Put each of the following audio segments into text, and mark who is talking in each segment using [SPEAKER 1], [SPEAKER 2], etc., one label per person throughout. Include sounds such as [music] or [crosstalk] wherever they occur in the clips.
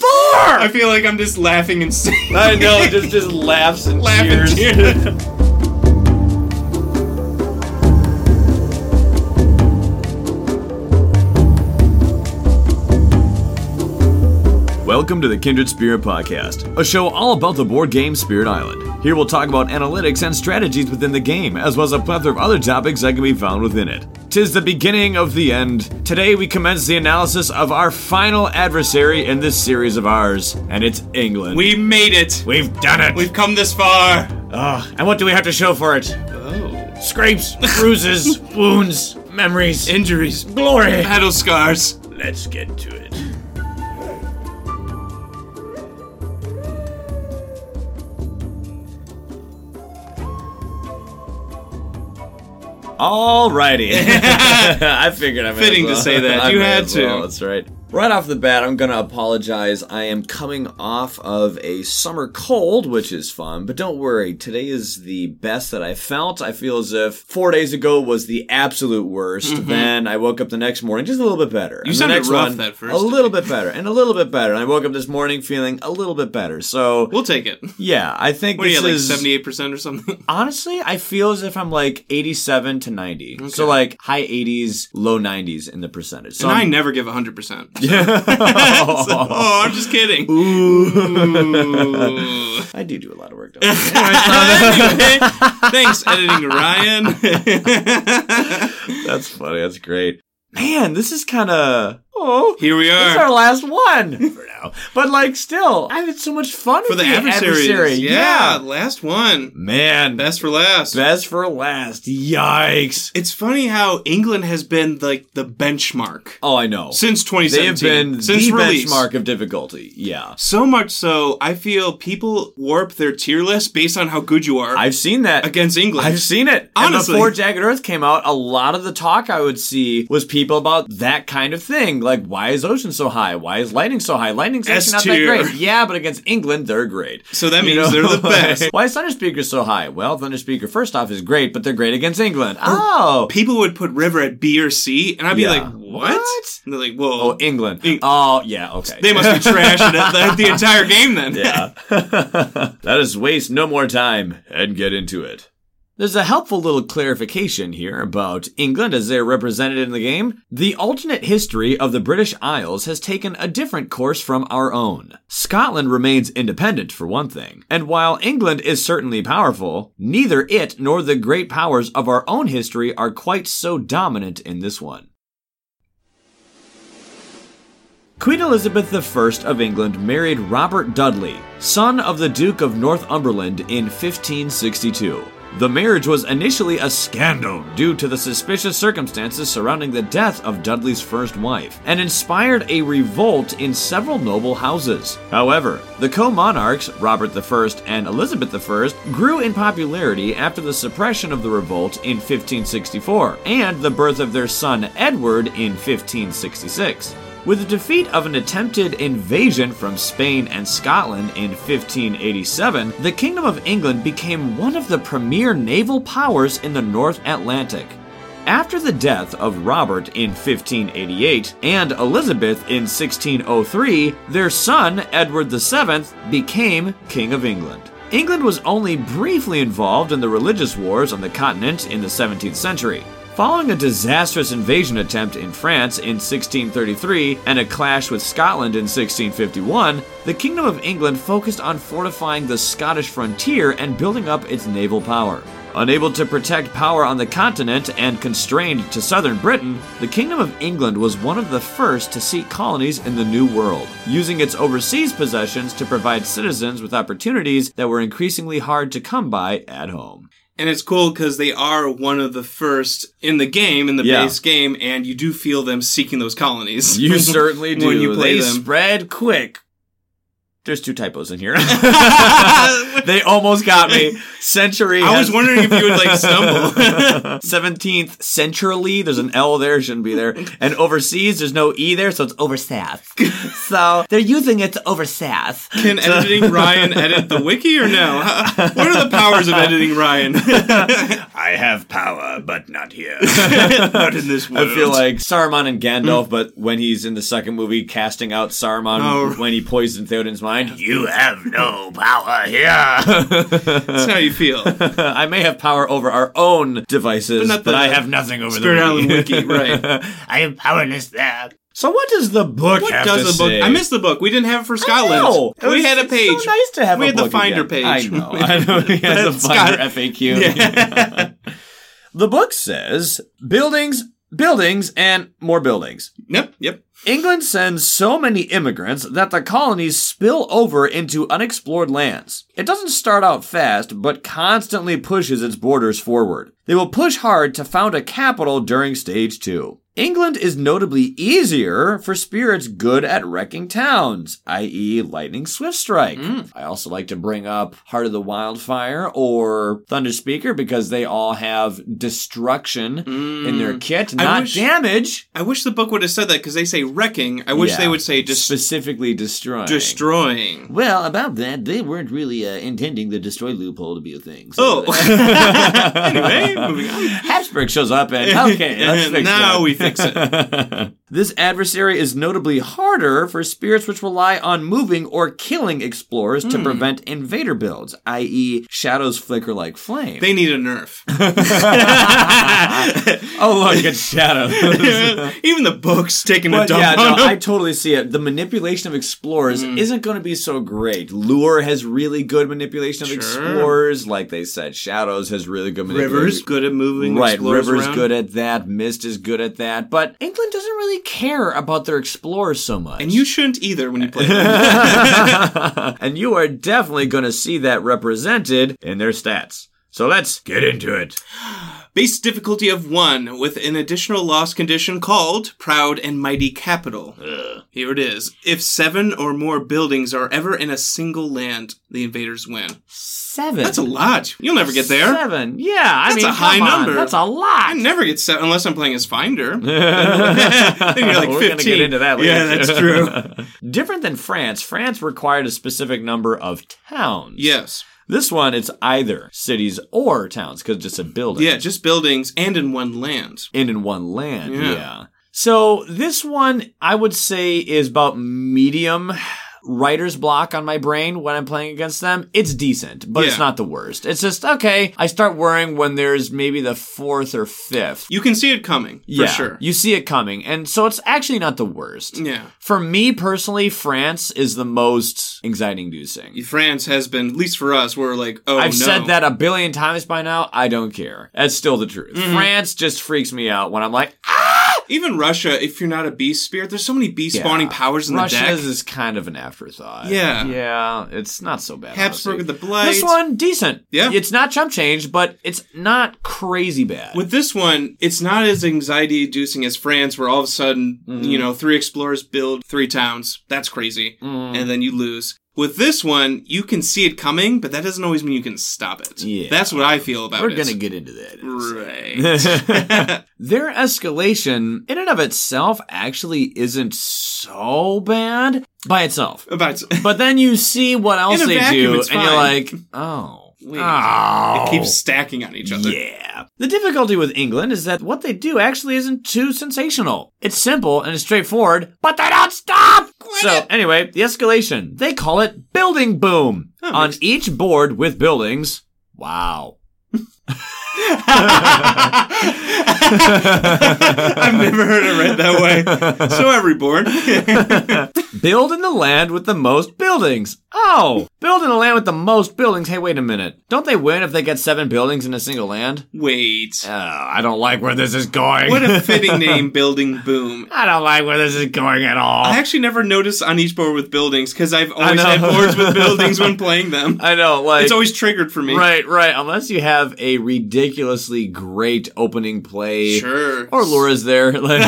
[SPEAKER 1] I feel like I'm just laughing and [laughs] singing.
[SPEAKER 2] I know, just just laughs and
[SPEAKER 1] Laugh and
[SPEAKER 2] cheers. [laughs]
[SPEAKER 1] cheer.
[SPEAKER 3] Welcome to the Kindred Spirit Podcast, a show all about the board game Spirit Island. Here we'll talk about analytics and strategies within the game, as well as a plethora of other topics that can be found within it. Tis the beginning of the end. Today we commence the analysis of our final adversary in this series of ours, and it's England.
[SPEAKER 1] We made it.
[SPEAKER 3] We've done it!
[SPEAKER 1] We've come this far.
[SPEAKER 3] Ugh, and what do we have to show for it?
[SPEAKER 1] Oh.
[SPEAKER 3] Scrapes, [laughs] bruises, wounds, memories,
[SPEAKER 1] Injuries,
[SPEAKER 3] glory!
[SPEAKER 1] battle scars.
[SPEAKER 3] Let's get to it. Alrighty. [laughs] I figured I might
[SPEAKER 1] Fitting
[SPEAKER 3] as
[SPEAKER 1] to
[SPEAKER 3] well.
[SPEAKER 1] say that.
[SPEAKER 3] [laughs] I
[SPEAKER 1] You
[SPEAKER 3] might
[SPEAKER 1] had
[SPEAKER 3] as well.
[SPEAKER 1] to.
[SPEAKER 3] That's right. Right off the bat, I'm going to apologize. I am coming off of a summer cold, which is fun, but don't worry. Today is the best that I felt. I feel as if four days ago was the absolute worst. Then I woke up the next morning just a little bit better. You
[SPEAKER 1] Mm-hmm. sounded
[SPEAKER 3] the next
[SPEAKER 1] rough
[SPEAKER 3] one,
[SPEAKER 1] that first
[SPEAKER 3] A
[SPEAKER 1] day.
[SPEAKER 3] little bit better, and a little bit better. And I woke up this morning feeling a little bit better. So,
[SPEAKER 1] We'll take it.
[SPEAKER 3] yeah, I think
[SPEAKER 1] What are
[SPEAKER 3] this
[SPEAKER 1] you at, like
[SPEAKER 3] is.
[SPEAKER 1] 78%
[SPEAKER 3] [laughs]
[SPEAKER 1] or something?
[SPEAKER 3] Honestly, I feel as if I'm like 87 to 90. So like high 80s, low 90s in the percentage. So
[SPEAKER 1] And I
[SPEAKER 3] I'm-
[SPEAKER 1] never
[SPEAKER 3] [laughs]
[SPEAKER 1] give 100%. So-
[SPEAKER 3] Yeah.
[SPEAKER 1] [laughs] oh, I'm just kidding. Ooh.
[SPEAKER 3] [laughs] I do do a lot of work. Don't
[SPEAKER 1] [laughs]
[SPEAKER 3] I?
[SPEAKER 1] Anyway, [laughs] Thanks, editing Ryan. [laughs]
[SPEAKER 3] That's funny. That's great. Man, this is kind of oh.
[SPEAKER 1] Here we
[SPEAKER 3] It's our
[SPEAKER 1] are.
[SPEAKER 3] last one [laughs] for now, but like still, I had so much fun
[SPEAKER 1] For
[SPEAKER 3] with
[SPEAKER 1] the adversaries.
[SPEAKER 3] adversary.
[SPEAKER 1] Yeah, last one.
[SPEAKER 3] man,
[SPEAKER 1] Best for last.
[SPEAKER 3] best for last. Yikes!
[SPEAKER 1] It's funny how England has been like the benchmark
[SPEAKER 3] Oh, I know.
[SPEAKER 1] since
[SPEAKER 3] they
[SPEAKER 1] 2017.
[SPEAKER 3] have been
[SPEAKER 1] since
[SPEAKER 3] the
[SPEAKER 1] release.
[SPEAKER 3] benchmark of difficulty. Yeah,
[SPEAKER 1] So much so, I feel people warp their tier list based on how good you are
[SPEAKER 3] I've seen that.
[SPEAKER 1] against England.
[SPEAKER 3] I've seen it.
[SPEAKER 1] Honestly.
[SPEAKER 3] and before Jagged Earth came out, a lot of the talk I would see was people about that kind of thing, like why is ocean so high? Why is lightning so high? Lightning's actually not
[SPEAKER 1] S-tier.
[SPEAKER 3] that great. Yeah, but against England, they're great.
[SPEAKER 1] so that means
[SPEAKER 3] You know? [laughs]
[SPEAKER 1] they're the best.
[SPEAKER 3] why is Thunderspeaker so high? Well, Thunderspeaker first off is great, but they're great against England. Oh,
[SPEAKER 1] People would put River at B or C, and I'd be
[SPEAKER 3] Yeah.
[SPEAKER 1] like, "What?"
[SPEAKER 3] What?
[SPEAKER 1] And they're like, "Whoa,
[SPEAKER 3] oh, England.
[SPEAKER 1] Eng-
[SPEAKER 3] oh, yeah, okay.
[SPEAKER 1] they
[SPEAKER 3] [laughs]
[SPEAKER 1] must be trash at the, the entire game then."
[SPEAKER 3] yeah. [laughs] that is waste no more time and get into it. There's a helpful little clarification here about England as they're represented in the game. The alternate history of the British Isles has taken a different course from our own. Scotland remains independent, for one thing, and while England is certainly powerful, neither it nor the great powers of our own history are quite so dominant in this one. Queen Elizabeth I of England married Robert Dudley, son of the Duke of Northumberland, in 1562. The marriage was initially a scandal due to the suspicious circumstances surrounding the death of Dudley's first wife, and inspired a revolt in several noble houses. However, the co monarchs, Robert I and Elizabeth I, grew in popularity after the suppression of the revolt in 1564 and the birth of their son Edward in 1566. With the defeat of an attempted invasion from Spain and Scotland in 1587, the Kingdom of England became one of the premier naval powers in the North Atlantic. After the death of Robert in 1588 and Elizabeth in 1603, their son, Edward VII, became King of England. England was only briefly involved in the religious wars on the continent in the 17th century. Following a disastrous invasion attempt in France in 1633 and a clash with Scotland in 1651, the Kingdom of England focused on fortifying the Scottish frontier and building up its naval power. Unable to protect power on the continent and constrained to southern Britain, the Kingdom of England was one of the first to seek colonies in the New World, using its overseas possessions to provide citizens with opportunities that were increasingly hard to come by at home.
[SPEAKER 1] [laughs] And it's cool because they are one of the first in the game, in the
[SPEAKER 3] Yeah.
[SPEAKER 1] base game, and you do feel them seeking those [laughs] colonies.
[SPEAKER 3] You certainly do.
[SPEAKER 1] When you play
[SPEAKER 3] they
[SPEAKER 1] them.
[SPEAKER 3] spread quick. There's two typos in
[SPEAKER 1] [laughs]
[SPEAKER 3] here. [laughs] they almost got me. Century.
[SPEAKER 1] I
[SPEAKER 3] has-
[SPEAKER 1] was wondering if you
[SPEAKER 3] [laughs]
[SPEAKER 1] would like stumble. [laughs]
[SPEAKER 3] 17th centrally. There's an L there, shouldn't be
[SPEAKER 1] [laughs]
[SPEAKER 3] there. And overseas, there's no E there, so it's oversath. so they're using it to oversath.
[SPEAKER 1] Can editing Ryan edit the wiki
[SPEAKER 3] [laughs]
[SPEAKER 1] or no? How- What are the powers of editing Ryan? [laughs]
[SPEAKER 3] I have power, but not [laughs] here.
[SPEAKER 1] Not in this
[SPEAKER 3] I
[SPEAKER 1] world.
[SPEAKER 3] feel like
[SPEAKER 1] Mm.
[SPEAKER 3] Saruman and Gandalf, but when he's in the second movie casting out Saruman
[SPEAKER 1] Oh.
[SPEAKER 3] when he poisoned Theoden's line, [laughs] You have no power here. I
[SPEAKER 1] That's how you [laughs] feel.
[SPEAKER 3] may have power over our own devices, but,
[SPEAKER 1] not the
[SPEAKER 3] I have nothing over
[SPEAKER 1] Spirit
[SPEAKER 3] the
[SPEAKER 1] Island [laughs] Wiki, right.
[SPEAKER 3] I am powerless there. So what does the book
[SPEAKER 1] What
[SPEAKER 3] have
[SPEAKER 1] does
[SPEAKER 3] to
[SPEAKER 1] the book?
[SPEAKER 3] say?
[SPEAKER 1] I missed the book. We didn't have it for Scotland.
[SPEAKER 3] No,
[SPEAKER 1] we had a page.
[SPEAKER 3] It's so nice to have.
[SPEAKER 1] We
[SPEAKER 3] a
[SPEAKER 1] had the
[SPEAKER 3] book
[SPEAKER 1] Finder
[SPEAKER 3] again.
[SPEAKER 1] page. [laughs]
[SPEAKER 3] I know. I know. We had the
[SPEAKER 1] That's
[SPEAKER 3] Finder
[SPEAKER 1] got-
[SPEAKER 3] FAQ.
[SPEAKER 1] Yeah. [laughs]
[SPEAKER 3] The book says buildings, buildings, and more buildings.
[SPEAKER 1] yep. Yep.
[SPEAKER 3] England sends so many immigrants that the colonies spill over into unexplored lands. It doesn't start out fast, but constantly pushes its borders forward. They will push hard to found a capital during stage two. England is notably easier for spirits good at wrecking towns, i.e., lightning swift strike.
[SPEAKER 1] Hmm.
[SPEAKER 3] I also like to bring up Heart of the Wildfire or Thunder Speaker because they all have destruction in their kit,
[SPEAKER 1] Hmm. I
[SPEAKER 3] not
[SPEAKER 1] wish-
[SPEAKER 3] damage.
[SPEAKER 1] I wish the book would have said that because they say wrecking. I wish
[SPEAKER 3] Yeah.
[SPEAKER 1] they would say dis-
[SPEAKER 3] specifically destroying.
[SPEAKER 1] destroying.
[SPEAKER 3] Well, about that, they weren't really uh, intending the destroy loophole to be a thing. so-
[SPEAKER 1] Oh.
[SPEAKER 3] [laughs]
[SPEAKER 1] anyway, moving on.
[SPEAKER 3] Habsburg shows up and
[SPEAKER 1] [laughs]
[SPEAKER 3] okay, let's fix
[SPEAKER 1] now
[SPEAKER 3] that.
[SPEAKER 1] we fix it.
[SPEAKER 3] [laughs] This adversary is notably harder for spirits which rely on moving or killing explorers
[SPEAKER 1] Hmm.
[SPEAKER 3] to prevent invader builds, i.e., shadows flicker like flame.
[SPEAKER 1] They [laughs] need a nerf.
[SPEAKER 3] [laughs] oh look, it's shadows.
[SPEAKER 1] Even the book's taking [laughs] a
[SPEAKER 3] But
[SPEAKER 1] dump
[SPEAKER 3] yeah,
[SPEAKER 1] on
[SPEAKER 3] no,
[SPEAKER 1] them.
[SPEAKER 3] I totally see it. The manipulation of explorers
[SPEAKER 1] Mm.
[SPEAKER 3] isn't going to be so great. Lure has really good manipulation of
[SPEAKER 1] Sure.
[SPEAKER 3] explorers, like they said. Shadows has really good manipulation.
[SPEAKER 1] Rivers good at moving.
[SPEAKER 3] Right,
[SPEAKER 1] explorers
[SPEAKER 3] River's
[SPEAKER 1] around.
[SPEAKER 3] good at that. Mist is good at that. But England doesn't really care about their explorers so much.
[SPEAKER 1] And you [laughs] shouldn't either when you play. them.
[SPEAKER 3] [laughs] and you are definitely going to see that represented in their stats. So let's get into it.
[SPEAKER 1] Base difficulty of one with an additional loss condition called Proud and Mighty Capital. Here it is. If seven or more buildings are ever in a single land, the invaders win.
[SPEAKER 3] Seven.
[SPEAKER 1] That's a lot. You'll never get there.
[SPEAKER 3] Seven. Yeah, I
[SPEAKER 1] That's
[SPEAKER 3] mean,
[SPEAKER 1] a high
[SPEAKER 3] come on,
[SPEAKER 1] number.
[SPEAKER 3] That's a lot.
[SPEAKER 1] I never get seven unless I'm playing
[SPEAKER 3] [laughs]
[SPEAKER 1] as Finder. [laughs] then you're like
[SPEAKER 3] We're gonna
[SPEAKER 1] 15.
[SPEAKER 3] get into that later.
[SPEAKER 1] Yeah,
[SPEAKER 3] [laughs]
[SPEAKER 1] that's true.
[SPEAKER 3] Different than France, France required a specific number of towns.
[SPEAKER 1] yes.
[SPEAKER 3] This one, it's either cities or towns because it's a building.
[SPEAKER 1] Yeah, just buildings and in one land.
[SPEAKER 3] And in one land. Yeah.
[SPEAKER 1] Yeah.
[SPEAKER 3] So this one, I would say, is about medium writer's block on my brain when I'm playing against them. It's decent, but it's
[SPEAKER 1] Yeah.
[SPEAKER 3] not the worst. It's just, okay, I start worrying when there's maybe the fourth or fifth.
[SPEAKER 1] You can see it coming, for
[SPEAKER 3] yeah,
[SPEAKER 1] sure.
[SPEAKER 3] You see it coming. And so it's actually not the worst.
[SPEAKER 1] yeah.
[SPEAKER 3] For me personally, France is the most anxiety inducing.
[SPEAKER 1] France has been, at least for us, we're like, oh
[SPEAKER 3] I've
[SPEAKER 1] no.
[SPEAKER 3] said that a billion times by now. I don't care. That's still the truth.
[SPEAKER 1] Mm-hmm.
[SPEAKER 3] France just freaks me out when I'm like, ah,
[SPEAKER 1] Even Russia, if you're not a beast spirit, there's so many beast spawning powers in
[SPEAKER 3] Russia's
[SPEAKER 1] the deck.
[SPEAKER 3] is kind of an afterthought.
[SPEAKER 1] Yeah.
[SPEAKER 3] Yeah, it's not so bad.
[SPEAKER 1] Habsburg
[SPEAKER 3] honestly.
[SPEAKER 1] of the Blight.
[SPEAKER 3] This one, decent.
[SPEAKER 1] Yeah.
[SPEAKER 3] It's not chump change, but it's not crazy bad.
[SPEAKER 1] With this one, it's not as anxiety inducing as France, where all of a sudden,
[SPEAKER 3] Mm-hmm.
[SPEAKER 1] you know, three explorers build three towns. That's crazy.
[SPEAKER 3] Mm, Mm-hmm.
[SPEAKER 1] And then you lose. With this one, you can see it coming, but that doesn't always mean you can stop it.
[SPEAKER 3] Yeah.
[SPEAKER 1] That's what I feel about
[SPEAKER 3] We're
[SPEAKER 1] it.
[SPEAKER 3] going to get into that. in a
[SPEAKER 1] Right.
[SPEAKER 3] [laughs] Their escalation, in and of itself, actually isn't so bad by itself.
[SPEAKER 1] [laughs] About
[SPEAKER 3] But then you see what else
[SPEAKER 1] In a
[SPEAKER 3] they
[SPEAKER 1] vacuum,
[SPEAKER 3] do, and
[SPEAKER 1] it's
[SPEAKER 3] you're
[SPEAKER 1] fine.
[SPEAKER 3] like, oh.
[SPEAKER 1] Wait.
[SPEAKER 3] Oh.
[SPEAKER 1] it keeps stacking on each other.
[SPEAKER 3] Yeah. The difficulty with England is that what they do actually isn't too sensational. It's simple and it's straightforward, but they don't stop! So, anyway, the escalation. They call it building boom.
[SPEAKER 1] Oh,
[SPEAKER 3] On each board with buildings.
[SPEAKER 1] [laughs]
[SPEAKER 3] Wow. [laughs]
[SPEAKER 1] I've never heard it read that
[SPEAKER 3] [laughs]
[SPEAKER 1] way. So every board.
[SPEAKER 3] Build in the land with the most buildings. Oh, build in the land with the most buildings. Hey, wait a minute. Don't they win if they get seven buildings in a single land?
[SPEAKER 1] Wait.
[SPEAKER 3] Oh, I don't like where this is going.
[SPEAKER 1] What a fitting name, Building Boom.
[SPEAKER 3] [laughs] I don't like where this is going at all.
[SPEAKER 1] I actually never noticed on each board with buildings because I've always
[SPEAKER 3] know.
[SPEAKER 1] had
[SPEAKER 3] [laughs]
[SPEAKER 1] boards with buildings when playing them.
[SPEAKER 3] I know, like
[SPEAKER 1] It's always triggered for me.
[SPEAKER 3] right, right. Unless you have a ridiculously great opening play,
[SPEAKER 1] Sure.
[SPEAKER 3] or [laughs] Laura's there, like,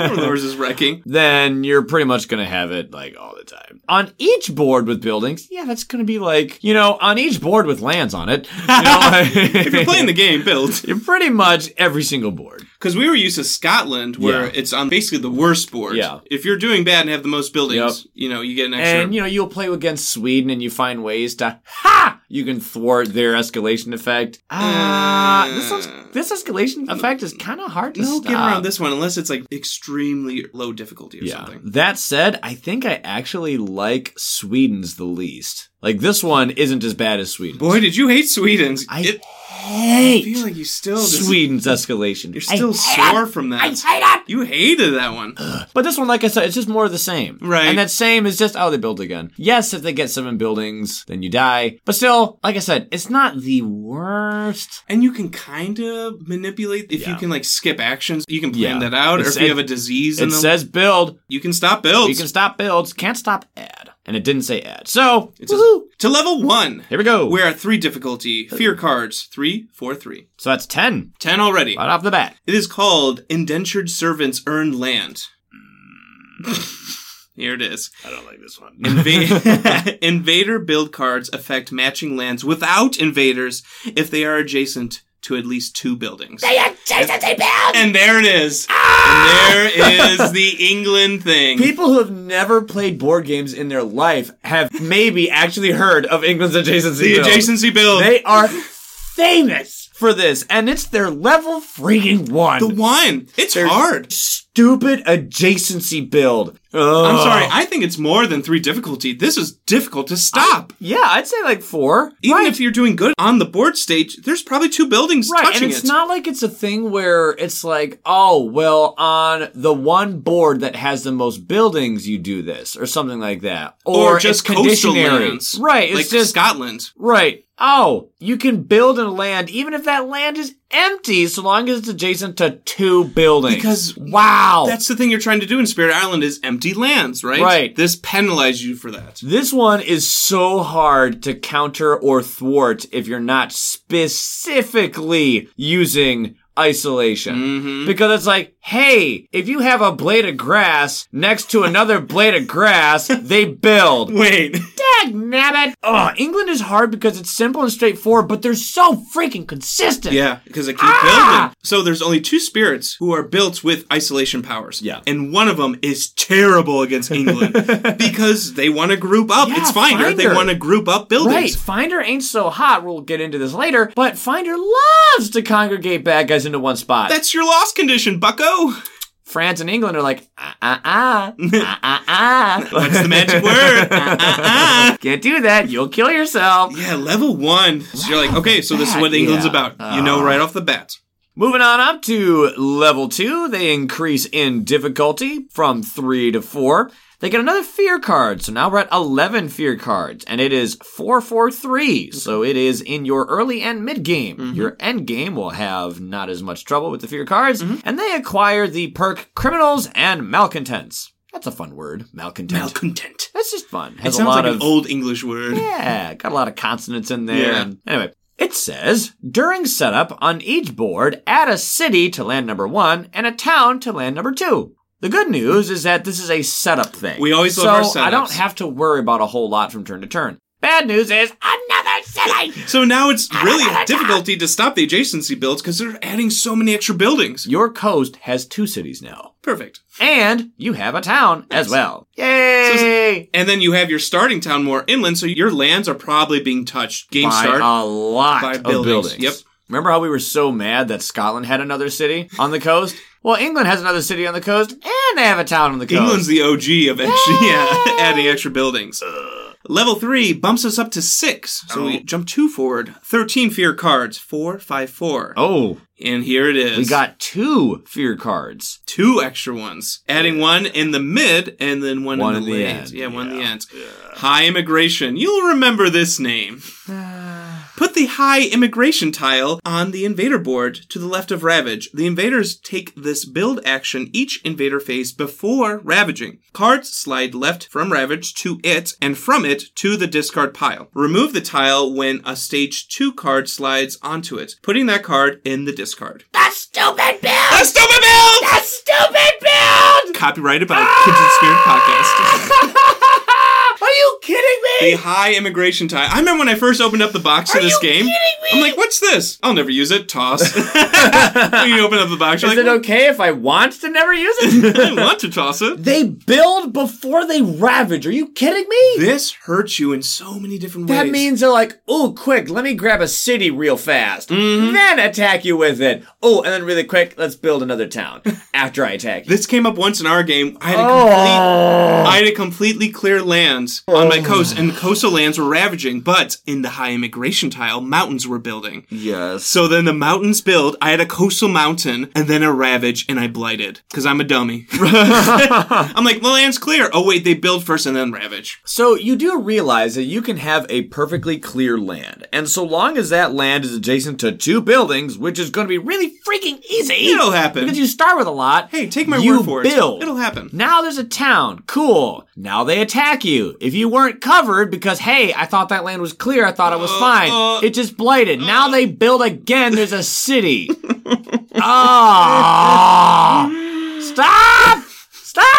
[SPEAKER 1] [laughs] Or Lures is wrecking.
[SPEAKER 3] then you're pretty much gonna have it like all the time on each board with buildings. Yeah, that's gonna be like you know on each
[SPEAKER 1] [laughs]
[SPEAKER 3] board with lands on it. You know, like- [laughs]
[SPEAKER 1] If you're playing the game, build.
[SPEAKER 3] you're pretty much every single board.
[SPEAKER 1] Because we were used to Scotland, where
[SPEAKER 3] Yeah.
[SPEAKER 1] it's on basically the worst board.
[SPEAKER 3] Yeah.
[SPEAKER 1] If you're doing bad and have the most buildings, you know, you get an extra.
[SPEAKER 3] And you know you'll play against Sweden, and you find ways to ha. You can thwart their escalation effect. Ah, this sounds, this escalation effect is kind of hard to
[SPEAKER 1] no
[SPEAKER 3] stop.
[SPEAKER 1] getting around this one unless it's like extremely low difficulty or something.
[SPEAKER 3] That said, I think I actually like Sweden's the least. Like this one isn't as bad as Sweden.
[SPEAKER 1] Boy, did you hate Sweden's.
[SPEAKER 3] I
[SPEAKER 1] It- I
[SPEAKER 3] hate
[SPEAKER 1] feel like you still just,
[SPEAKER 3] Sweden's escalation.
[SPEAKER 1] You're still
[SPEAKER 3] I-
[SPEAKER 1] sore from that.
[SPEAKER 3] I hate it.
[SPEAKER 1] you hated that one.
[SPEAKER 3] But this one, like I said, it's just more of the same.
[SPEAKER 1] Right.
[SPEAKER 3] And that same is just oh they build again. Yes, if they get seven buildings, then you die. But still, like I said, it's not the worst.
[SPEAKER 1] And you can kind of manipulate if you
[SPEAKER 3] Yeah.
[SPEAKER 1] can like skip actions. You can plan
[SPEAKER 3] Yeah.
[SPEAKER 1] that out,
[SPEAKER 3] It
[SPEAKER 1] or if
[SPEAKER 3] said-
[SPEAKER 1] you have a disease in
[SPEAKER 3] It
[SPEAKER 1] the
[SPEAKER 3] says build.
[SPEAKER 1] you can stop builds.
[SPEAKER 3] You can stop builds. Can't stop add. And it didn't say add. So
[SPEAKER 1] It says-
[SPEAKER 3] woohoo. Uh,
[SPEAKER 1] to level one.
[SPEAKER 3] here we go.
[SPEAKER 1] We're at three difficulty. Fear cards three, four, three.
[SPEAKER 3] so that's ten
[SPEAKER 1] Ten already.
[SPEAKER 3] right off the bat.
[SPEAKER 1] It is called Indentured Servants Earn Land. [laughs] Here it is.
[SPEAKER 3] Mm. I don't like this one. [laughs]
[SPEAKER 1] Inva- [laughs] Invader build cards affect matching lands without invaders if they are adjacent to at least two buildings. They are adjacent to builds! And there it is. And there is the England thing.
[SPEAKER 3] Ah! People who have never played board games in their life have maybe actually heard of England's adjacency.
[SPEAKER 1] the
[SPEAKER 3] build.
[SPEAKER 1] adjacency build.
[SPEAKER 3] They [laughs] are famous for this, and it's their level freaking one.
[SPEAKER 1] the one. It's hard.
[SPEAKER 3] stupid adjacency build.
[SPEAKER 1] I'm sorry. I think it's more than three difficulty. This is difficult to stop.
[SPEAKER 3] yeah, I'd say like four.
[SPEAKER 1] Even if you're doing good on the board stage, there's probably two buildings
[SPEAKER 3] Right,
[SPEAKER 1] touching
[SPEAKER 3] and it's
[SPEAKER 1] it.
[SPEAKER 3] not like it's a thing where it's like, oh, well, on the one board that has the most buildings, you do this, or something like that,
[SPEAKER 1] or,
[SPEAKER 3] it's
[SPEAKER 1] just coastal
[SPEAKER 3] conditionary.
[SPEAKER 1] lands.
[SPEAKER 3] right? It's
[SPEAKER 1] like
[SPEAKER 3] just
[SPEAKER 1] Scotland.
[SPEAKER 3] Right. Oh, you can build a land even if that land is empty, so long as it's adjacent to two buildings.
[SPEAKER 1] Because
[SPEAKER 3] wow,
[SPEAKER 1] That's the thing you're trying to do in Spirit Island is empty lands, right?
[SPEAKER 3] Right.
[SPEAKER 1] This penalizes you for that.
[SPEAKER 3] this one is so hard to counter or thwart if you're not specifically using isolation. Because it's like, hey, if you have a blade of grass next to another blade of grass, they build.
[SPEAKER 1] Wait.
[SPEAKER 3] Dag nabbit! Oh, England is hard because it's simple and straightforward, but they're so freaking consistent.
[SPEAKER 1] yeah, because I keep
[SPEAKER 3] Ah!
[SPEAKER 1] building. So there's only two spirits who are built with isolation powers.
[SPEAKER 3] Yeah.
[SPEAKER 1] And one of them is terrible [laughs] against England because they want to group up.
[SPEAKER 3] Yeah,
[SPEAKER 1] it's Finder. They
[SPEAKER 3] Finder.
[SPEAKER 1] want to group up buildings.
[SPEAKER 3] Right, Finder ain't so hot. We'll get into this later, but Finder loves to congregate bad guys into one spot.
[SPEAKER 1] That's your loss condition, bucko.
[SPEAKER 3] France and England are like, ah, ah,
[SPEAKER 1] [laughs]
[SPEAKER 3] ah, ah, ah, ah.
[SPEAKER 1] That's the
[SPEAKER 3] [laughs]
[SPEAKER 1] magic word. Ah, ah, [laughs] ah.
[SPEAKER 3] Can't do that. You'll kill yourself.
[SPEAKER 1] Yeah, level one. So you're like, okay, so this is what
[SPEAKER 3] Yeah.
[SPEAKER 1] England's about. you
[SPEAKER 3] Ah.
[SPEAKER 1] know right off the bat.
[SPEAKER 3] Moving on up to level two, they increase in difficulty from three to four. They get another fear card, so now we're at 11 fear cards, and it is 443, so it is in your early and mid game.
[SPEAKER 1] Mm-hmm.
[SPEAKER 3] Your end game will have not as much trouble with the fear cards,
[SPEAKER 1] Mm-hmm.
[SPEAKER 3] and they acquire the perk criminals and malcontents. That's a fun word, malcontent.
[SPEAKER 1] Malcontent.
[SPEAKER 3] That's just fun.
[SPEAKER 1] It
[SPEAKER 3] Has
[SPEAKER 1] sounds
[SPEAKER 3] a lot
[SPEAKER 1] like
[SPEAKER 3] of
[SPEAKER 1] an old English word.
[SPEAKER 3] yeah, got a lot of consonants in there.
[SPEAKER 1] Yeah.
[SPEAKER 3] Anyway, it says during setup on each board, add a city to land number one and a town to land number two. The good news is that this is a setup thing.
[SPEAKER 1] We always
[SPEAKER 3] so
[SPEAKER 1] love our
[SPEAKER 3] I don't
[SPEAKER 1] setups.
[SPEAKER 3] have to worry about a whole lot from turn to turn. Bad news is another city.
[SPEAKER 1] [laughs] So now it's really a difficulty to stop the adjacency builds because they're adding so many extra buildings.
[SPEAKER 3] Your coast has two cities now,
[SPEAKER 1] Perfect.
[SPEAKER 3] and you have a town as well. Yay!
[SPEAKER 1] And then you have your starting town more inland, so your lands are probably being touched. Game
[SPEAKER 3] by
[SPEAKER 1] start.
[SPEAKER 3] a lot
[SPEAKER 1] By
[SPEAKER 3] of
[SPEAKER 1] buildings.
[SPEAKER 3] buildings.
[SPEAKER 1] Yep.
[SPEAKER 3] Remember how we were so mad that Scotland had another city on the coast? Well, England has another city on the coast, and they have a town on the coast.
[SPEAKER 1] England's the OG of actually yeah, [laughs] adding extra buildings. Level three bumps us up to six, so
[SPEAKER 3] Oh.
[SPEAKER 1] we jump two forward. Thirteen fear cards, four, five, four,
[SPEAKER 3] oh,
[SPEAKER 1] and here it is.
[SPEAKER 3] we got two fear cards.
[SPEAKER 1] two extra ones, adding one in the mid and then one,
[SPEAKER 3] One
[SPEAKER 1] in the,
[SPEAKER 3] in the
[SPEAKER 1] late.
[SPEAKER 3] end,
[SPEAKER 1] Yeah, one in the end. High immigration. You'll remember this [sighs] name. Put the high immigration tile on the invader board to the left of Ravage. The invaders take this build action each invader phase before ravaging. Cards slide left from Ravage to it and from it to the discard pile. Remove the tile when a stage 2 card slides onto it, putting that card in the discard.
[SPEAKER 3] That's stupid build.
[SPEAKER 1] That's stupid build!
[SPEAKER 3] That's stupid build.
[SPEAKER 1] Ah! copyrighted by Kids in Spirit Podcast. [laughs]
[SPEAKER 3] [laughs] Are you kidding me?
[SPEAKER 1] the high immigration tie. I remember when I first opened up the box to this
[SPEAKER 4] you
[SPEAKER 1] game.
[SPEAKER 4] kidding me?
[SPEAKER 1] I'm like, what's this? I'll never use it.
[SPEAKER 4] [laughs]
[SPEAKER 1] Toss. when you open up the box, you're
[SPEAKER 4] Is
[SPEAKER 1] like,
[SPEAKER 4] it okay if I want to never use it?
[SPEAKER 1] [laughs] I didn't want to toss it.
[SPEAKER 4] they build before they ravage. Are you kidding me?
[SPEAKER 1] This hurts you in so many different ways.
[SPEAKER 4] That means they're like, oh, quick, let me grab a city real fast,
[SPEAKER 3] Mm-hmm.
[SPEAKER 4] then attack you with it. Oh, and then really quick, let's build another
[SPEAKER 3] [laughs]
[SPEAKER 4] town after I attack. You.
[SPEAKER 1] This came up once in our game. I had a complete,
[SPEAKER 4] Oh,
[SPEAKER 1] I had a completely clear lands on my coast, and coastal lands were ravaging. But in the high immigration tile, mountains were building.
[SPEAKER 3] Yes.
[SPEAKER 1] So then the mountains build. I had a coastal mountain and then a ravage, and I blighted because I'm a [laughs] dummy. I'm like, the land's clear. Oh wait, they build first and then ravage.
[SPEAKER 3] So you do realize that you can have a perfectly clear land, and so long as that land is adjacent to two buildings, which is going to be really freaking easy,
[SPEAKER 1] It'll happen.
[SPEAKER 3] because you start with a lot.
[SPEAKER 1] Hey, take my
[SPEAKER 3] you
[SPEAKER 1] word for
[SPEAKER 3] build.
[SPEAKER 1] it. It'll happen.
[SPEAKER 3] Now there's a town. Cool. Now they attack you. If you weren't covered because, hey, I thought that land was clear, I thought it was fine. it just blighted. now they build again. There's a
[SPEAKER 1] [laughs]
[SPEAKER 3] city. oh. Stop! Stop!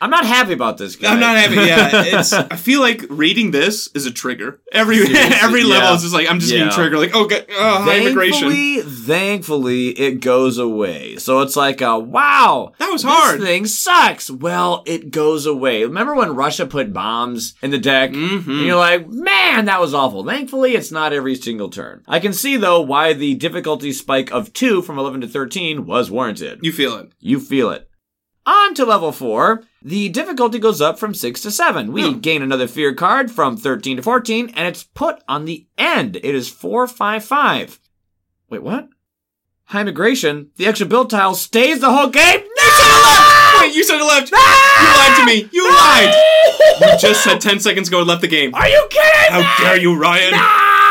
[SPEAKER 3] I'm not happy about this guy.
[SPEAKER 1] I'm not happy. [laughs] Yeah, it's. I feel like reading this is a trigger. Every [laughs] every level
[SPEAKER 3] yeah.
[SPEAKER 1] is just like I'm just
[SPEAKER 3] Yeah.
[SPEAKER 1] getting triggered. Like oh god, oh, high immigration.
[SPEAKER 3] Thankfully, thankfully, it goes away. So it's like, a, wow,
[SPEAKER 1] That was hard.
[SPEAKER 3] This thing sucks. Well, it goes away. Remember when Russia put bombs in the deck? Mm-hmm. And you're like, man, that was awful. Thankfully, it's not every single turn. I can see though why the difficulty spike of two from 11 to 13 was warranted.
[SPEAKER 1] You feel [laughs] it.
[SPEAKER 3] You feel it. On to level 4, the difficulty goes up from 6 to 7. We
[SPEAKER 1] Hmm.
[SPEAKER 3] gain another fear card from 13 to 14, and it's put on the end. It is 455. Wait, what? High migration, the extra build tile stays the whole game? No! Ah!
[SPEAKER 1] Wait, you said it left. You lied to me. You lied. You just said 10 seconds ago it left the [laughs] game.
[SPEAKER 3] Are you kidding me?
[SPEAKER 1] How dare you, Ryan?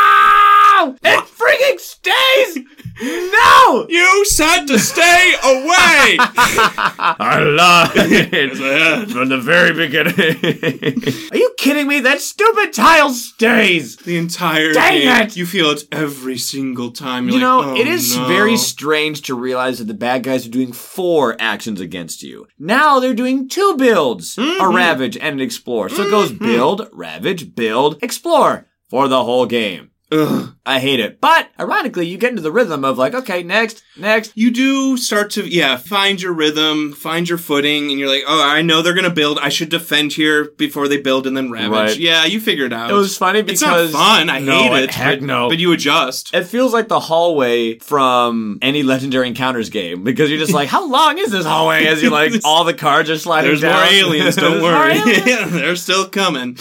[SPEAKER 3] No! It freaking
[SPEAKER 1] [laughs]
[SPEAKER 3] stays! No!
[SPEAKER 1] You said to [laughs] stay away.
[SPEAKER 3] I lied [laughs] from the very beginning. [laughs] Are you kidding me? That stupid tile stays.
[SPEAKER 1] [laughs] the entire
[SPEAKER 3] Dang
[SPEAKER 1] game.
[SPEAKER 3] it!
[SPEAKER 1] You feel it every single time. You're
[SPEAKER 3] You know,
[SPEAKER 1] like, oh,
[SPEAKER 3] it is
[SPEAKER 1] no.
[SPEAKER 3] very strange to realize that the bad guys are doing four actions against you. Now they're doing two builds
[SPEAKER 1] Mm-hmm.
[SPEAKER 3] a ravage and an explore. So it goes build, ravage, build, explore for the whole game.
[SPEAKER 1] Ugh.
[SPEAKER 3] I hate it. But ironically, you get into the rhythm of like, okay, next, next.
[SPEAKER 1] You do start to, yeah, find your rhythm, find your footing, and you're like, oh, I know they're gonna build. I should defend here before they build and then ravage.
[SPEAKER 3] Right.
[SPEAKER 1] Yeah, you figure it out.
[SPEAKER 3] It was funny
[SPEAKER 1] It's
[SPEAKER 3] because
[SPEAKER 1] not fun. I
[SPEAKER 3] No,
[SPEAKER 1] hate it.
[SPEAKER 3] Heck
[SPEAKER 1] but-
[SPEAKER 3] no.
[SPEAKER 1] But you adjust.
[SPEAKER 3] It feels like the hallway from any Legendary Encounters game because you're just like, how long is this hallway? As
[SPEAKER 1] [laughs]
[SPEAKER 3] you like, all the cards are sliding
[SPEAKER 1] There's
[SPEAKER 3] down.
[SPEAKER 1] more
[SPEAKER 3] [laughs]
[SPEAKER 1] aliens, don't
[SPEAKER 3] There's more
[SPEAKER 1] worry.
[SPEAKER 3] aliens.
[SPEAKER 1] [laughs] Yeah, They're still coming.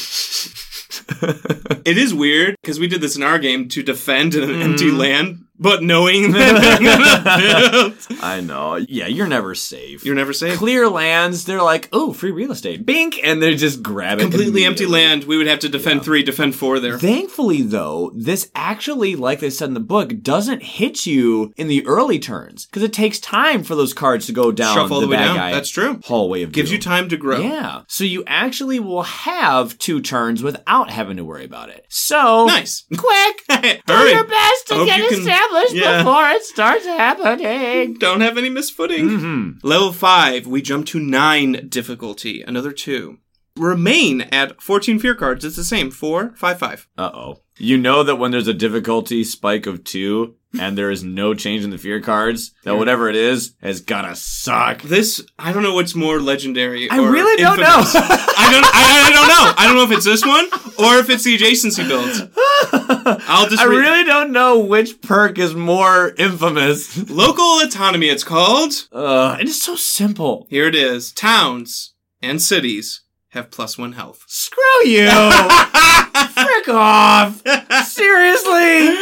[SPEAKER 1] it is weird because we did this in our game to defend an empty
[SPEAKER 3] Mm-hmm.
[SPEAKER 1] land, but
[SPEAKER 3] [laughs]
[SPEAKER 1] knowing that they're gonna build.
[SPEAKER 3] I know. Yeah, you're never safe.
[SPEAKER 1] You're never safe.
[SPEAKER 3] Clear lands, they're like, oh, free real estate. Bink! And they just grab it.
[SPEAKER 1] Completely empty
[SPEAKER 3] immediately.
[SPEAKER 1] land. We would have to defend three, defend four there.
[SPEAKER 3] Thankfully, though, this actually, like they said in the book, doesn't hit you in the early turns because it takes time for those cards to go down
[SPEAKER 1] Shuffle all the way
[SPEAKER 3] bad
[SPEAKER 1] down.
[SPEAKER 3] guy
[SPEAKER 1] That's true.
[SPEAKER 3] hallway of
[SPEAKER 1] Gives
[SPEAKER 3] doom.
[SPEAKER 1] you time to grow.
[SPEAKER 3] Yeah. So you actually will have two turns without having to worry about it. So
[SPEAKER 1] Nice.
[SPEAKER 3] [laughs] quick, do
[SPEAKER 1] Hurry.
[SPEAKER 3] your best to
[SPEAKER 1] Hope
[SPEAKER 3] get
[SPEAKER 1] you can-
[SPEAKER 3] established
[SPEAKER 1] yeah.
[SPEAKER 3] before it starts happening.
[SPEAKER 1] Don't have any misfooting.
[SPEAKER 3] Mm-hmm.
[SPEAKER 1] Level five, we jump to nine difficulty. Another two. Remain at 14 fear cards. It's the same. Four, five, five.
[SPEAKER 3] Uh oh. You know that when there's a difficulty spike of two and there is no change in the fear cards, that whatever it is has gotta suck.
[SPEAKER 1] This, I don't know what's more legendary.
[SPEAKER 3] I
[SPEAKER 1] or
[SPEAKER 3] really don't
[SPEAKER 1] infamous.
[SPEAKER 3] know. [laughs]
[SPEAKER 1] I don't. I, I don't know. I don't know if it's this one or if it's the adjacency build. I'll
[SPEAKER 3] [laughs]
[SPEAKER 1] just.
[SPEAKER 3] I
[SPEAKER 1] read-
[SPEAKER 3] really don't know which perk is more infamous.
[SPEAKER 1] Local autonomy. It's called.
[SPEAKER 3] Ugh, it is so simple.
[SPEAKER 1] Here it is. Towns and cities have plus one health.
[SPEAKER 3] Screw
[SPEAKER 1] [laughs]
[SPEAKER 3] you! Frick off! Seriously?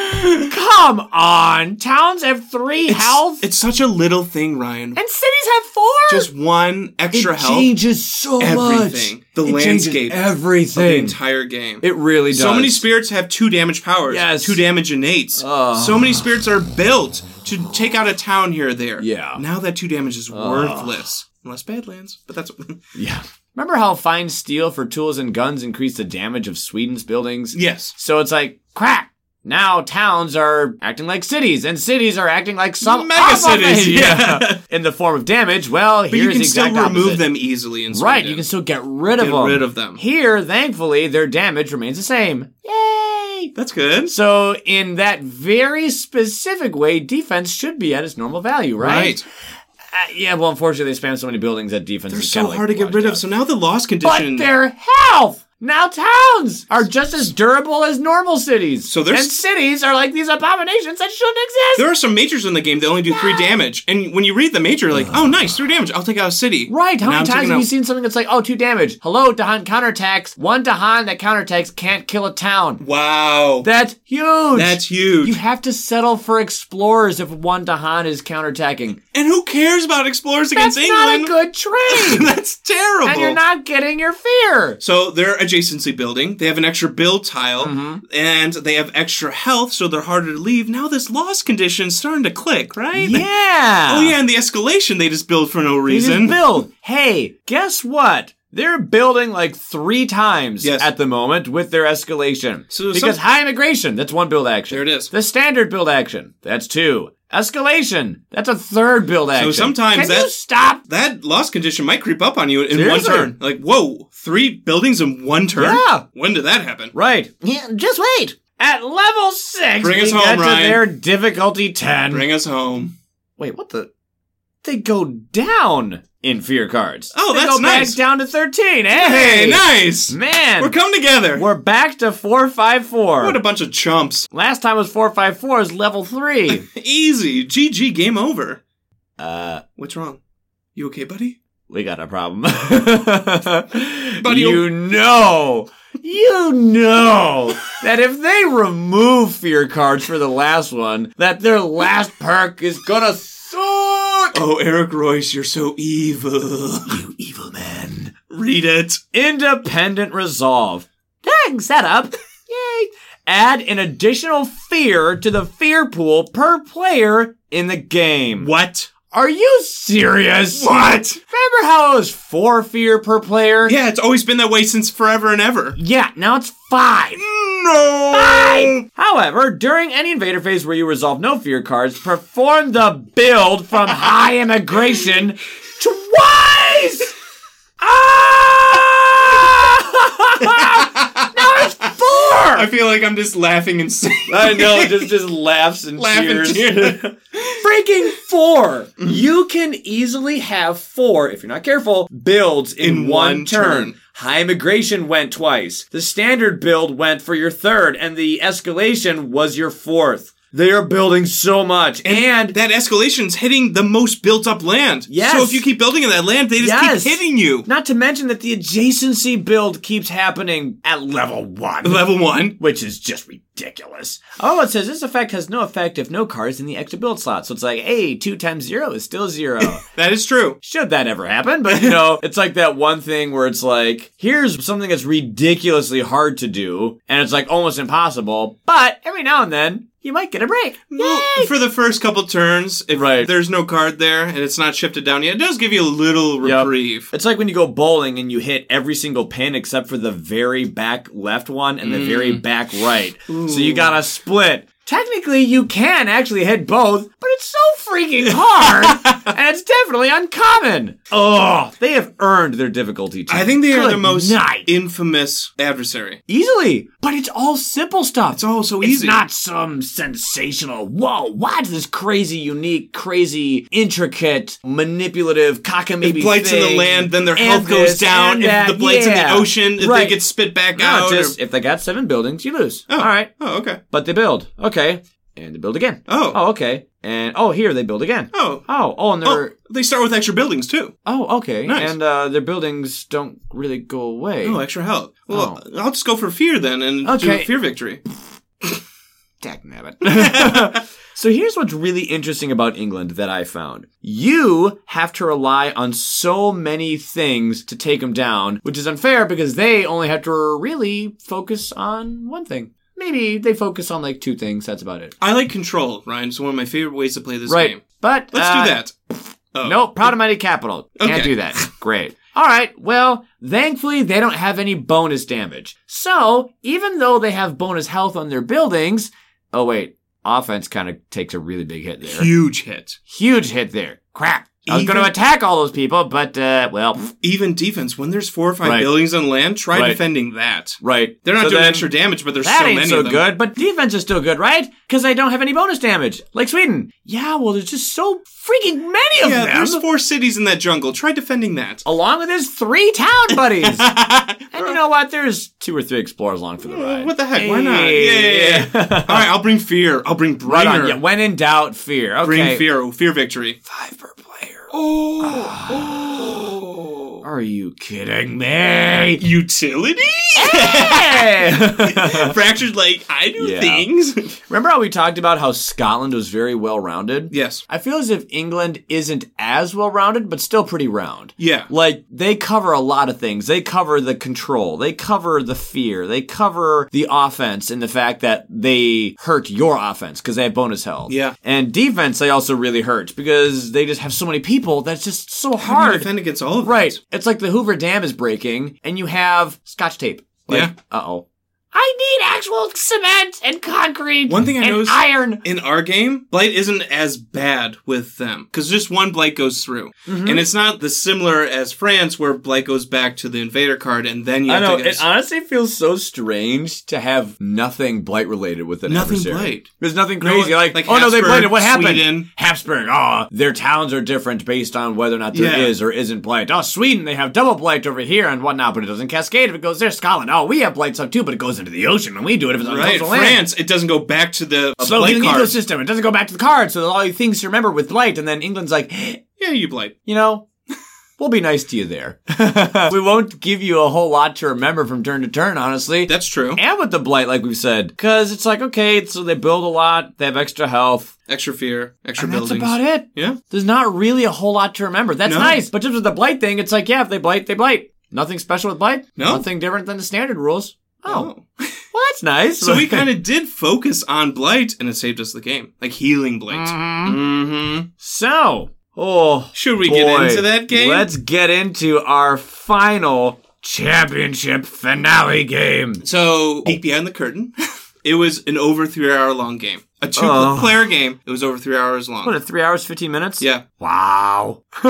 [SPEAKER 3] Come on! Towns have three health
[SPEAKER 1] It's such a little thing, Ryan.
[SPEAKER 3] and cities have four?
[SPEAKER 1] Just one extra
[SPEAKER 3] it
[SPEAKER 1] health.
[SPEAKER 3] changes so
[SPEAKER 1] Everything.
[SPEAKER 3] much.
[SPEAKER 1] The
[SPEAKER 3] It changes
[SPEAKER 1] landscape of the The
[SPEAKER 3] everything.
[SPEAKER 1] entire game.
[SPEAKER 3] It really does.
[SPEAKER 1] so many spirits have two damage powers.
[SPEAKER 3] Yes.
[SPEAKER 1] Two damage innates.
[SPEAKER 3] Ugh.
[SPEAKER 1] So many spirits are built to take out a town here or there.
[SPEAKER 3] Yeah.
[SPEAKER 1] Now that two damage is worthless. Unless Badlands, but that's [laughs]
[SPEAKER 3] Yeah. Remember how fine steel for tools and guns increased the damage of Sweden's buildings?
[SPEAKER 1] yes.
[SPEAKER 3] So it's like, crap. Now towns are acting like cities, and cities are acting like some
[SPEAKER 1] Mega
[SPEAKER 3] awful
[SPEAKER 1] cities,
[SPEAKER 3] thing.
[SPEAKER 1] yeah.
[SPEAKER 3] [laughs] In the form of damage, well,
[SPEAKER 1] But you
[SPEAKER 3] here's
[SPEAKER 1] can
[SPEAKER 3] the
[SPEAKER 1] still
[SPEAKER 3] exact
[SPEAKER 1] remove
[SPEAKER 3] opposite.
[SPEAKER 1] them easily and
[SPEAKER 3] Right, you can still get rid of
[SPEAKER 1] Get
[SPEAKER 3] them.
[SPEAKER 1] rid of them.
[SPEAKER 3] Here, thankfully, their damage remains the same. Yay!
[SPEAKER 1] That's good.
[SPEAKER 3] So, in that very specific way, defense should be at its normal value, right?
[SPEAKER 1] Right.
[SPEAKER 3] Uh, yeah, well, unfortunately, they spam so many buildings that defense
[SPEAKER 1] They're
[SPEAKER 3] is
[SPEAKER 1] so
[SPEAKER 3] kinda, like,
[SPEAKER 1] hard to get
[SPEAKER 3] locked
[SPEAKER 1] rid
[SPEAKER 3] out.
[SPEAKER 1] of. So now the loss condition.
[SPEAKER 3] But their health! Now towns are just as durable as normal cities.
[SPEAKER 1] So there's-
[SPEAKER 3] and cities are like these abominations that shouldn't exist.
[SPEAKER 1] there are some majors in the game that only do three damage, and when you read the major, like, oh, nice, three damage. I'll take out a city.
[SPEAKER 3] Right, how
[SPEAKER 1] Now I'm
[SPEAKER 3] many times
[SPEAKER 1] taking
[SPEAKER 3] have you
[SPEAKER 1] out-
[SPEAKER 3] seen something that's like, oh, two damage? Hello, Dahan counterattacks. One Dahan that counterattacks can't kill a town.
[SPEAKER 1] Wow,
[SPEAKER 3] That's huge.
[SPEAKER 1] that's huge.
[SPEAKER 3] You have to settle for explorers if one Dahan is counterattacking.
[SPEAKER 1] and who cares about explorers
[SPEAKER 3] That's
[SPEAKER 1] against
[SPEAKER 3] not a good
[SPEAKER 1] England?
[SPEAKER 3] trade.
[SPEAKER 1] [laughs] that's terrible.
[SPEAKER 3] and you're not getting your fear.
[SPEAKER 1] So they're adjacency building. They have an extra build tile,
[SPEAKER 3] Mm-hmm.
[SPEAKER 1] and they have extra health, so they're harder to leave. Now this loss condition's starting to click, right?
[SPEAKER 3] Yeah.
[SPEAKER 1] Oh yeah, and the escalation they just build for no
[SPEAKER 3] They just
[SPEAKER 1] reason.
[SPEAKER 3] build. Hey, guess what? They're building like three times
[SPEAKER 1] Yes.
[SPEAKER 3] at the moment with their escalation.
[SPEAKER 1] So
[SPEAKER 3] because
[SPEAKER 1] some-
[SPEAKER 3] high immigration, that's one build action.
[SPEAKER 1] There it is.
[SPEAKER 3] The standard build action, that's two. Escalation, that's a third build action.
[SPEAKER 1] sometimes
[SPEAKER 3] Can
[SPEAKER 1] that-
[SPEAKER 3] you stop?
[SPEAKER 1] that loss condition might creep up on you in one
[SPEAKER 3] Seriously.
[SPEAKER 1] turn. Like, whoa, three buildings in one turn?
[SPEAKER 3] Yeah.
[SPEAKER 1] When did that happen?
[SPEAKER 3] Right. Yeah, just wait. At level six,
[SPEAKER 1] Bring
[SPEAKER 3] we
[SPEAKER 1] us home,
[SPEAKER 3] get to
[SPEAKER 1] Ryan.
[SPEAKER 3] their difficulty ten.
[SPEAKER 1] Bring us home.
[SPEAKER 3] wait, what the? They go down in fear cards.
[SPEAKER 1] Oh,
[SPEAKER 3] They
[SPEAKER 1] that's
[SPEAKER 3] go back
[SPEAKER 1] nice.
[SPEAKER 3] down to thirteen. Hey,
[SPEAKER 1] Hey, nice!
[SPEAKER 3] man,
[SPEAKER 1] We're coming together.
[SPEAKER 3] We're back to 454.
[SPEAKER 1] what a bunch of chumps.
[SPEAKER 3] Last time was 454 is level
[SPEAKER 1] [laughs]
[SPEAKER 3] 3.
[SPEAKER 1] Easy. GG, game over.
[SPEAKER 3] uh,
[SPEAKER 1] What's wrong? You okay, buddy?
[SPEAKER 3] we got a problem.
[SPEAKER 1] But
[SPEAKER 3] you
[SPEAKER 1] you-
[SPEAKER 3] know, you know that if they remove fear cards for the last one, that their last perk is gonna suck.
[SPEAKER 1] Oh, Eric Royce, you're so evil.
[SPEAKER 3] You evil man.
[SPEAKER 1] [laughs] Read it.
[SPEAKER 3] Independent resolve. Dang, setup. Yay. Add an additional fear to the fear pool per player in the game.
[SPEAKER 1] What?
[SPEAKER 3] Are you serious?
[SPEAKER 1] What?
[SPEAKER 3] Remember how it was four fear per player?
[SPEAKER 1] Yeah, it's always been that way since forever and ever.
[SPEAKER 3] Yeah, now it's five.
[SPEAKER 1] No.
[SPEAKER 3] However, during any invader phase where you resolve no fear cards, perform the build
[SPEAKER 2] [laughs]
[SPEAKER 3] from high immigration twice! Ah! [laughs] now it's
[SPEAKER 1] I
[SPEAKER 3] four!
[SPEAKER 1] feel like I'm just laughing and
[SPEAKER 2] I know,
[SPEAKER 1] [laughs]
[SPEAKER 2] it just just laughs
[SPEAKER 3] [laughs]
[SPEAKER 2] and
[SPEAKER 1] laughing.
[SPEAKER 2] cheers.
[SPEAKER 1] [laughs] tears.
[SPEAKER 3] Freaking four!
[SPEAKER 4] Mm-hmm.
[SPEAKER 3] You can easily have four, if you're not careful,
[SPEAKER 4] builds in,
[SPEAKER 1] In
[SPEAKER 4] one,
[SPEAKER 1] one
[SPEAKER 4] turn.
[SPEAKER 1] turn.
[SPEAKER 4] High immigration went twice. The standard build went for your third, and the escalation was your fourth. They are building so much, and,
[SPEAKER 1] that escalation's hitting the most built-up land.
[SPEAKER 4] Yes.
[SPEAKER 1] So if you keep building in that land, they just
[SPEAKER 4] Yes.
[SPEAKER 1] keep hitting you.
[SPEAKER 4] not to mention that the adjacency build keeps happening at level one,
[SPEAKER 1] Level one.
[SPEAKER 4] which is just ridiculous.
[SPEAKER 3] Oh, it says this effect has no effect if no card is in the extra build slot. So it's like, hey, two times zero is still zero.
[SPEAKER 4] [laughs]
[SPEAKER 1] That is true.
[SPEAKER 3] Should that ever happen? But you
[SPEAKER 1] [laughs]
[SPEAKER 3] know, it's like that one thing where it's like, here's something that's ridiculously hard to do, and it's like almost impossible, but every now and then you might get a break.
[SPEAKER 1] Well,
[SPEAKER 3] Yay!
[SPEAKER 1] for the first couple turns, if
[SPEAKER 3] Right.
[SPEAKER 1] there's no card there and it's not shifted down yet, it does give you a little
[SPEAKER 3] Yep.
[SPEAKER 1] reprieve.
[SPEAKER 3] It's like when you go bowling and you hit every single pin except for the very back left one and the very
[SPEAKER 1] Mm.
[SPEAKER 3] back right. So you gotta split. Technically, you can actually hit both, but it's so freaking
[SPEAKER 1] [laughs]
[SPEAKER 3] hard, and it's definitely uncommon. Oh, they have earned their difficulty. Too.
[SPEAKER 1] I think they are
[SPEAKER 3] Good
[SPEAKER 1] the most
[SPEAKER 3] night.
[SPEAKER 1] infamous adversary.
[SPEAKER 3] easily, but it's all simple stuff.
[SPEAKER 1] It's all so
[SPEAKER 3] It's
[SPEAKER 1] easy.
[SPEAKER 3] not some sensational, whoa, what's this crazy, unique, crazy, intricate, manipulative, cockamamie
[SPEAKER 1] blights in the
[SPEAKER 3] thing,
[SPEAKER 1] land, then their
[SPEAKER 3] and
[SPEAKER 1] health goes
[SPEAKER 3] this,
[SPEAKER 1] down.
[SPEAKER 3] and
[SPEAKER 1] If
[SPEAKER 3] that,
[SPEAKER 1] the blights
[SPEAKER 3] yeah.
[SPEAKER 1] in the ocean, if
[SPEAKER 3] Right.
[SPEAKER 1] they get spit back
[SPEAKER 3] No,
[SPEAKER 1] out.
[SPEAKER 3] just
[SPEAKER 1] or-
[SPEAKER 3] if they got seven buildings, you lose.
[SPEAKER 1] oh.
[SPEAKER 3] All right.
[SPEAKER 1] Oh, okay.
[SPEAKER 3] But they build. Okay. And they build again.
[SPEAKER 1] Oh.
[SPEAKER 3] Oh, okay. And oh, here they build again.
[SPEAKER 1] Oh.
[SPEAKER 3] Oh, oh, and
[SPEAKER 1] Oh,
[SPEAKER 3] they're
[SPEAKER 1] they start with extra buildings too.
[SPEAKER 3] oh, okay.
[SPEAKER 1] Nice.
[SPEAKER 3] And uh, their buildings don't really go away.
[SPEAKER 1] Oh, extra health. Well, I'll just go for fear then and do
[SPEAKER 3] Oh. Okay.
[SPEAKER 1] a fear victory. [laughs]
[SPEAKER 3] Dagnabbit. [laughs] so here's what's really interesting about England that I found. You have to rely on so many things to take them down, which is unfair because they only have to really focus on one thing. Maybe they focus on like two things. That's about it.
[SPEAKER 1] I like control, Ryan. It's one of my favorite ways to play this
[SPEAKER 3] right.
[SPEAKER 1] game.
[SPEAKER 3] But
[SPEAKER 1] Let's
[SPEAKER 3] uh,
[SPEAKER 1] do that. Oh.
[SPEAKER 3] Nope, proud of mighty capital. Can't
[SPEAKER 1] Okay.
[SPEAKER 3] do that. Great. All right. Well, thankfully they don't have any bonus damage. So even though they have bonus health on their buildings, Oh wait, offense kind of takes a really big hit there.
[SPEAKER 1] Huge hit.
[SPEAKER 3] Huge hit there. Crap. I was
[SPEAKER 1] Even-
[SPEAKER 3] going to attack all those people, but uh, well,
[SPEAKER 1] Even defense, when there's four or five
[SPEAKER 3] Right.
[SPEAKER 1] buildings on land, try
[SPEAKER 3] Right.
[SPEAKER 1] defending that.
[SPEAKER 3] right.
[SPEAKER 1] They're not
[SPEAKER 3] So
[SPEAKER 1] doing
[SPEAKER 3] then-
[SPEAKER 1] extra damage, but there's
[SPEAKER 3] That
[SPEAKER 1] so
[SPEAKER 3] ain't
[SPEAKER 1] many
[SPEAKER 3] so
[SPEAKER 1] of them.
[SPEAKER 3] good, but defense is still good, right? Because I don't have any bonus damage, like Sweden. Yeah, well, there's just so freaking many of
[SPEAKER 1] Yeah,
[SPEAKER 3] them.
[SPEAKER 1] there's four cities in that jungle. Try defending that.
[SPEAKER 3] along with his three
[SPEAKER 1] [laughs]
[SPEAKER 3] town buddies. and you know what? There's two or three explorers along for the ride.
[SPEAKER 1] Oh, What the heck? Why not? Yeah,
[SPEAKER 3] Hey.
[SPEAKER 1] yeah,
[SPEAKER 3] [laughs]
[SPEAKER 1] yeah. All right, I'll bring fear. I'll bring bringer.
[SPEAKER 3] Right on. Yeah, when in doubt, fear. Okay.
[SPEAKER 1] Bring fear. Oh, fear victory.
[SPEAKER 3] Five per player. Oh. [sighs]
[SPEAKER 1] Oh.
[SPEAKER 3] Are you kidding me?
[SPEAKER 1] Utility?
[SPEAKER 3] Hey!
[SPEAKER 1] [laughs] Fractured like I do
[SPEAKER 3] Yeah.
[SPEAKER 1] things. [laughs]
[SPEAKER 3] Remember how we talked about how Scotland was very well rounded?
[SPEAKER 1] yes.
[SPEAKER 3] I feel as if England isn't as well rounded, but still pretty round.
[SPEAKER 1] Yeah.
[SPEAKER 3] Like, they cover a lot of things. They cover the control. They cover the fear. They cover the offense and the fact that they hurt your offense because they have bonus health.
[SPEAKER 1] Yeah.
[SPEAKER 3] And defense, they also really hurt because they just have so many people that's just so
[SPEAKER 1] How do you
[SPEAKER 3] hard.
[SPEAKER 1] defend against all of
[SPEAKER 3] Right.
[SPEAKER 1] that?
[SPEAKER 3] It's like the Hoover Dam is breaking and you have scotch tape. Like,
[SPEAKER 1] Yeah.
[SPEAKER 3] Uh oh. I need actual cement and concrete.
[SPEAKER 1] One thing I
[SPEAKER 3] and
[SPEAKER 1] noticed-
[SPEAKER 3] iron.
[SPEAKER 1] In our game, Blight isn't as bad with them because just one Blight goes through.
[SPEAKER 3] Mm-hmm.
[SPEAKER 1] And it's not the similar as France where Blight goes back to the invader card and then you
[SPEAKER 3] I
[SPEAKER 1] have
[SPEAKER 3] know.
[SPEAKER 1] to get
[SPEAKER 3] It honestly feels so strange to have nothing blight related with an
[SPEAKER 1] Nothing
[SPEAKER 3] adversary.
[SPEAKER 1] blight.
[SPEAKER 3] There's nothing
[SPEAKER 1] No,
[SPEAKER 3] crazy. like,
[SPEAKER 1] like
[SPEAKER 3] oh no, they
[SPEAKER 1] Habsburg,
[SPEAKER 3] blighted. What happened?
[SPEAKER 1] Sweden.
[SPEAKER 3] Habsburg. Oh, their towns are different based on whether or not there is
[SPEAKER 1] Yeah.
[SPEAKER 3] or isn't blight. Oh, Sweden, they have double blight over here and whatnot, but it doesn't cascade if it goes there. Scotland. Oh, we have blight stuff too, but it goes into the ocean and we do it if it's on
[SPEAKER 1] right.
[SPEAKER 3] coastal land.
[SPEAKER 1] France, it doesn't go back to the uh,
[SPEAKER 3] So
[SPEAKER 1] Blight
[SPEAKER 3] the
[SPEAKER 1] card.
[SPEAKER 3] ecosystem, it doesn't go back to the card. So all the things to remember with blight, and then England's like,
[SPEAKER 1] Yeah, you Blight.
[SPEAKER 3] you know, we'll be nice to you there. [laughs] we won't give you a whole lot to remember from turn to turn, honestly.
[SPEAKER 1] That's true.
[SPEAKER 3] and with the blight, like we've said, because it's like okay, so they build a lot, they have extra health,
[SPEAKER 1] Extra fear, extra
[SPEAKER 3] and that's
[SPEAKER 1] buildings.
[SPEAKER 3] about it.
[SPEAKER 1] Yeah.
[SPEAKER 3] There's not really a whole lot to remember. That's
[SPEAKER 1] No.
[SPEAKER 3] nice, but just with the blight thing, it's like yeah, if they blight, they blight. Nothing special with blight.
[SPEAKER 1] No.
[SPEAKER 3] Nothing different than the standard rules. Oh,
[SPEAKER 1] Oh.
[SPEAKER 3] well, that's nice. [laughs]
[SPEAKER 1] So we kind of did focus on blight, and it saved us the game, like healing blight. Mm-hmm.
[SPEAKER 3] so oh
[SPEAKER 1] Should we get
[SPEAKER 3] boy,
[SPEAKER 1] into that game?
[SPEAKER 3] Let's get into our final championship finale game.
[SPEAKER 1] So peek behind the curtain. [laughs] it was an over three hour long game, a two
[SPEAKER 3] Oh.
[SPEAKER 1] player game. It was over three hours long.
[SPEAKER 3] What, three hours fifteen minutes?
[SPEAKER 1] yeah,
[SPEAKER 3] Wow. [laughs]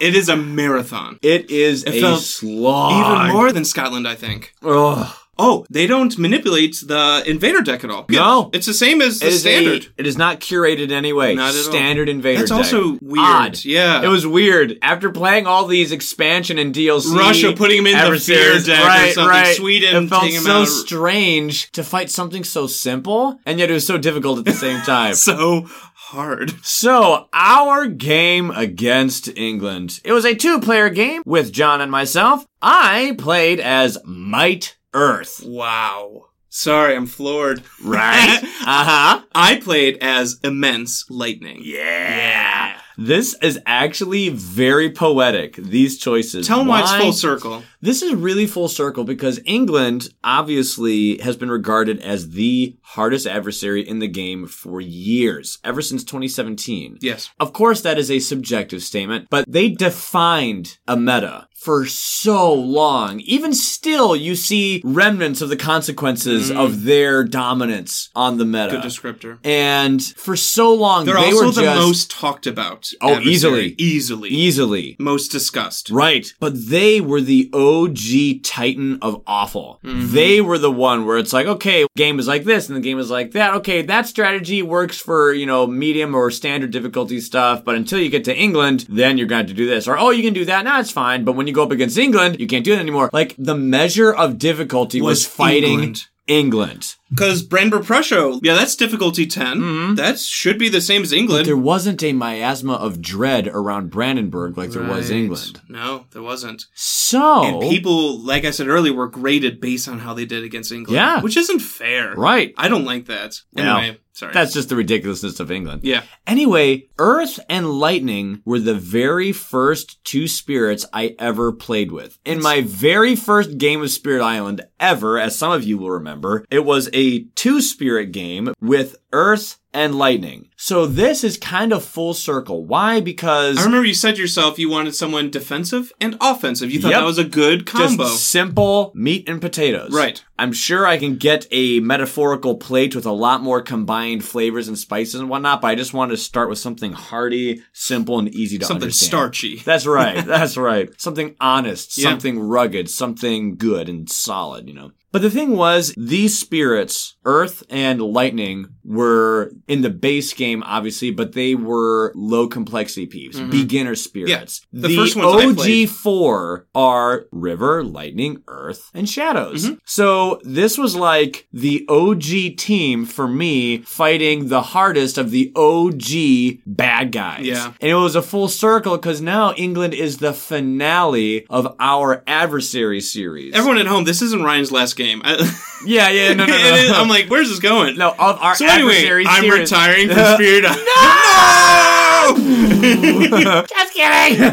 [SPEAKER 1] it is a marathon,
[SPEAKER 3] It is
[SPEAKER 1] It
[SPEAKER 3] a
[SPEAKER 1] felt
[SPEAKER 3] slog.
[SPEAKER 1] even more than Scotland, I think.
[SPEAKER 3] Ugh.
[SPEAKER 1] Oh, they don't manipulate the invader deck at all.
[SPEAKER 3] No.
[SPEAKER 1] it's the same as the
[SPEAKER 3] It is a-
[SPEAKER 1] standard.
[SPEAKER 3] it is not curated in any way.
[SPEAKER 1] Not at all.
[SPEAKER 3] standard invader.
[SPEAKER 1] That's
[SPEAKER 3] deck.
[SPEAKER 1] also weird.
[SPEAKER 3] Odd.
[SPEAKER 1] Yeah.
[SPEAKER 3] It was weird. After playing all these expansion and DLC,
[SPEAKER 1] Russia putting him in the
[SPEAKER 3] adversaries-
[SPEAKER 1] fear deck or
[SPEAKER 3] right,
[SPEAKER 1] something,
[SPEAKER 3] Right.
[SPEAKER 1] Sweden
[SPEAKER 3] It felt
[SPEAKER 1] taking him
[SPEAKER 3] so
[SPEAKER 1] out.
[SPEAKER 3] strange to fight something so simple, and yet it was so difficult at the
[SPEAKER 1] [laughs]
[SPEAKER 3] same time.
[SPEAKER 1] so hard.
[SPEAKER 3] So, our game against England. It was a two player game with John and myself. I played as Might Earth.
[SPEAKER 1] Wow. Sorry, I'm floored. [laughs]
[SPEAKER 3] Right? uh huh.
[SPEAKER 1] I played as immense lightning.
[SPEAKER 3] Yeah. This is actually very poetic, these choices.
[SPEAKER 1] Tell them why it's full circle.
[SPEAKER 3] This is really full circle because England obviously has been regarded as the hardest adversary in the game for years, ever since 2017.
[SPEAKER 1] Yes.
[SPEAKER 3] Of course, that is a subjective statement, but they defined a meta for so long. Even still, you see remnants of the consequences of their dominance on the meta.
[SPEAKER 1] Mm. Good descriptor.
[SPEAKER 3] Uh, and for so long,
[SPEAKER 1] They're
[SPEAKER 3] they
[SPEAKER 1] also
[SPEAKER 3] were
[SPEAKER 1] the
[SPEAKER 3] just
[SPEAKER 1] most talked about.
[SPEAKER 3] Oh,
[SPEAKER 1] adversary.
[SPEAKER 3] easily. E
[SPEAKER 1] Easily.
[SPEAKER 3] easily
[SPEAKER 1] most discussed.
[SPEAKER 3] Right. But they were the OG titan of awful.
[SPEAKER 1] Mm-hmm.
[SPEAKER 3] They were the one where it's like, okay, game is like this and the game is like that. Okay, that strategy works for, you know, medium or standard difficulty stuff. But until you get to England, then you're going to do this. Or, oh, you can do that. Now it's fine. But when you go up against England, you can't do it anymore. Like the measure of difficulty was,
[SPEAKER 1] Was
[SPEAKER 3] fighting
[SPEAKER 1] England.
[SPEAKER 3] England.
[SPEAKER 1] Because Brandenburg Prussia, yeah, that's difficulty 10.
[SPEAKER 3] Mm-hmm.
[SPEAKER 1] That should be the same as England.
[SPEAKER 3] There wasn't a miasma of dread around Brandenburg like there was
[SPEAKER 1] Right.
[SPEAKER 3] England. Oh.
[SPEAKER 1] No, there wasn't.
[SPEAKER 3] So.
[SPEAKER 1] And people, like I said earlier, were graded based on how they did against England.
[SPEAKER 3] Yeah.
[SPEAKER 1] Which isn't fair.
[SPEAKER 3] Right.
[SPEAKER 1] I don't like that.
[SPEAKER 3] Yeah.
[SPEAKER 1] Anyway, sorry.
[SPEAKER 3] That's just the ridiculousness of England.
[SPEAKER 1] yeah.
[SPEAKER 3] Anyway, Earth and Lightning were the very first two spirits I ever played with. In my very first game of Spirit Island ever, as some of you will remember, it was a two spirit game with earth, and lightning. So this is kind of full circle. Why? Because
[SPEAKER 1] I remember you said yourself you wanted someone defensive and offensive. You thought
[SPEAKER 3] Yep.
[SPEAKER 1] that was a good combo.
[SPEAKER 3] Just simple meat and potatoes.
[SPEAKER 1] Right.
[SPEAKER 3] I'm sure I can get a metaphorical plate with a lot more combined flavors and spices and whatnot, but I just wanted to start with something hearty, simple, and easy to
[SPEAKER 1] Something
[SPEAKER 3] understand.
[SPEAKER 1] [laughs] starchy.
[SPEAKER 3] That's right. That's right. Something honest,
[SPEAKER 1] Yeah.
[SPEAKER 3] something rugged, something good and solid, you know. But the thing was, these spirits, Earth and Lightning, were in the base game, obviously, but they were low complexity peeps, beginner spirits.
[SPEAKER 1] Mm-hmm. The first ones I played.
[SPEAKER 3] OG4 are River, Lightning, Earth, and Shadows.
[SPEAKER 1] Mm-hmm.
[SPEAKER 3] So this was like the OG team for me fighting the hardest of the OG bad guys.
[SPEAKER 1] Yeah.
[SPEAKER 3] And it was a full circle because now England is the finale of our adversary series.
[SPEAKER 1] Everyone at home, this isn't Ryan's last game. I, [laughs]
[SPEAKER 3] yeah, yeah, no, no, no.
[SPEAKER 1] It is-
[SPEAKER 3] no.
[SPEAKER 1] I'm like, where's this going?
[SPEAKER 3] no, of our
[SPEAKER 1] So anyway,
[SPEAKER 3] adversary
[SPEAKER 1] I'm
[SPEAKER 3] series. [laughs]
[SPEAKER 1] retiring from Spirit. [laughs] no!
[SPEAKER 3] Just kidding.
[SPEAKER 1] [laughs]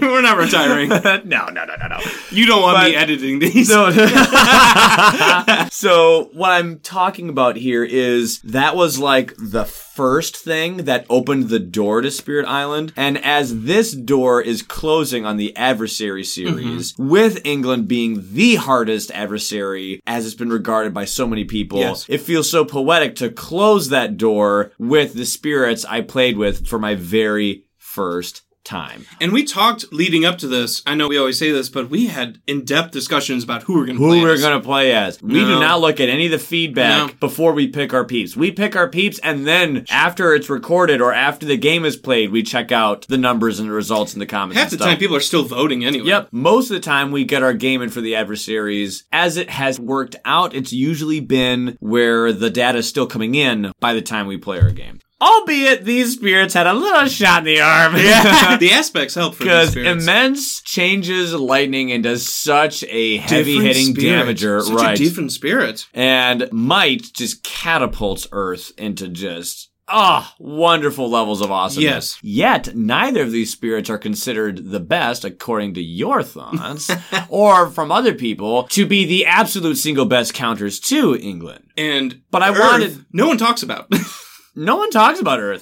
[SPEAKER 1] We're not retiring.
[SPEAKER 3] [laughs] no, no, no, no, no.
[SPEAKER 1] You don't want me
[SPEAKER 3] But-
[SPEAKER 1] editing these.
[SPEAKER 3] So, [laughs] so what I'm talking about here is that was like the first thing that opened the door to Spirit Island. And as this door is closing on the adversary series, with England being the hardest adversary as it's been regarded by so many people,
[SPEAKER 1] Yes.
[SPEAKER 3] it feels so poetic to close that door with the spirits I played with for my very first time.
[SPEAKER 1] And we talked leading up to this. I know we always say this, but we had in-depth discussions about who we're going to
[SPEAKER 3] who
[SPEAKER 1] play.
[SPEAKER 3] we're
[SPEAKER 1] as.
[SPEAKER 3] going to play as. We do
[SPEAKER 1] No.
[SPEAKER 3] not look at any of the feedback
[SPEAKER 1] No.
[SPEAKER 3] before we pick our peeps. We pick our peeps and then after it's recorded or after the game is played, we check out the numbers and the results in the comments. and
[SPEAKER 1] Half the
[SPEAKER 3] stuff.
[SPEAKER 1] time, people are still voting anyway.
[SPEAKER 3] Yep. [laughs] Most of the time we get our game in for the adversaries. As it has worked out, it's usually been where the data is still coming in by the time we play our game. Albeit these spirits had a little shot in the arm. [laughs]
[SPEAKER 1] [laughs] the aspects help for these
[SPEAKER 3] Because
[SPEAKER 1] spirits.
[SPEAKER 3] immense changes lightning and does such a heavy
[SPEAKER 1] Different
[SPEAKER 3] hitting
[SPEAKER 1] spirit.
[SPEAKER 3] damager.
[SPEAKER 1] Such
[SPEAKER 3] right.
[SPEAKER 1] a different spirit.
[SPEAKER 3] and might just catapults Earth into just ah wonderful levels of awesomeness.
[SPEAKER 1] Yes.
[SPEAKER 3] Yet neither of these spirits are considered the best, according to your
[SPEAKER 1] [laughs]
[SPEAKER 3] thoughts, or from other people, to be the absolute single best counters to England.
[SPEAKER 1] And
[SPEAKER 3] But I
[SPEAKER 1] Earth,
[SPEAKER 3] wanted-
[SPEAKER 1] no one talks about. [laughs]
[SPEAKER 3] No one talks about Earth.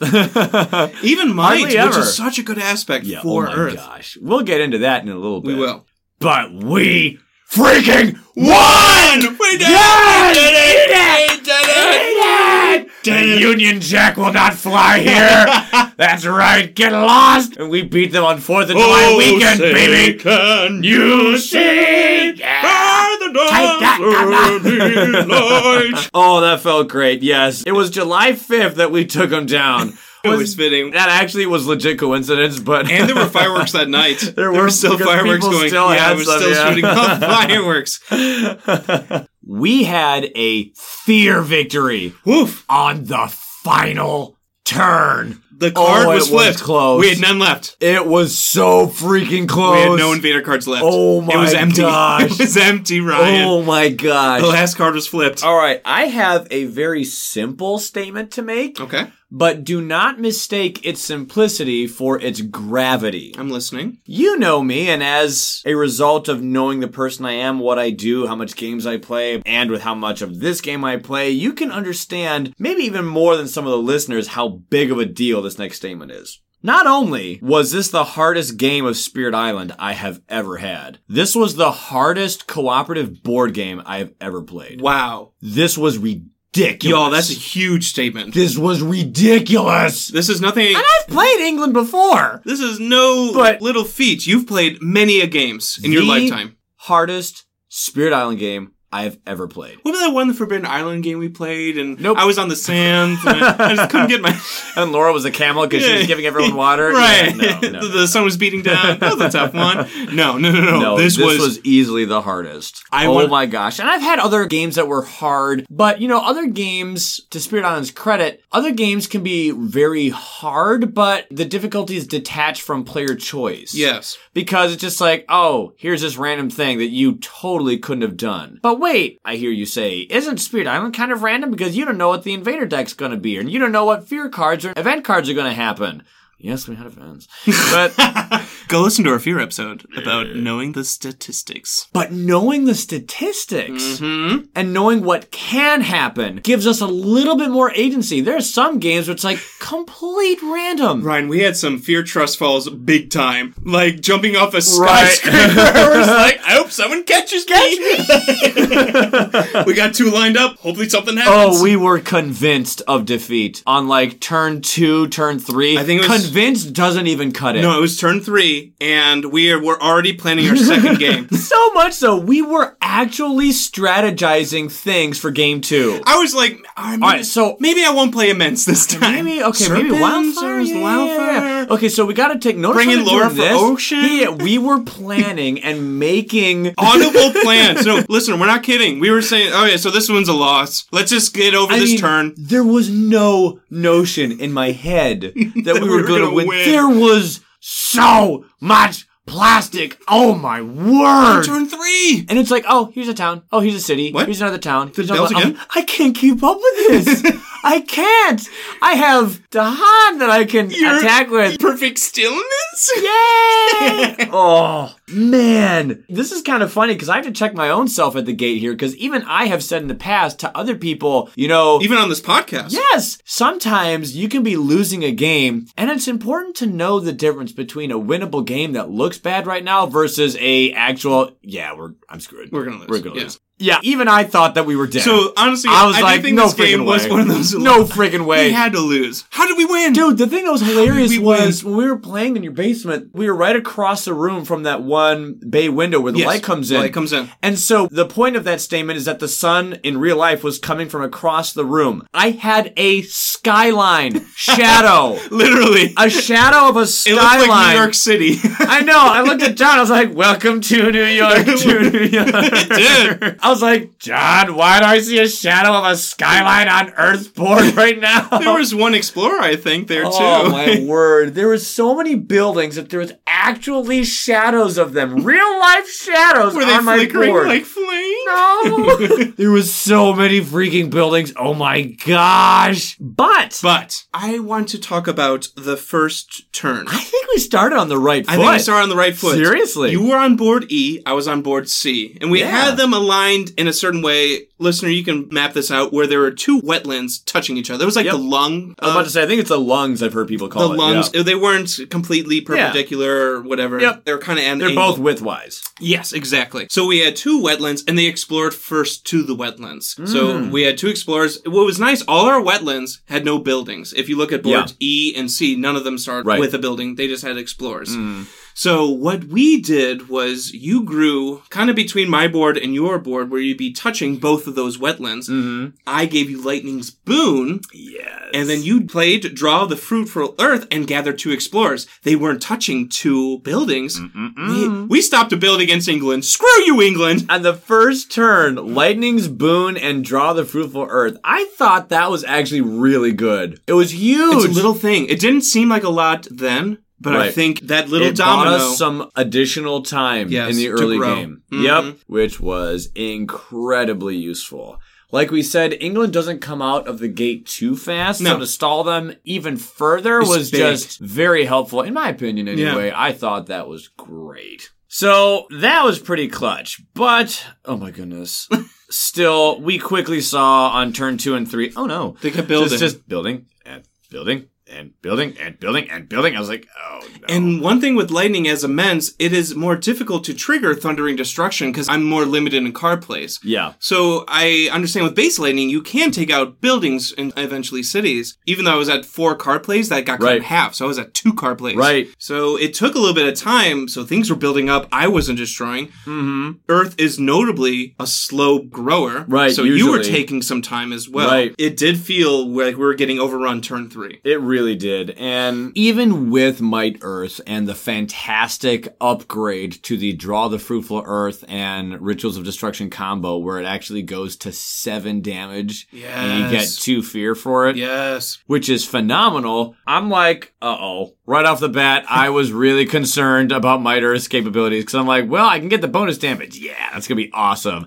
[SPEAKER 3] [laughs]
[SPEAKER 1] Even might, which
[SPEAKER 3] Hardly ever.
[SPEAKER 1] is such a good aspect
[SPEAKER 3] yeah,
[SPEAKER 1] for
[SPEAKER 3] oh my
[SPEAKER 1] Earth.
[SPEAKER 3] gosh, we'll get into that in a little bit.
[SPEAKER 1] We will.
[SPEAKER 3] but we freaking
[SPEAKER 1] One! We did
[SPEAKER 3] Yes!
[SPEAKER 1] it! We did it!
[SPEAKER 3] The Union Jack will not fly [laughs] here. That's right. Get lost. And we beat them on 4th of July weekend,
[SPEAKER 1] say
[SPEAKER 3] baby.
[SPEAKER 1] Can you see by the dawn's early light?
[SPEAKER 3] [laughs] Oh, that felt great. Yes. It was July 5th that we took them [laughs] down.
[SPEAKER 1] [laughs] It was fitting.
[SPEAKER 3] That actually was legit coincidence, but.
[SPEAKER 1] And
[SPEAKER 3] [laughs]
[SPEAKER 1] there were fireworks that night.
[SPEAKER 3] There were,
[SPEAKER 1] still
[SPEAKER 3] because
[SPEAKER 1] fireworks
[SPEAKER 3] people
[SPEAKER 1] going.
[SPEAKER 3] still
[SPEAKER 1] yeah,
[SPEAKER 3] had
[SPEAKER 1] we're
[SPEAKER 3] some,
[SPEAKER 1] still
[SPEAKER 3] yeah.
[SPEAKER 1] shooting
[SPEAKER 3] [laughs]
[SPEAKER 1] off fireworks.
[SPEAKER 3] we had a fear victory
[SPEAKER 1] Woof!
[SPEAKER 3] on the final turn.
[SPEAKER 1] The card
[SPEAKER 3] Oh,
[SPEAKER 1] was
[SPEAKER 3] it was
[SPEAKER 1] flipped.
[SPEAKER 3] close.
[SPEAKER 1] We had none left.
[SPEAKER 3] It was so freaking close.
[SPEAKER 1] We had no invader cards left.
[SPEAKER 3] Oh my
[SPEAKER 1] It was empty. [laughs]
[SPEAKER 3] gosh.
[SPEAKER 1] It was empty, Ryan.
[SPEAKER 3] Oh my gosh.
[SPEAKER 1] The last card was flipped.
[SPEAKER 3] All right, I have a very simple statement to make,
[SPEAKER 1] Okay,
[SPEAKER 3] but do not mistake its simplicity for its gravity.
[SPEAKER 1] I'm listening.
[SPEAKER 3] You know me, and as a result of knowing the person I am, what I do, how much games I play, and with how much of this game I play, you can understand, maybe even more than some of the listeners, how big of a deal this next statement is. Not only was this the hardest game of Spirit Island I have ever had, this was the hardest cooperative board game I have ever played.
[SPEAKER 1] Wow,
[SPEAKER 3] This was ridiculous.
[SPEAKER 1] y'all, that's a huge statement.
[SPEAKER 3] this was ridiculous.
[SPEAKER 1] This is nothing.
[SPEAKER 3] And I've played England before.
[SPEAKER 1] This is no
[SPEAKER 3] But-
[SPEAKER 1] little feat. You've played many a games in your
[SPEAKER 3] The-
[SPEAKER 1] lifetime.
[SPEAKER 3] Hardest Spirit Island game I have ever played.
[SPEAKER 1] What about that one Forbidden Island game we played? And
[SPEAKER 3] Nope.
[SPEAKER 1] I was on the sands. And I, I just couldn't [laughs] get my
[SPEAKER 3] And Laura was a camel because she was giving everyone
[SPEAKER 1] [laughs]
[SPEAKER 3] water.
[SPEAKER 1] right.
[SPEAKER 3] Yeah, no, no,
[SPEAKER 1] the, the sun was beating down. That was a tough one. No, no, no, no.
[SPEAKER 3] no,
[SPEAKER 1] this, was,
[SPEAKER 3] easily the hardest.
[SPEAKER 1] I
[SPEAKER 3] oh
[SPEAKER 1] want-
[SPEAKER 3] my gosh! And I've had other games that were hard, but you know, other games. To Spirit Island's credit, other games can be very hard, but the difficulty is detached from player choice.
[SPEAKER 1] yes.
[SPEAKER 3] because it's just like, oh, here's this random thing that you totally couldn't have done. But wait, I hear you say, isn't Spirit Island kind of random because you don't know what the invader deck's going to be, and you don't know what fear cards or event cards are going to happen. Yes, we had events. But
[SPEAKER 1] Go listen to our fear episode about knowing the statistics.
[SPEAKER 3] but knowing the statistics and knowing what can happen gives us a little bit more agency. There are some games where it's like complete random.
[SPEAKER 1] Ryan, we had some fear trust falls big time, like jumping off a skyscraper. [laughs] I was like, I hope someone catches me. we got two lined up. Hopefully, something happens.
[SPEAKER 3] Oh, we were convinced of defeat on like turn two, turn three.
[SPEAKER 1] think it was-
[SPEAKER 3] convinced doesn't even cut it.
[SPEAKER 1] No, it was turn three, and we are, were already planning our [laughs] second game.
[SPEAKER 3] So much so, we were actually strategizing things for game two.
[SPEAKER 1] I was like, all
[SPEAKER 3] right, so-
[SPEAKER 1] maybe I won't play immense this time.
[SPEAKER 3] Maybe okay, maybe
[SPEAKER 1] Serpents,
[SPEAKER 3] wildfire.
[SPEAKER 1] there was
[SPEAKER 3] Yeah,
[SPEAKER 1] wildfire.
[SPEAKER 3] yeah, yeah. Okay, so we got to take notice.
[SPEAKER 1] Bring
[SPEAKER 3] when
[SPEAKER 1] in
[SPEAKER 3] we're
[SPEAKER 1] Laura
[SPEAKER 3] doing
[SPEAKER 1] for
[SPEAKER 3] this.
[SPEAKER 1] Ocean. Oh,
[SPEAKER 3] Yeah, yeah, we were planning and
[SPEAKER 1] [laughs]
[SPEAKER 3] making.
[SPEAKER 1] Audible
[SPEAKER 3] [laughs]
[SPEAKER 1] plans. No, listen, we're not kidding. We were saying, oh yeah, so this one's a loss. Let's just get over
[SPEAKER 3] I
[SPEAKER 1] this
[SPEAKER 3] mean,
[SPEAKER 1] turn.
[SPEAKER 3] there was no notion in my
[SPEAKER 1] [laughs]
[SPEAKER 3] head that, we were, going to
[SPEAKER 1] gonna
[SPEAKER 3] win.
[SPEAKER 1] win.
[SPEAKER 3] There was so much plastic. Oh my word!
[SPEAKER 1] Turn three.
[SPEAKER 3] And it's like, oh, here's a town. Oh, here's a city.
[SPEAKER 1] What?
[SPEAKER 3] Here's another town. Here's
[SPEAKER 1] bells
[SPEAKER 3] another-
[SPEAKER 1] again?
[SPEAKER 3] um, I can't keep up with
[SPEAKER 1] [laughs]
[SPEAKER 3] this. I can't. I have Dahan that I can
[SPEAKER 1] You're-
[SPEAKER 3] attack
[SPEAKER 1] [laughs]
[SPEAKER 3] with.
[SPEAKER 1] Perfect stillness. [laughs]
[SPEAKER 3] Yay! oh, man. This is kind of funny because I have to check my own self at the gate here because even I have said in the past to other people, you know,
[SPEAKER 1] Even on this podcast.
[SPEAKER 3] Yes, sometimes you can be losing a game, and it's important to know the difference between a winnable game that looks bad right now versus a actual. Yeah, we're I'm screwed.
[SPEAKER 1] We're gonna lose,
[SPEAKER 3] We're gonna
[SPEAKER 1] yeah.
[SPEAKER 3] lose. Yeah, even I thought that we were dead.
[SPEAKER 1] So honestly,
[SPEAKER 3] I was
[SPEAKER 1] I do
[SPEAKER 3] like,
[SPEAKER 1] think
[SPEAKER 3] no
[SPEAKER 1] this
[SPEAKER 3] friggin'
[SPEAKER 1] game
[SPEAKER 3] way.
[SPEAKER 1] was one of those.
[SPEAKER 3] No friggin' way.
[SPEAKER 1] we had to lose. How did we win?
[SPEAKER 3] Dude, the thing that was hilarious
[SPEAKER 1] [laughs] we
[SPEAKER 3] was when we were playing in your basement, we were right across the room from that one bay window where the
[SPEAKER 1] Yes,
[SPEAKER 3] light comes
[SPEAKER 1] the
[SPEAKER 3] in.
[SPEAKER 1] light comes in.
[SPEAKER 3] And so the point of that statement is that the sun in real life was coming from across the room. I had a
[SPEAKER 1] [laughs]
[SPEAKER 3] skyline shadow.
[SPEAKER 1] literally,
[SPEAKER 3] a shadow of a
[SPEAKER 1] it looked
[SPEAKER 3] skyline.
[SPEAKER 1] like New
[SPEAKER 3] [laughs]
[SPEAKER 1] York City. [laughs]
[SPEAKER 3] I know. I looked at John. I was like, "Welcome to New
[SPEAKER 1] [laughs]
[SPEAKER 3] York." To New York.
[SPEAKER 1] Dude.
[SPEAKER 3] I was like, "John, why do I see a shadow of a skyline on
[SPEAKER 1] [laughs]
[SPEAKER 3] Earthborn right now?" [laughs]
[SPEAKER 1] there was one explorer, I think, there
[SPEAKER 3] Oh
[SPEAKER 1] too.
[SPEAKER 3] my word! There was so many buildings that there was actually shadows of them, real life shadows
[SPEAKER 1] Were they
[SPEAKER 3] on my
[SPEAKER 1] flickering
[SPEAKER 3] board.
[SPEAKER 1] like flames?
[SPEAKER 3] no, [laughs] there was so many freaking buildings. Oh my gosh! But,
[SPEAKER 1] But I want to talk about the first turn.
[SPEAKER 3] I think we started on the right foot.
[SPEAKER 1] I think we started on the right foot.
[SPEAKER 3] Seriously?
[SPEAKER 1] You were on board E, I was on board C. And we
[SPEAKER 3] Yeah.
[SPEAKER 1] had them aligned in a certain way. Listener, you can map this out where there were two wetlands touching each other. It was like the lung.
[SPEAKER 3] I was
[SPEAKER 1] uh,
[SPEAKER 3] about to say, I think it's the lungs. I've heard people
[SPEAKER 1] the
[SPEAKER 3] call it.
[SPEAKER 1] lungs,
[SPEAKER 3] yeah.
[SPEAKER 1] they weren't completely perpendicular or whatever.
[SPEAKER 3] Yep.
[SPEAKER 1] They were kind of at an
[SPEAKER 3] They're
[SPEAKER 1] angle.
[SPEAKER 3] both width-wise.
[SPEAKER 1] Yes, exactly. So we had two wetlands and they explored first to the wetlands. So we had two explorers. What was nice, all our wetlands had no buildings. If you look at boards E and C, none of them started
[SPEAKER 3] Right.
[SPEAKER 1] with a building. They just had explorers. So what we did was you grew kind of between my board and your board where you'd be touching both of those wetlands. I gave you Lightning's Boon
[SPEAKER 3] Yes.
[SPEAKER 1] and then you played Draw the Fruitful Earth and gathered two explorers. They weren't touching two buildings. We, we stopped a build against England. Screw you, England!
[SPEAKER 3] On the first turn, Lightning's Boon and Draw the Fruitful Earth. I thought that was actually really good. It was huge.
[SPEAKER 1] It's a little thing. It didn't seem like a lot then, but I
[SPEAKER 3] Right.
[SPEAKER 1] think that little
[SPEAKER 3] it
[SPEAKER 1] domino.
[SPEAKER 3] bought us some additional time
[SPEAKER 1] Yes,
[SPEAKER 3] in the
[SPEAKER 1] to
[SPEAKER 3] early
[SPEAKER 1] grow.
[SPEAKER 3] game.
[SPEAKER 1] Mhm.
[SPEAKER 3] Yep, which was incredibly useful. Like we said, England doesn't come out of the gate too fast, so
[SPEAKER 1] No.
[SPEAKER 3] to stall them even further was
[SPEAKER 1] big.
[SPEAKER 3] just very helpful, in my opinion. Anyway, I thought that was great. So that was pretty clutch, but oh my
[SPEAKER 1] [laughs]
[SPEAKER 3] goodness. Still, we quickly saw on turn two and three. Oh no,
[SPEAKER 1] They kept building.
[SPEAKER 3] Just, just building and building and building and building and building. I was like, oh no.
[SPEAKER 1] and one thing with lightning as amends, it is more difficult to trigger thundering destruction because I'm more limited in card plays.
[SPEAKER 3] yeah,
[SPEAKER 1] So I understand with base lightning, you can take out buildings and eventually cities. Even though I was at four car plays, that got cut in
[SPEAKER 3] Right.
[SPEAKER 1] half. So I was at two car plays.
[SPEAKER 3] Right.
[SPEAKER 1] So it took a little bit of time. So things were building up. I wasn't destroying. Mm-hmm. Earth is notably a slow grower.
[SPEAKER 3] Right,
[SPEAKER 1] So you were
[SPEAKER 3] usually.
[SPEAKER 1] taking some time as well.
[SPEAKER 3] Right.
[SPEAKER 1] It did feel like we were getting overrun turn three.
[SPEAKER 3] It really did. And even with Might Earth and the fantastic upgrade to the Draw the Fruitful Earth and Rituals of Destruction combo, where it actually goes to seven damage and you get
[SPEAKER 1] Yes.
[SPEAKER 3] two fear for it,
[SPEAKER 1] Yes.
[SPEAKER 3] which is phenomenal, I'm like, uh oh. Right off the bat, I was really concerned about [laughs] Might Earth's capabilities because I'm like, well, I can get the bonus damage. Yeah, that's going to be awesome.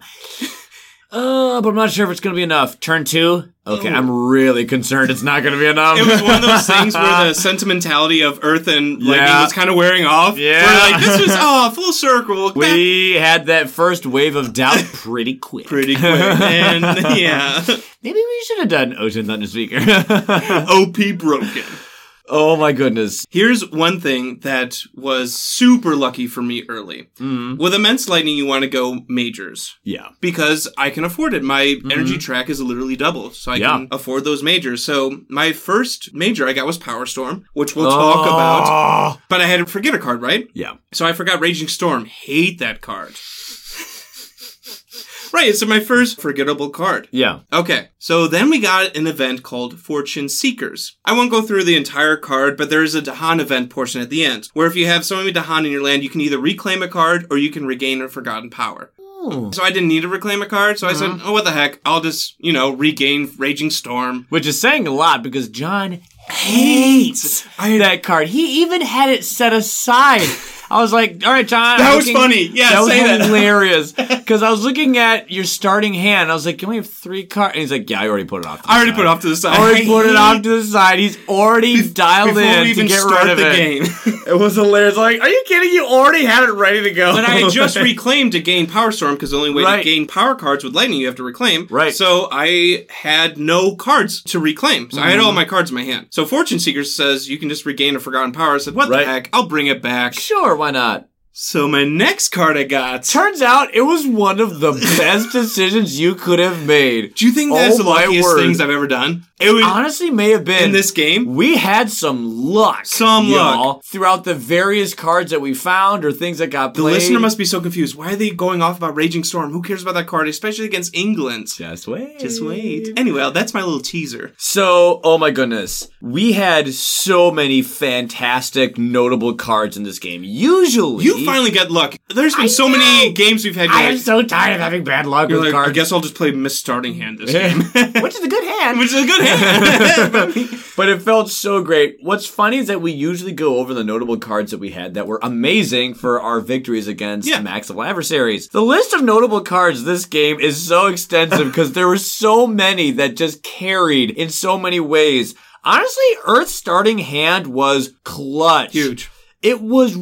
[SPEAKER 3] oh, but I'm not sure if it's going to be enough. Turn two. Okay, I'm really concerned it's not going
[SPEAKER 1] [laughs]
[SPEAKER 3] to be enough.
[SPEAKER 1] It was one of those things where
[SPEAKER 3] [laughs]
[SPEAKER 1] the sentimentality of Earth and Lightning
[SPEAKER 3] Yeah.
[SPEAKER 1] was kind of wearing off.
[SPEAKER 3] Yeah.
[SPEAKER 1] We're like, this was, oh, full circle.
[SPEAKER 3] [laughs]
[SPEAKER 1] Back
[SPEAKER 3] we had that first wave of doubt pretty quick.
[SPEAKER 1] Pretty quick. And yeah.
[SPEAKER 3] Maybe we should have done Ocean Thunderspeaker.
[SPEAKER 1] OP broken.
[SPEAKER 3] [laughs] oh my goodness.
[SPEAKER 1] Here's one thing that was super lucky for me early. With immense lightning, you want to go majors
[SPEAKER 3] Yeah.
[SPEAKER 1] because I can afford it. My energy track is literally double, so I
[SPEAKER 3] Yeah.
[SPEAKER 1] can afford those majors. So my first major I got was Power Storm, which we'll
[SPEAKER 3] Ah.
[SPEAKER 1] talk about.
[SPEAKER 3] about.
[SPEAKER 1] But I had to forget a card, right?
[SPEAKER 3] Oh. Yeah.
[SPEAKER 1] So I forgot Raging Storm. Hate that card. [laughs] right, it's my first forgettable card.
[SPEAKER 3] Yeah.
[SPEAKER 1] Okay, so then we got an event called Fortune Seekers. I won't go through the entire card, but there is a Dahan event portion at the end, where if you have someone with Dahan in your land, you can either reclaim a card or you can regain a forgotten power.
[SPEAKER 3] Hmm.
[SPEAKER 1] So I didn't need to reclaim a card, so I said,
[SPEAKER 3] Uh-huh.
[SPEAKER 1] oh, what the heck, I'll just, you know, regain Raging Storm.
[SPEAKER 3] Which is saying a lot because John hates that card. He even had it set aside. I was like, all right, John.
[SPEAKER 1] That
[SPEAKER 3] I'm
[SPEAKER 1] was funny. Yeah,
[SPEAKER 3] that was
[SPEAKER 1] say that. [laughs]
[SPEAKER 3] hilarious. Because I was looking at your starting hand. I was like, you only have three cards. And he's like, yeah, I already put it off. to the
[SPEAKER 1] I already
[SPEAKER 3] side.
[SPEAKER 1] put it off to the side.
[SPEAKER 3] Uh, I already put it off to the side. He's already dialed
[SPEAKER 1] [laughs] Before
[SPEAKER 3] in
[SPEAKER 1] we even
[SPEAKER 3] to get
[SPEAKER 1] start
[SPEAKER 3] rid of
[SPEAKER 1] the
[SPEAKER 3] it.
[SPEAKER 1] game. [laughs]
[SPEAKER 4] It was hilarious. Like, are you kidding? You already had it ready to go.
[SPEAKER 1] But I had
[SPEAKER 3] [laughs]
[SPEAKER 1] [laughs] just reclaimed to gain Power Storm because the only way
[SPEAKER 3] Right.
[SPEAKER 1] to gain power cards with Lightning you have to reclaim.
[SPEAKER 3] Right.
[SPEAKER 1] So I had no cards to reclaim. So I
[SPEAKER 3] Mm-hmm.
[SPEAKER 1] had all my cards in my hand. So Fortune Seeker says you can just regain a forgotten power. I said, what
[SPEAKER 3] Right.
[SPEAKER 1] the heck? I'll bring it back.
[SPEAKER 3] Sure, why not?
[SPEAKER 1] So my next card I got.
[SPEAKER 3] Turns out it was one of
[SPEAKER 1] [laughs]
[SPEAKER 3] the best decisions you could have made.
[SPEAKER 1] Do you think that's
[SPEAKER 3] Oh
[SPEAKER 1] the
[SPEAKER 3] my
[SPEAKER 1] luckiest
[SPEAKER 3] word.
[SPEAKER 1] things I've ever done? It was
[SPEAKER 3] Honestly, may have been
[SPEAKER 1] in this game.
[SPEAKER 3] We had some luck,
[SPEAKER 1] Some
[SPEAKER 3] y'all, throughout the various cards that we found or things that got
[SPEAKER 1] The
[SPEAKER 3] played.
[SPEAKER 1] listener must be so confused. Why are they going off about Raging Storm? Who cares about that card, especially against England?
[SPEAKER 3] just wait.
[SPEAKER 1] Just wait. Anyway, that's my little teaser.
[SPEAKER 3] So, oh my goodness, we had so many fantastic, notable cards in this game. Usually,
[SPEAKER 1] You finally got luck. There's been so many games we've had.
[SPEAKER 3] I
[SPEAKER 1] you're
[SPEAKER 3] am
[SPEAKER 1] like,
[SPEAKER 3] so tired of having bad luck
[SPEAKER 1] You're
[SPEAKER 3] with
[SPEAKER 1] like, I
[SPEAKER 3] cards.
[SPEAKER 1] guess I'll just play Miss Starting
[SPEAKER 3] [laughs]
[SPEAKER 1] Hand this game. [laughs]
[SPEAKER 3] Which is a good hand.
[SPEAKER 1] Which is a good [laughs] hand.
[SPEAKER 3] [laughs] But it felt so great. What's funny is that we usually go over the notable cards that we had that were amazing for our victories against
[SPEAKER 1] Yeah.
[SPEAKER 3] maximal adversaries. The list of notable cards this game is so
[SPEAKER 1] [laughs]
[SPEAKER 3] extensive because there were so many that just carried in so many ways. Honestly, Earth's starting hand was clutch.
[SPEAKER 1] Huge.
[SPEAKER 3] It was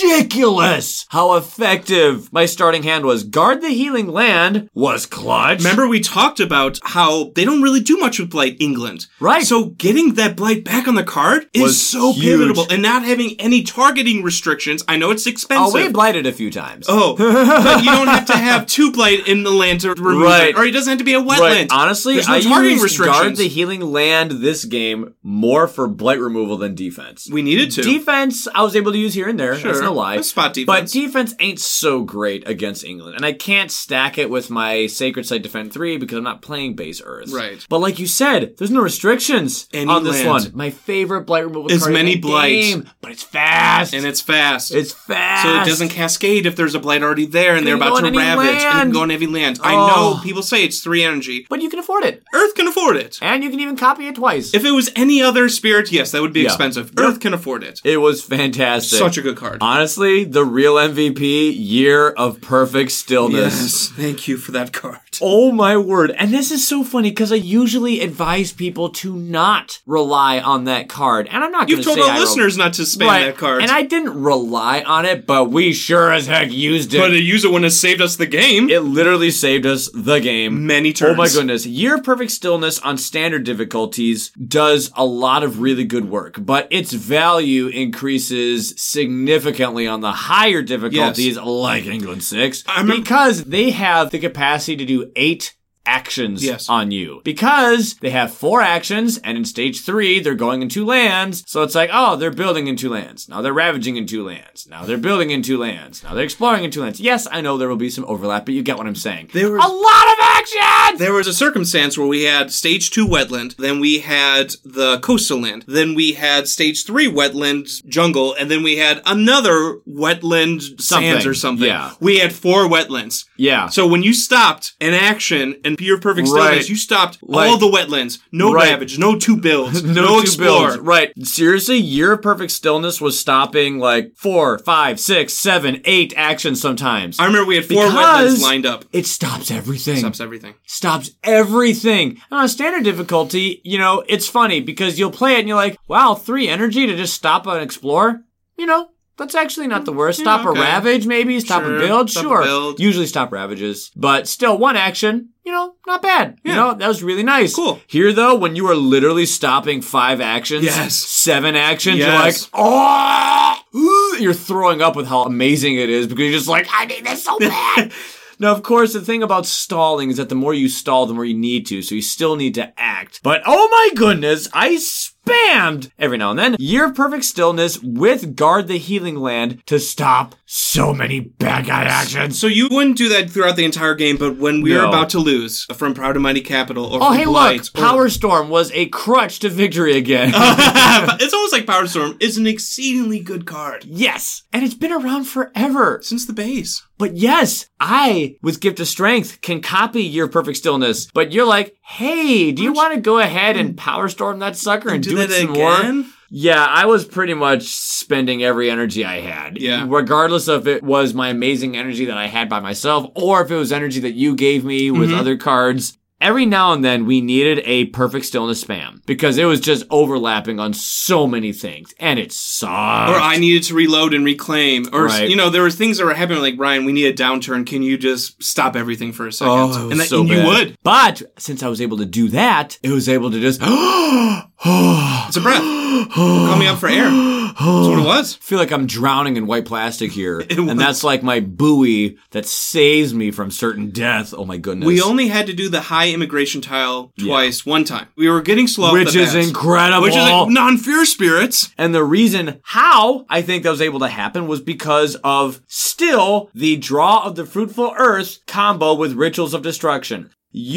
[SPEAKER 3] ridiculous how effective my starting hand was. Guard the Healing Land was clutch.
[SPEAKER 1] Remember we talked about how they don't really do much with Blight England.
[SPEAKER 3] Right.
[SPEAKER 1] So getting that Blight back on the card is
[SPEAKER 3] Was
[SPEAKER 1] so
[SPEAKER 3] huge.
[SPEAKER 1] pivotal. And not having any targeting restrictions. I know it's
[SPEAKER 3] Oh,
[SPEAKER 1] expensive.
[SPEAKER 3] we blighted a few times.
[SPEAKER 1] Oh, but you don't have to have two Blight in the land to remove
[SPEAKER 3] Right.
[SPEAKER 1] it. Or it doesn't have to be a wetland.
[SPEAKER 3] Right. Honestly,
[SPEAKER 1] There's no
[SPEAKER 3] I
[SPEAKER 1] targeting
[SPEAKER 3] used guard
[SPEAKER 1] restrictions.
[SPEAKER 3] the healing land this game more for blight removal than defense.
[SPEAKER 1] we needed to.
[SPEAKER 3] Defense, I was able to use here and there. That's
[SPEAKER 1] Sure.
[SPEAKER 3] no lie.
[SPEAKER 1] That's spot
[SPEAKER 3] But
[SPEAKER 1] defense.
[SPEAKER 3] defense ain't so great against England, and I can't stack it with my Sacred Site Defend three because I'm not playing base Earth.
[SPEAKER 1] Right.
[SPEAKER 3] But like you said, there's no restrictions
[SPEAKER 1] Any
[SPEAKER 3] on this
[SPEAKER 1] land.
[SPEAKER 3] one. My favorite blight removal
[SPEAKER 1] As
[SPEAKER 3] card in
[SPEAKER 1] many
[SPEAKER 3] the
[SPEAKER 1] blights.
[SPEAKER 3] game, but it's fast.
[SPEAKER 1] and it's fast.
[SPEAKER 3] it's fast.
[SPEAKER 1] So it doesn't cascade if there's a blight already there and they're
[SPEAKER 3] can
[SPEAKER 1] about
[SPEAKER 3] go on
[SPEAKER 1] to
[SPEAKER 3] any
[SPEAKER 1] ravage and it
[SPEAKER 3] land.
[SPEAKER 1] can go on heavy land. I
[SPEAKER 3] Oh.
[SPEAKER 1] know people say it's three energy.
[SPEAKER 3] But you can afford it,
[SPEAKER 1] Earth can afford it.
[SPEAKER 3] and you can even copy it twice.
[SPEAKER 1] If it was any other spirit, yes, that would be
[SPEAKER 3] Yeah.
[SPEAKER 1] expensive. Earth can afford it.
[SPEAKER 3] it was fantastic.
[SPEAKER 1] Such a good card.
[SPEAKER 3] Honestly, the real MVP year of perfect stillness.
[SPEAKER 1] Yes, thank you for that card.
[SPEAKER 3] Oh my word. And this is so funny because I usually advise people to not rely on that card. And I'm not going
[SPEAKER 1] You've
[SPEAKER 3] to
[SPEAKER 1] told
[SPEAKER 3] say I
[SPEAKER 1] our
[SPEAKER 3] re-
[SPEAKER 1] listeners not to spam
[SPEAKER 3] Right.
[SPEAKER 1] that card.
[SPEAKER 3] And I didn't rely on it, but we sure as heck used it.
[SPEAKER 1] but to use it when it saved us the game.
[SPEAKER 3] it literally saved us the game.
[SPEAKER 1] Many turns.
[SPEAKER 3] Oh my goodness. Year of Perfect Stillness on standard difficulties does a lot of really good work, but its value increases significantly on the higher difficulties like England 6
[SPEAKER 1] I remember-
[SPEAKER 3] because they have the capacity to do 8 actions
[SPEAKER 1] Yes.
[SPEAKER 3] on you because they have four actions and in stage 3 they're going in two lands so it's like oh they're building in two lands now they're ravaging in two lands now they're building in two lands now they're exploring in two lands yes i know there will be some overlap but you get what i'm saying
[SPEAKER 1] There was-
[SPEAKER 3] a lot of action
[SPEAKER 1] There was a circumstance where we had stage two wetland, then we had the coastal land, then we had stage three wetland jungle, and then we had another wetland sands
[SPEAKER 3] Something,
[SPEAKER 1] or something.
[SPEAKER 3] yeah.
[SPEAKER 1] We had four wetlands.
[SPEAKER 3] yeah
[SPEAKER 1] So when you stopped an action and your perfect
[SPEAKER 3] Right.
[SPEAKER 1] stillness. You stopped
[SPEAKER 3] Like-
[SPEAKER 1] all the wetlands. No
[SPEAKER 3] Right.
[SPEAKER 1] ravage. No two
[SPEAKER 3] [laughs]
[SPEAKER 1] builds. no
[SPEAKER 3] two
[SPEAKER 1] explore.
[SPEAKER 3] builds. Right. Seriously, Year of Perfect Stillness was stopping like four, five, six, seven, eight actions sometimes.
[SPEAKER 1] I remember we had four
[SPEAKER 3] Because-
[SPEAKER 1] wetlands lined up.
[SPEAKER 3] it stops everything.
[SPEAKER 1] Stops everything.
[SPEAKER 3] stops everything. And on standard difficulty, you know, it's funny because you'll play it and you're like, wow, three energy to just stop and explore? You know, that's actually not the worst. Stop
[SPEAKER 1] okay.
[SPEAKER 3] a ravage, maybe, stop
[SPEAKER 1] Sure,
[SPEAKER 3] a build,
[SPEAKER 1] stop a
[SPEAKER 3] sure.
[SPEAKER 1] build.
[SPEAKER 3] Usually stop ravages. But still one action, you know, not bad. You know, that was really nice.
[SPEAKER 1] Cool.
[SPEAKER 3] Here though, when you are literally stopping five actions,
[SPEAKER 1] Yes.
[SPEAKER 3] seven actions,
[SPEAKER 1] Yes.
[SPEAKER 3] you're like, oh, ooh," you're throwing up with how amazing it is because you're just like, I need
[SPEAKER 1] [laughs]
[SPEAKER 3] this so bad. Now, of course, the thing about stalling is that the more you stall, the more you need to, so you still need to act. But oh my goodness, I spammed every now and then Year of Perfect Stillness with Guard the Healing Land to stop so many bad guy actions.
[SPEAKER 1] So you wouldn't do that throughout the entire game, but when we were
[SPEAKER 3] No.
[SPEAKER 1] about to lose from Proud and Mighty Capital or
[SPEAKER 3] Oh,
[SPEAKER 1] from
[SPEAKER 3] hey,
[SPEAKER 1] Blight
[SPEAKER 3] look,
[SPEAKER 1] or-
[SPEAKER 3] Power Storm was a crutch to victory [laughs] again.
[SPEAKER 1] [laughs] it's almost like Power Storm is an exceedingly good card
[SPEAKER 3] yes, and it's been around forever.
[SPEAKER 1] since the base.
[SPEAKER 3] But yes, I, with Gift of Strength, can copy your perfect stillness. But you're like, hey, do you want to go ahead and power storm that sucker and
[SPEAKER 1] Do
[SPEAKER 3] do,
[SPEAKER 1] that
[SPEAKER 3] it some
[SPEAKER 1] again?
[SPEAKER 3] more? Yeah, I was pretty much spending every energy I had.
[SPEAKER 1] Yeah.
[SPEAKER 3] Regardless of it was my amazing energy that I had by myself or if it was energy that you gave me with
[SPEAKER 1] Mm-hmm.
[SPEAKER 3] other cards. Every now and then we needed a perfect stillness spam because it was just overlapping on so many things and it sucked.
[SPEAKER 1] Or I needed to reload and reclaim. Or,
[SPEAKER 3] Right.
[SPEAKER 1] you know, there were things that were happening like, Ryan, we need a downturn. Can you just stop everything for a second?
[SPEAKER 3] Oh, it was
[SPEAKER 1] and that,
[SPEAKER 3] so
[SPEAKER 1] and you
[SPEAKER 3] bad.
[SPEAKER 1] would.
[SPEAKER 3] But since I was able to do that, it was able to just [gasps]
[SPEAKER 1] It's a breath. Call me up
[SPEAKER 3] [gasps]
[SPEAKER 1] for air. [gasps] That's what
[SPEAKER 3] [sighs]
[SPEAKER 1] it was.
[SPEAKER 3] feel like I'm drowning in white plastic
[SPEAKER 1] [laughs]
[SPEAKER 3] here,
[SPEAKER 1] was.
[SPEAKER 3] and that's like my buoy that saves me from certain death. Oh my goodness!
[SPEAKER 1] We only had to do the high immigration tile twice, one time. We were getting slow. off
[SPEAKER 3] which
[SPEAKER 1] the
[SPEAKER 3] is
[SPEAKER 1] bats. Uh,
[SPEAKER 3] incredible.
[SPEAKER 1] Which is like non-fear spirits.
[SPEAKER 3] And the reason how I think that was able to happen was because of still the draw of the fruitful earth combo with rituals of destruction.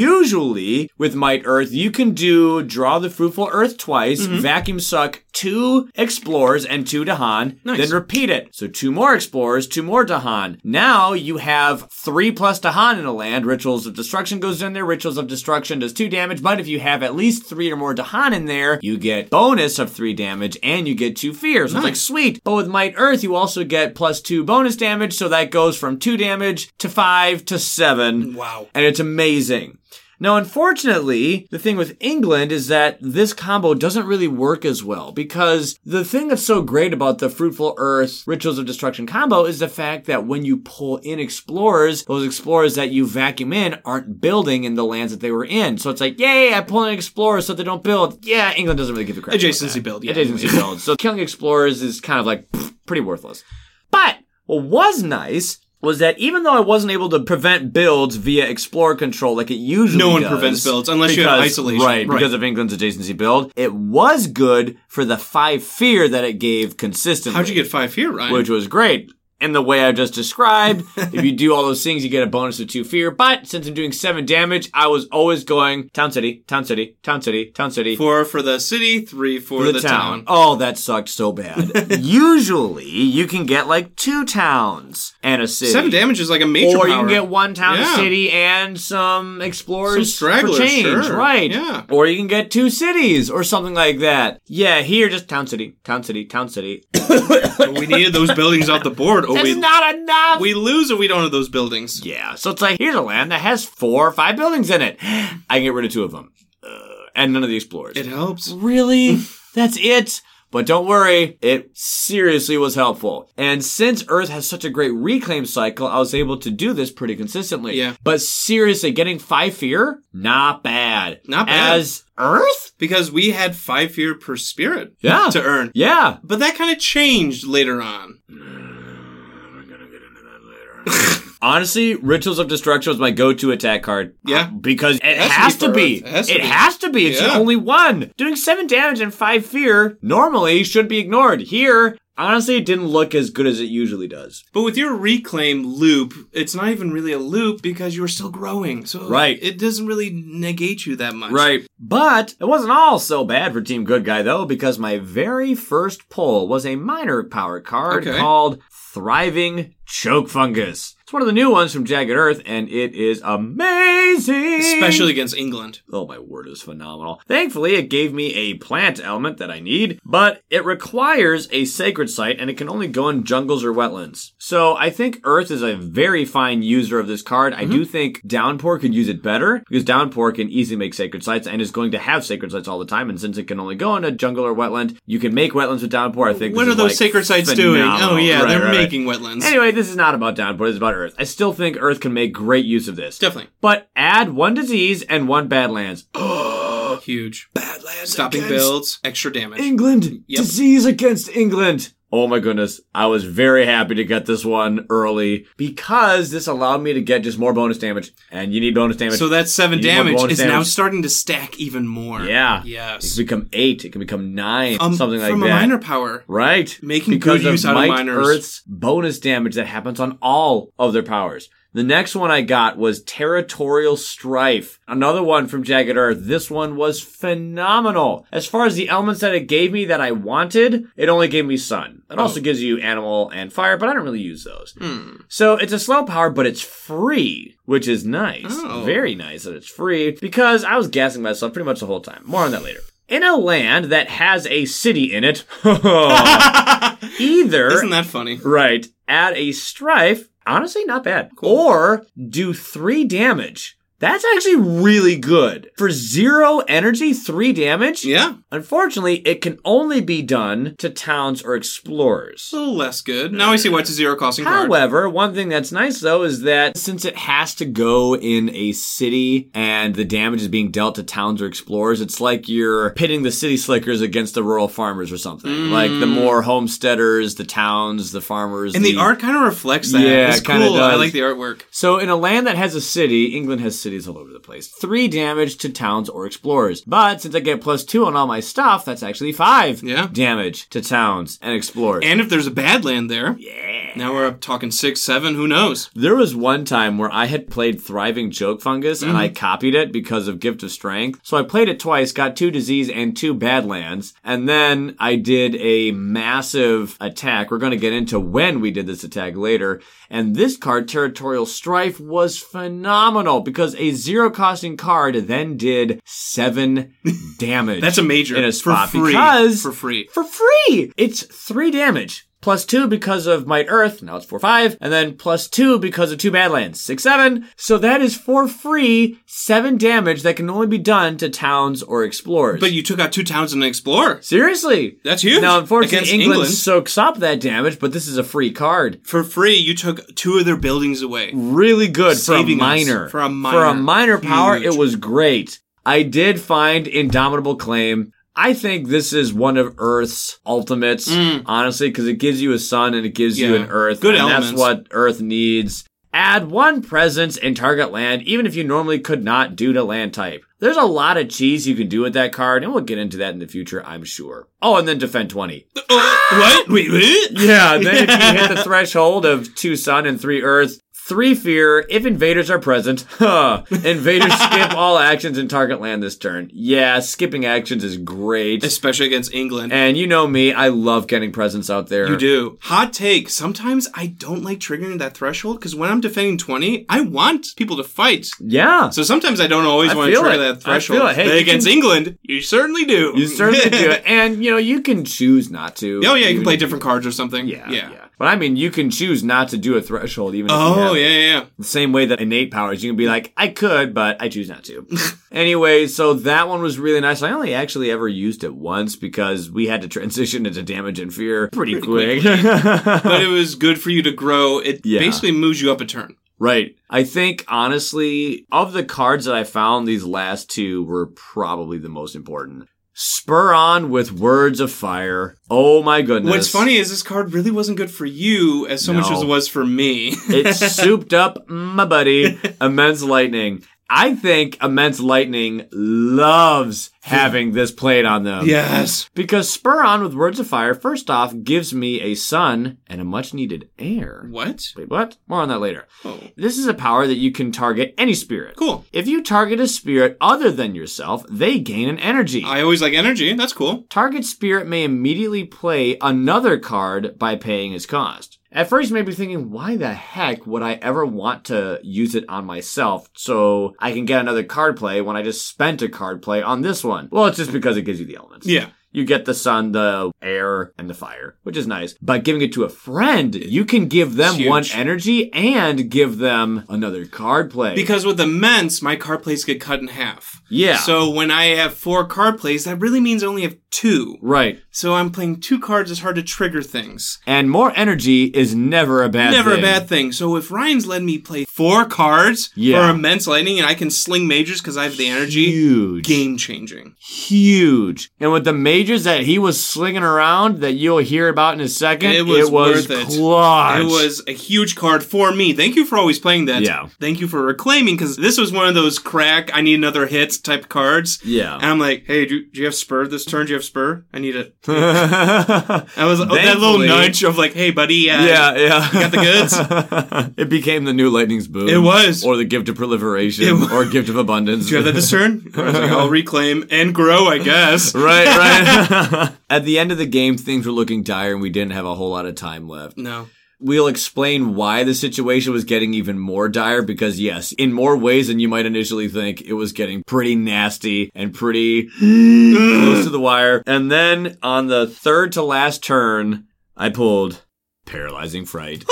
[SPEAKER 3] Usually with Might Earth, you can do draw the fruitful earth twice,
[SPEAKER 1] Mm-hmm.
[SPEAKER 3] vacuum suck two explorers and two Dahan, then repeat it. So two more explorers, two more Dahan. Now you have three plus Dahan in a land. Rituals of destruction goes in there. Rituals of destruction does two damage, but if you have at least three or more Dahan in there, you get bonus of three damage and you get two fears. So It's like sweet. But with Might Earth, you also get plus two bonus damage, so that goes from two damage to five to seven.
[SPEAKER 1] Wow.
[SPEAKER 3] And it's amazing. Now, unfortunately, the thing with England is that this combo doesn't really work as well because the thing that's so great about the Fruitful Earth Rituals of Destruction combo is the fact that when you pull in explorers, those explorers that you vacuum in aren't building in the lands that they were in. So it's like, yay, I pull in explorers so they don't build. Yeah, England doesn't really give a crap. about
[SPEAKER 1] Adjacency
[SPEAKER 3] that.
[SPEAKER 1] build, yeah.
[SPEAKER 3] Adjacency build. So killing explorers is kind of like pfft, pretty worthless. But what was nice was that even though I wasn't able to prevent builds via explorer control like it usually
[SPEAKER 1] No one
[SPEAKER 3] does,
[SPEAKER 1] prevents builds unless you have isolation.
[SPEAKER 3] Right,
[SPEAKER 1] Right.
[SPEAKER 3] because of England's adjacency build, it was good for the five fear that it gave consistently.
[SPEAKER 1] How'd you get five here, Ryan?
[SPEAKER 3] Which was great. And the way I've just
[SPEAKER 1] [laughs]
[SPEAKER 3] described, if you do all those things, you get a bonus of two fear. But since I'm doing seven damage, I was always going town city, town city, town city, town city
[SPEAKER 1] Four for the city, three for the, town.
[SPEAKER 3] Oh, that sucked so
[SPEAKER 1] [laughs]
[SPEAKER 3] bad. Usually, you can get like two towns and a city.
[SPEAKER 1] Seven damage is like a major
[SPEAKER 3] Or you
[SPEAKER 1] power.
[SPEAKER 3] can get one town,
[SPEAKER 1] Yeah.
[SPEAKER 3] a city, and some
[SPEAKER 1] Some
[SPEAKER 3] explorers
[SPEAKER 1] stragglers,
[SPEAKER 3] for change,
[SPEAKER 1] sure.
[SPEAKER 3] right?
[SPEAKER 1] Yeah.
[SPEAKER 3] Or you can get two cities or something like that. Yeah, here just town, city, town, city, town, city.
[SPEAKER 1] But we needed those buildings off the board, or
[SPEAKER 3] That's
[SPEAKER 1] we
[SPEAKER 3] not enough.
[SPEAKER 1] we lose, or we don't have those buildings.
[SPEAKER 3] yeah, so it's like here's a land that has four or five buildings in it. [gasps] I can get rid of two of them, uh, and none of the explorers.
[SPEAKER 1] It helps.
[SPEAKER 3] Really? [laughs] That's it? But don't worry, it seriously was helpful. And since Earth has such a great reclaim cycle, I was able to do this pretty consistently.
[SPEAKER 1] Yeah.
[SPEAKER 3] But seriously, getting five fear? Not bad.
[SPEAKER 1] Not bad.
[SPEAKER 3] As Earth?
[SPEAKER 1] because we had five fear per spirit [laughs]
[SPEAKER 3] Yeah.
[SPEAKER 1] to earn.
[SPEAKER 3] Yeah.
[SPEAKER 1] But that kind of changed later on.
[SPEAKER 3] [laughs] Honestly, Rituals of Destruction was my go-to attack card.
[SPEAKER 1] Yeah.
[SPEAKER 3] Because it
[SPEAKER 1] has to
[SPEAKER 3] has
[SPEAKER 1] be
[SPEAKER 3] to
[SPEAKER 1] for
[SPEAKER 3] be.
[SPEAKER 1] Earth. It has to
[SPEAKER 3] It
[SPEAKER 1] be.
[SPEAKER 3] has to be. It's
[SPEAKER 1] Yeah.
[SPEAKER 3] the only one. Doing seven damage and five fear normally should be ignored. Here, honestly, it didn't look as good as it usually does.
[SPEAKER 1] But with your reclaim loop, it's not even really a loop because you were still growing. So
[SPEAKER 3] Right.
[SPEAKER 1] it doesn't really negate you that much.
[SPEAKER 3] Right. But it wasn't all so bad for Team Good Guy, though, because my very first pull was a minor power card
[SPEAKER 1] Okay.
[SPEAKER 3] called Thriving choke fungus. It's one of the new ones from Jagged Earth, and it is amazing.
[SPEAKER 1] especially against England.
[SPEAKER 3] Oh my word, is phenomenal. Thankfully, it gave me a plant element that I need, but it requires a sacred site and it can only go in jungles or wetlands. So I think Earth is a very fine user of this card. I
[SPEAKER 1] Mm-hmm.
[SPEAKER 3] do think Downpour could use it better because Downpour can easily make sacred sites and is going to have sacred sites all the time. And since it can only go in a jungle or wetland, you can make wetlands with Downpour. I think.
[SPEAKER 1] What
[SPEAKER 3] this
[SPEAKER 1] are
[SPEAKER 3] is,
[SPEAKER 1] those
[SPEAKER 3] like,
[SPEAKER 1] sacred sites doing?
[SPEAKER 3] phenomenal.
[SPEAKER 1] Oh yeah,
[SPEAKER 3] Right,
[SPEAKER 1] they're
[SPEAKER 3] right, right.
[SPEAKER 1] making wetlands.
[SPEAKER 3] Anyway, this is not about downpour. It's about Earth. I still think Earth can make great use of this.
[SPEAKER 1] Definitely
[SPEAKER 3] But add one disease and one Badlands.
[SPEAKER 1] huge.
[SPEAKER 3] [gasps] Badlands.
[SPEAKER 1] Stopping
[SPEAKER 3] Oh. against
[SPEAKER 1] builds, extra damage.
[SPEAKER 3] England.
[SPEAKER 1] Yep.
[SPEAKER 3] Disease against England. Oh my goodness. I was very happy to get this one early because this allowed me to get just more bonus damage. And you need bonus damage.
[SPEAKER 1] so that seven
[SPEAKER 3] You want
[SPEAKER 1] damage
[SPEAKER 3] bonus
[SPEAKER 1] is now
[SPEAKER 3] damage.
[SPEAKER 1] starting to stack even more.
[SPEAKER 3] yeah. It
[SPEAKER 1] Yes.
[SPEAKER 3] can become eight. It can become nine.
[SPEAKER 1] Um,
[SPEAKER 3] something like
[SPEAKER 1] from
[SPEAKER 3] that.
[SPEAKER 1] a minor power.
[SPEAKER 3] Right.
[SPEAKER 1] Making
[SPEAKER 3] because
[SPEAKER 1] good
[SPEAKER 3] of
[SPEAKER 1] use out of
[SPEAKER 3] Might
[SPEAKER 1] minors.
[SPEAKER 3] Earth's bonus damage that happens on all of their powers. The next one I got was Territorial Strife. Another one from Jagged Earth. This one was phenomenal. As far as the elements that it gave me that I wanted, it only gave me sun.
[SPEAKER 1] Oh.
[SPEAKER 3] It also gives you animal and fire, but I don't really use those. So it's a slow power, but it's free, which is nice.
[SPEAKER 1] Oh.
[SPEAKER 3] Very nice that it's free because I was gassing myself pretty much the whole time. More on that later. In a land that has a city in
[SPEAKER 1] [laughs]
[SPEAKER 3] it, [laughs] either
[SPEAKER 1] Isn't that funny?
[SPEAKER 3] right add a strife, honestly not bad, or do three damage. That's actually really good for zero energy, three damage.
[SPEAKER 1] Yeah.
[SPEAKER 3] Unfortunately, it can only be done to towns or explorers.
[SPEAKER 1] A little less good. Now I see why it's a zero costing card.
[SPEAKER 3] However, one thing that's nice though is that since it has to go in a city and the damage is being dealt to towns or explorers, it's like you're pitting the city slickers against the rural farmers or something.
[SPEAKER 1] Mm.
[SPEAKER 3] Like the more homesteaders, the towns, the farmers,
[SPEAKER 1] and the art kind of reflects that.
[SPEAKER 3] Yeah,
[SPEAKER 1] it's
[SPEAKER 3] it kinda
[SPEAKER 1] cool. I
[SPEAKER 3] does.
[SPEAKER 1] like the artwork.
[SPEAKER 3] So, in a land that has a city, England has cities all over the place. Three damage to towns or explorers. But since I get plus two on all my stuff, that's actually five
[SPEAKER 1] Yeah.
[SPEAKER 3] damage to towns and explorers.
[SPEAKER 1] And if there's a bad land there, now we're up talking six, seven. Who knows?
[SPEAKER 3] There was one time where I had played Thriving Joke Fungus and I copied it because of Gift of Strength. So I played it twice, got two disease and two Badlands, and then I did a massive attack. We're going to get into when we did this attack later. And this card, Territorial Strife, was phenomenal because a zero costing card then did seven damage.
[SPEAKER 1] That's a major
[SPEAKER 3] in a spot
[SPEAKER 1] for free.
[SPEAKER 3] because
[SPEAKER 1] for free.
[SPEAKER 3] for free. It's three damage. Plus two because of Might Earth, now it's four five, and then plus two because of two Badlands, six seven. So that is for free seven damage that can only be done to towns or explorers.
[SPEAKER 1] But you took out two towns and an explorer.
[SPEAKER 3] seriously,
[SPEAKER 1] That's huge.
[SPEAKER 3] Now, unfortunately,
[SPEAKER 1] Against
[SPEAKER 3] England,
[SPEAKER 1] England.
[SPEAKER 3] soaks up that damage, but this is a free card.
[SPEAKER 1] For free, you took two of their buildings away.
[SPEAKER 3] Really good
[SPEAKER 1] Saving us
[SPEAKER 3] for a minor.
[SPEAKER 1] for a minor.
[SPEAKER 3] For a minor power,
[SPEAKER 1] Huge.
[SPEAKER 3] it was great. I did find Indomitable Claim. I think this is one of Earth's ultimates, honestly, because it gives you a sun and it gives you
[SPEAKER 1] Mm. Yeah.
[SPEAKER 3] an Earth.
[SPEAKER 1] Good
[SPEAKER 3] and That's
[SPEAKER 1] elements.
[SPEAKER 3] what Earth needs. Add one presence in target land, even if you normally could not due to land type. There's a lot of cheese you can do with that card, and we'll get into that in the future, I'm sure. Oh, and then defend 20.
[SPEAKER 1] Oh, what? Wait, what? [laughs]
[SPEAKER 3] Yeah, then if you hit the threshold of two sun and three earth, three fear, if invaders are present, huh,
[SPEAKER 1] [laughs]
[SPEAKER 3] invaders skip all actions in target land this turn. Yeah, skipping actions is great.
[SPEAKER 1] Especially against England.
[SPEAKER 3] And you know me, I love getting presents out there.
[SPEAKER 1] you do. Hot take. Sometimes I don't like triggering that threshold because when I'm defending 20, I want people to fight.
[SPEAKER 3] Yeah.
[SPEAKER 1] So sometimes I don't always
[SPEAKER 3] I
[SPEAKER 1] want to
[SPEAKER 3] feel
[SPEAKER 1] trigger
[SPEAKER 3] it.
[SPEAKER 1] that
[SPEAKER 3] I feel
[SPEAKER 1] threshold.
[SPEAKER 3] it. Hey,
[SPEAKER 1] but
[SPEAKER 3] you
[SPEAKER 1] against England, you certainly do. [laughs]
[SPEAKER 3] You certainly do. And, you know, you can choose not to.
[SPEAKER 1] Oh, yeah, you
[SPEAKER 3] even
[SPEAKER 1] can play
[SPEAKER 3] if-
[SPEAKER 1] different cards or something.
[SPEAKER 3] Yeah, yeah. But I mean, you can choose not to do a threshold even if you have
[SPEAKER 1] Oh,
[SPEAKER 3] it.
[SPEAKER 1] yeah, yeah, yeah.
[SPEAKER 3] The same way that innate powers, you can be like, I could, but I choose not
[SPEAKER 1] [laughs]
[SPEAKER 3] to. anyway, so that one was really nice. I only actually ever used it once because we had to transition into damage and fear pretty, quick.
[SPEAKER 1] But it was good for you to grow. It
[SPEAKER 3] Yeah.
[SPEAKER 1] basically moves you up a turn.
[SPEAKER 3] [laughs] right. I think, honestly, of the cards that I found, these last two were probably the most important. Spur on with words of fire. Oh my goodness.
[SPEAKER 1] What's funny is this card really wasn't good for you as so much
[SPEAKER 3] No.
[SPEAKER 1] as it was for me. [laughs]
[SPEAKER 3] It souped up my buddy, Immense Lightning. I think Immense Lightning loves having this played on them.
[SPEAKER 1] yes.
[SPEAKER 3] Because Spur On with Words of Fire, first off, gives me a sun and a much needed air.
[SPEAKER 1] What?
[SPEAKER 3] Wait, what? More on that later.
[SPEAKER 1] Oh.
[SPEAKER 3] This is a power that you can target any spirit.
[SPEAKER 1] Cool.
[SPEAKER 3] If you target a spirit other than yourself, they gain an energy.
[SPEAKER 1] I always like energy. That's cool.
[SPEAKER 3] Target spirit may immediately play another card by paying its cost. At first, you may be thinking, why the heck would I ever want to use it on myself so I can get another card play when I just spent a card play on this one? Well, it's just because it gives you the elements.
[SPEAKER 1] Yeah.
[SPEAKER 3] You get the sun, the air, and the fire, which is nice. By giving it to a friend, you can give them
[SPEAKER 1] Huge.
[SPEAKER 3] one energy and give them another card play.
[SPEAKER 1] Because with the Ments, my card plays get cut in half.
[SPEAKER 3] Yeah.
[SPEAKER 1] So when I have four card plays, that really means I only have two.
[SPEAKER 3] right.
[SPEAKER 1] So I'm playing two cards, it's hard to trigger things.
[SPEAKER 3] And more energy is never a bad
[SPEAKER 1] Never
[SPEAKER 3] thing.
[SPEAKER 1] a bad thing. So if Ryan's letting me play four cards
[SPEAKER 3] Yeah.
[SPEAKER 1] for immense lightning and I can sling majors because I have the energy,
[SPEAKER 3] Huge.
[SPEAKER 1] game changing.
[SPEAKER 3] huge. And with the majors that he was slinging around that you'll hear about in a second,
[SPEAKER 1] It was
[SPEAKER 3] was
[SPEAKER 1] worth it.
[SPEAKER 3] clutch.
[SPEAKER 1] It was a huge card for me. Thank you for always playing that.
[SPEAKER 3] Yeah.
[SPEAKER 1] Thank you for reclaiming because this was one of those crack, I need another hit type cards.
[SPEAKER 3] Yeah.
[SPEAKER 1] And I'm like, hey, do, do you have spur this turn? Do you have spur? I need it.
[SPEAKER 3] [laughs]
[SPEAKER 1] I was oh, that little
[SPEAKER 3] Thankfully-
[SPEAKER 1] nudge of like, hey, buddy, uh,
[SPEAKER 3] yeah, yeah.
[SPEAKER 1] got [laughs] the
[SPEAKER 3] goods. [laughs] it became the new lightning's boon.
[SPEAKER 1] It was.
[SPEAKER 3] Or the gift of proliferation.
[SPEAKER 1] It wa-
[SPEAKER 3] or gift of abundance.
[SPEAKER 1] Do you have that this turn? I was like, I'll reclaim and grow, I
[SPEAKER 3] [laughs]
[SPEAKER 1] guess.
[SPEAKER 3] right,
[SPEAKER 1] [laughs]
[SPEAKER 3] right. [laughs] At the end of the game, things were looking dire and we didn't have a whole lot of time left.
[SPEAKER 1] No.
[SPEAKER 3] We'll explain why the situation was getting even more dire because, yes, in more ways than you might initially think, it was getting pretty nasty and pretty close to the wire. And then on the third to last turn, I pulled Paralyzing Fright.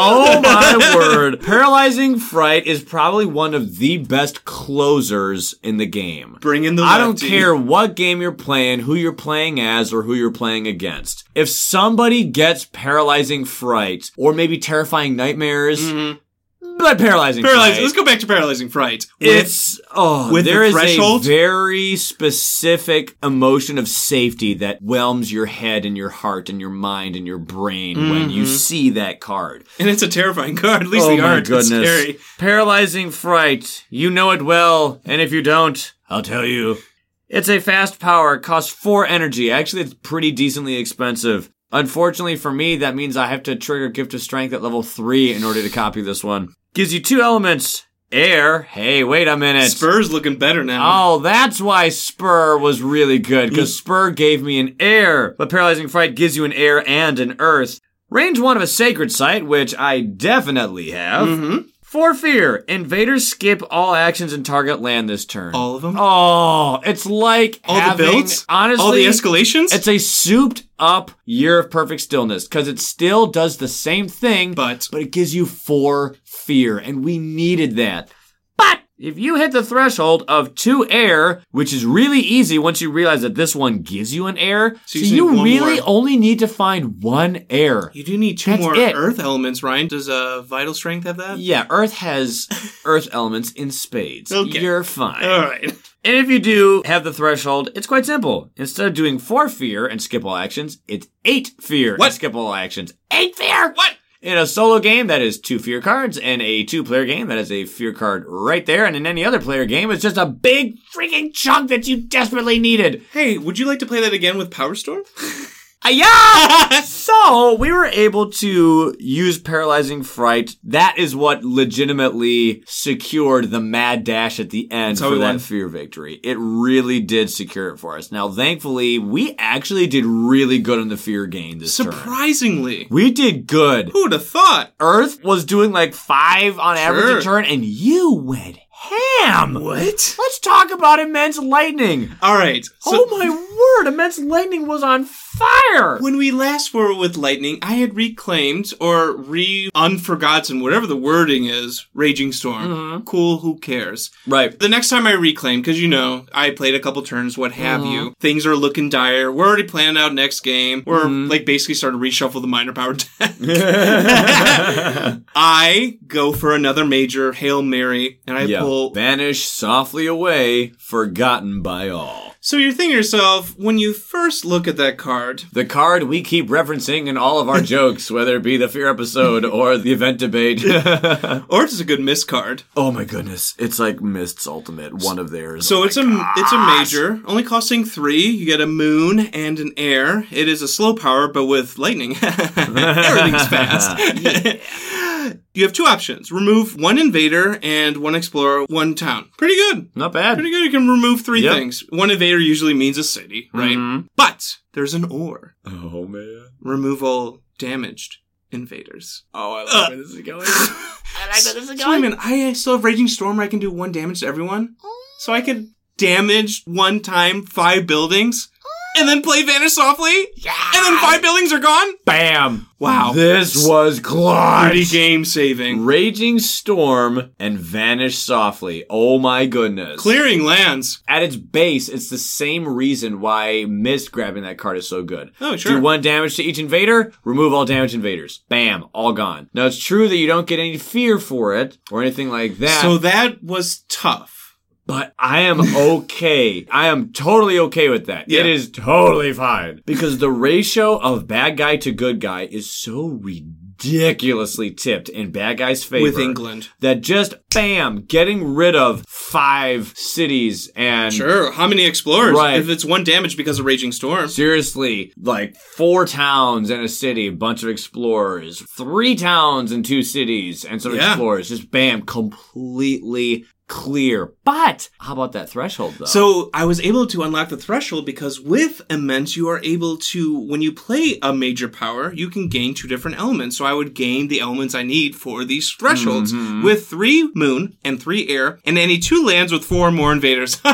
[SPEAKER 3] Oh my word. Paralyzing Fright is probably one of the best closers in the game.
[SPEAKER 1] Bring in the
[SPEAKER 3] I don't
[SPEAKER 1] lefty.
[SPEAKER 3] care what game you're playing, who you're playing as, or who you're playing against. If somebody gets paralyzing fright, or maybe terrifying nightmares, but paralyzing
[SPEAKER 1] Mm. Mm-hmm. Paralyzing.
[SPEAKER 3] fright,
[SPEAKER 1] Let's go back to paralyzing fright.
[SPEAKER 3] It's oh,
[SPEAKER 1] with
[SPEAKER 3] there
[SPEAKER 1] the
[SPEAKER 3] is
[SPEAKER 1] threshold?
[SPEAKER 3] a very specific emotion of safety that whelms your head and your heart and your mind and your brain when
[SPEAKER 1] Mm-hmm.
[SPEAKER 3] you see that card.
[SPEAKER 1] and it's a terrifying card. At least the art is scary.
[SPEAKER 3] Paralyzing fright. You know it well, and if you don't, I'll tell you. It's a fast power, It costs four energy. Actually, it's pretty decently expensive. Unfortunately for me, that means I have to trigger Gift of Strength at level three in order to copy this one. Gives you two elements. Air. Hey, wait a minute.
[SPEAKER 1] Spur's looking better now.
[SPEAKER 3] Oh, that's why Spur was really good, because Spur gave me an air, but Paralyzing Fright gives you an air and an earth. Range one of a sacred site, which I definitely have.
[SPEAKER 1] Mm-hmm.
[SPEAKER 3] For fear, invaders skip all actions and target land this turn.
[SPEAKER 1] All of them?
[SPEAKER 3] Oh, it's like
[SPEAKER 1] All
[SPEAKER 3] having,
[SPEAKER 1] the builds?
[SPEAKER 3] Honestly,
[SPEAKER 1] All the escalations?
[SPEAKER 3] It's a souped up year of perfect stillness because it still does the same thing,
[SPEAKER 1] But-
[SPEAKER 3] but it gives you four fear, and we needed that. But if you hit the threshold of two air, which is really easy once you realize that this one gives you an air, so,
[SPEAKER 1] you just need
[SPEAKER 3] you
[SPEAKER 1] one
[SPEAKER 3] really
[SPEAKER 1] more.
[SPEAKER 3] only need to find one
[SPEAKER 1] [laughs]
[SPEAKER 3] air.
[SPEAKER 1] you do need two
[SPEAKER 3] That's
[SPEAKER 1] more
[SPEAKER 3] it.
[SPEAKER 1] earth elements, Ryan. Does uh, vital strength have that?
[SPEAKER 3] Yeah, Earth has Earth elements in spades.
[SPEAKER 1] Okay.
[SPEAKER 3] You're fine.
[SPEAKER 1] All right.
[SPEAKER 3] And if you do have the threshold, it's quite simple. Instead of doing four fear and skip all actions, it's eight fear
[SPEAKER 1] What?
[SPEAKER 3] and skip all actions. Eight fear?
[SPEAKER 1] What?
[SPEAKER 3] In a solo game, that is two fear cards, and a two player game, that is a fear card right there. And in any other player game, it's just a big freaking chunk that you desperately needed.
[SPEAKER 1] Hey, would you like to play that again with Power Storm?
[SPEAKER 3] Ah, Yeah! [laughs] so we were able to use Paralyzing Fright. That is what legitimately secured the mad dash at the end
[SPEAKER 1] how
[SPEAKER 3] for
[SPEAKER 1] we won.
[SPEAKER 3] that fear victory. It really did secure it for us. Now, thankfully, we actually did really good on the fear game this turn.
[SPEAKER 1] Surprisingly.
[SPEAKER 3] We did good.
[SPEAKER 1] Who'd have thought?
[SPEAKER 3] Earth was doing like five on average a
[SPEAKER 1] Sure.
[SPEAKER 3] turn, and you went ham.
[SPEAKER 1] What?
[SPEAKER 3] Let's talk about immense lightning.
[SPEAKER 1] All right. So
[SPEAKER 3] oh my word! Immense lightning was on fire.
[SPEAKER 1] When we last were with Lightning, I had reclaimed or re unforgotten, whatever the wording is, Raging Storm. Cool, who cares?
[SPEAKER 3] Right.
[SPEAKER 1] The next time I reclaim, because you know, I played a couple turns, what have you. Things are looking dire. We're already planning out next game. We're like basically starting to reshuffle the minor power deck. [laughs]
[SPEAKER 3] [laughs]
[SPEAKER 1] I go for another major, Hail Mary, and I
[SPEAKER 3] yeah.
[SPEAKER 1] pull
[SPEAKER 3] Vanish softly away, forgotten by all.
[SPEAKER 1] So you're thinking to yourself, when you first look at that card,
[SPEAKER 3] The card we keep referencing in all [laughs] of our jokes, whether it be the fear episode or the event debate.
[SPEAKER 1] or it's a good miss card.
[SPEAKER 3] [laughs] oh my goodness. It's like Mist's Ultimate, one of theirs. Oh
[SPEAKER 1] So it's a it's a major, only costing three. You get a moon and an [laughs] air. It is a slow power, but with lightning, everything's fast. [laughs] You have two options remove one invader and one explorer, one town. Pretty good.
[SPEAKER 3] Not bad.
[SPEAKER 1] Pretty good. You can remove three
[SPEAKER 3] Yep. Mm-hmm.
[SPEAKER 1] things. One invader usually means a city, right? But there's an or.
[SPEAKER 3] Oh man.
[SPEAKER 1] Remove all damaged invaders.
[SPEAKER 3] Oh, I
[SPEAKER 1] Uh,
[SPEAKER 3] love where this is
[SPEAKER 1] [laughs]
[SPEAKER 3] going.
[SPEAKER 1] I got this again. Simon, I still have Raging Storm where I can do one damage to everyone. So I could damage one time five buildings and then play Vanish Softly. Yeah. And then five buildings are gone.
[SPEAKER 3] Bam!
[SPEAKER 1] Wow.
[SPEAKER 3] This was
[SPEAKER 1] Pretty
[SPEAKER 3] clutch.
[SPEAKER 1] game saving.
[SPEAKER 3] Raging storm and vanish softly. Oh my goodness.
[SPEAKER 1] Clearing lands.
[SPEAKER 3] At its base, it's the same reason why mist grabbing that card is so good.
[SPEAKER 1] Oh, sure.
[SPEAKER 3] Do one damage to each invader, remove all damage invaders. Bam, all gone. Now it's true that you don't get any fear for it or anything like that.
[SPEAKER 1] So that was tough.
[SPEAKER 3] But I am okay. I am totally okay with that.
[SPEAKER 1] Yeah.
[SPEAKER 3] It is totally fine. Because the ratio of bad guy to good guy is so ridiculously tipped in bad guy's favor.
[SPEAKER 1] With England.
[SPEAKER 3] That just, bam, getting rid of five cities and
[SPEAKER 1] Sure. How many explorers?
[SPEAKER 3] Right.
[SPEAKER 1] If it's one damage because of Raging Storm.
[SPEAKER 3] seriously, like four towns and a city, bunch of explorers, three towns and two cities and some
[SPEAKER 1] Yeah.
[SPEAKER 3] explorers. Just bam, completely clear. But how about that threshold though?
[SPEAKER 1] So I was able to unlock the threshold because with immense you are able to when you play a major power you can gain two different elements. So I would gain the elements I need for these thresholds
[SPEAKER 3] Mm-hmm.
[SPEAKER 1] with three moon and three air and any two lands with four or more invaders [laughs]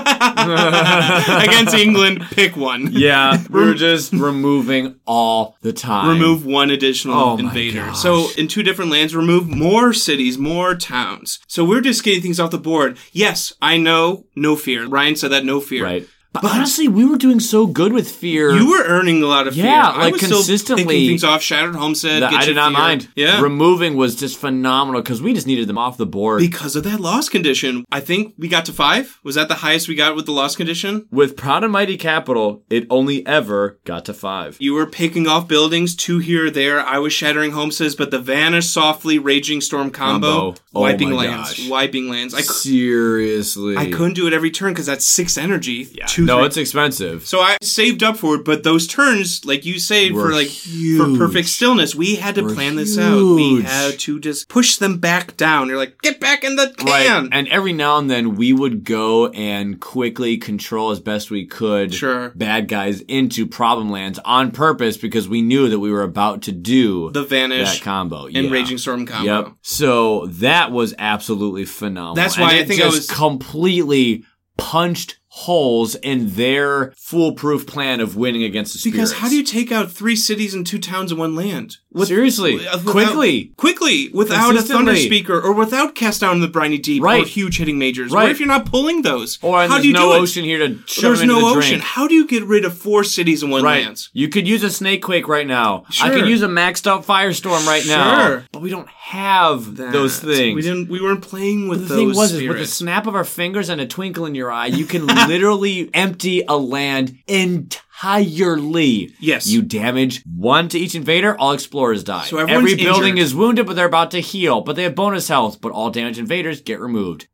[SPEAKER 1] against England. Pick one.
[SPEAKER 3] [laughs] Yeah,
[SPEAKER 1] [laughs]
[SPEAKER 3] we were just removing all the time.
[SPEAKER 1] Remove one additional
[SPEAKER 3] Oh my
[SPEAKER 1] invader.
[SPEAKER 3] gosh.
[SPEAKER 1] So in two different lands, remove more cities, more towns. So we're just getting things off the board. Yes, I know, no fear. Ryan said that no fear.
[SPEAKER 3] Right. But, honestly, we were doing so good with fear.
[SPEAKER 1] You were earning a lot of fear.
[SPEAKER 3] Yeah,
[SPEAKER 1] I
[SPEAKER 3] like,
[SPEAKER 1] was
[SPEAKER 3] consistently-
[SPEAKER 1] Still picking things off Shattered Homestead.
[SPEAKER 3] that
[SPEAKER 1] Get
[SPEAKER 3] I
[SPEAKER 1] Your
[SPEAKER 3] did not
[SPEAKER 1] Fear.
[SPEAKER 3] mind.
[SPEAKER 1] Yeah.
[SPEAKER 3] Removing was just phenomenal because we just needed them off the board.
[SPEAKER 1] because of that loss condition, I think we got to five. Was that the highest we got with the loss condition?
[SPEAKER 3] with Proud and Mighty Capital, it only ever got to five.
[SPEAKER 1] You were picking off buildings, two here or there. I was shattering homesteads, but the Vanish softly raging storm combo,
[SPEAKER 3] Combo. Oh
[SPEAKER 1] wiping
[SPEAKER 3] my
[SPEAKER 1] lands,
[SPEAKER 3] gosh.
[SPEAKER 1] wiping lands. I, c-
[SPEAKER 3] Seriously.
[SPEAKER 1] I couldn't do it every turn because that's six energy. Two,
[SPEAKER 3] no,
[SPEAKER 1] three-
[SPEAKER 3] it's expensive.
[SPEAKER 1] so I saved up for it, but those turns, like you say,
[SPEAKER 3] Were
[SPEAKER 1] for like
[SPEAKER 3] huge.
[SPEAKER 1] for perfect stillness, we had to
[SPEAKER 3] Were
[SPEAKER 1] plan this out. We
[SPEAKER 3] huge.
[SPEAKER 1] had to just push them back down. You're like, get back in the
[SPEAKER 3] Right.
[SPEAKER 1] can.
[SPEAKER 3] And every now and then we would go and quickly control as best we could
[SPEAKER 1] Sure.
[SPEAKER 3] bad guys into problem lands on purpose because we knew that we were about to do
[SPEAKER 1] the
[SPEAKER 3] that
[SPEAKER 1] vanish
[SPEAKER 3] combo.
[SPEAKER 1] and
[SPEAKER 3] yeah.
[SPEAKER 1] raging storm combo.
[SPEAKER 3] Yep. So that was absolutely phenomenal.
[SPEAKER 1] That's
[SPEAKER 3] And
[SPEAKER 1] why I
[SPEAKER 3] it
[SPEAKER 1] think I
[SPEAKER 3] just
[SPEAKER 1] was-
[SPEAKER 3] completely punched holes in their foolproof plan of winning against the spirits.
[SPEAKER 1] Because how do you take out three cities and two towns in one land? With- uh,
[SPEAKER 3] seriously
[SPEAKER 1] without-
[SPEAKER 3] quickly?
[SPEAKER 1] Quickly, without a thunder
[SPEAKER 3] Consistently.
[SPEAKER 1] speaker or without cast down in the briny deep
[SPEAKER 3] Right.
[SPEAKER 1] or huge hitting majors. Or
[SPEAKER 3] Right.
[SPEAKER 1] if you're not pulling those,
[SPEAKER 3] Or and
[SPEAKER 1] how
[SPEAKER 3] there's
[SPEAKER 1] do you
[SPEAKER 3] no
[SPEAKER 1] do it?
[SPEAKER 3] ocean here to shove
[SPEAKER 1] There's
[SPEAKER 3] them into
[SPEAKER 1] no
[SPEAKER 3] the
[SPEAKER 1] ocean.
[SPEAKER 3] drink.
[SPEAKER 1] How do you get rid of four cities in one
[SPEAKER 3] Right.
[SPEAKER 1] land?
[SPEAKER 3] You could use a snake quake right now. I
[SPEAKER 1] Sure.
[SPEAKER 3] could use a maxed out firestorm right now.
[SPEAKER 1] Sure.
[SPEAKER 3] But we don't have those
[SPEAKER 1] That.
[SPEAKER 3] things.
[SPEAKER 1] We didn't. We weren't playing with
[SPEAKER 3] the
[SPEAKER 1] those.
[SPEAKER 3] thing was, is with the
[SPEAKER 1] spirits.
[SPEAKER 3] snap of our fingers and a twinkle in your eye, you can [laughs] literally empty a land entirely.
[SPEAKER 1] Yes.
[SPEAKER 3] You damage one to each invader, all explorers die.
[SPEAKER 1] So everyone's
[SPEAKER 3] Every building
[SPEAKER 1] injured.
[SPEAKER 3] is wounded, but they're about to heal. But they have bonus health, but all damaged invaders get removed.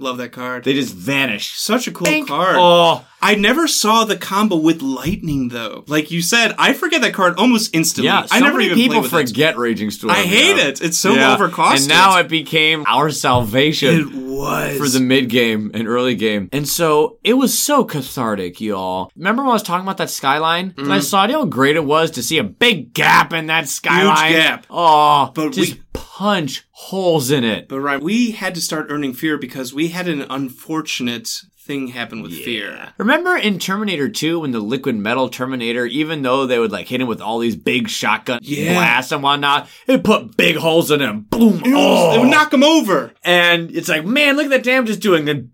[SPEAKER 1] Love that card.
[SPEAKER 3] They just vanish.
[SPEAKER 1] Such a cool card.
[SPEAKER 3] Oh,
[SPEAKER 1] I never saw the combo with lightning though. Like you said, I forget that card almost instantly.
[SPEAKER 3] yeah. So
[SPEAKER 1] I never
[SPEAKER 3] many
[SPEAKER 1] even
[SPEAKER 3] people
[SPEAKER 1] played with it.
[SPEAKER 3] forget Raging Storm.
[SPEAKER 1] I hate
[SPEAKER 3] yeah.
[SPEAKER 1] it. It's so
[SPEAKER 3] Yeah.
[SPEAKER 1] overcosted.
[SPEAKER 3] And now it became our salvation.
[SPEAKER 1] It was.
[SPEAKER 3] for the mid game and early game. And so it was so cathartic, y'all. Remember when I was talking about that skyline? And
[SPEAKER 1] Mm.
[SPEAKER 3] I saw you know how great it was to see a big gap in that skyline.
[SPEAKER 1] gap.
[SPEAKER 3] Oh,
[SPEAKER 1] But
[SPEAKER 3] just
[SPEAKER 1] we-
[SPEAKER 3] punch holes in it.
[SPEAKER 1] but Ryan, we had to start earning fear because we had an unfortunate thing happen with fear.
[SPEAKER 3] Remember in Terminator 2 when the liquid metal Terminator, even though they would like hit him with all these big shotgun
[SPEAKER 1] Yeah.
[SPEAKER 3] blasts and whatnot, it put big holes in him. Boom. oh.
[SPEAKER 1] It would knock him over.
[SPEAKER 3] and it's like, man, look at that damage it's doing. Then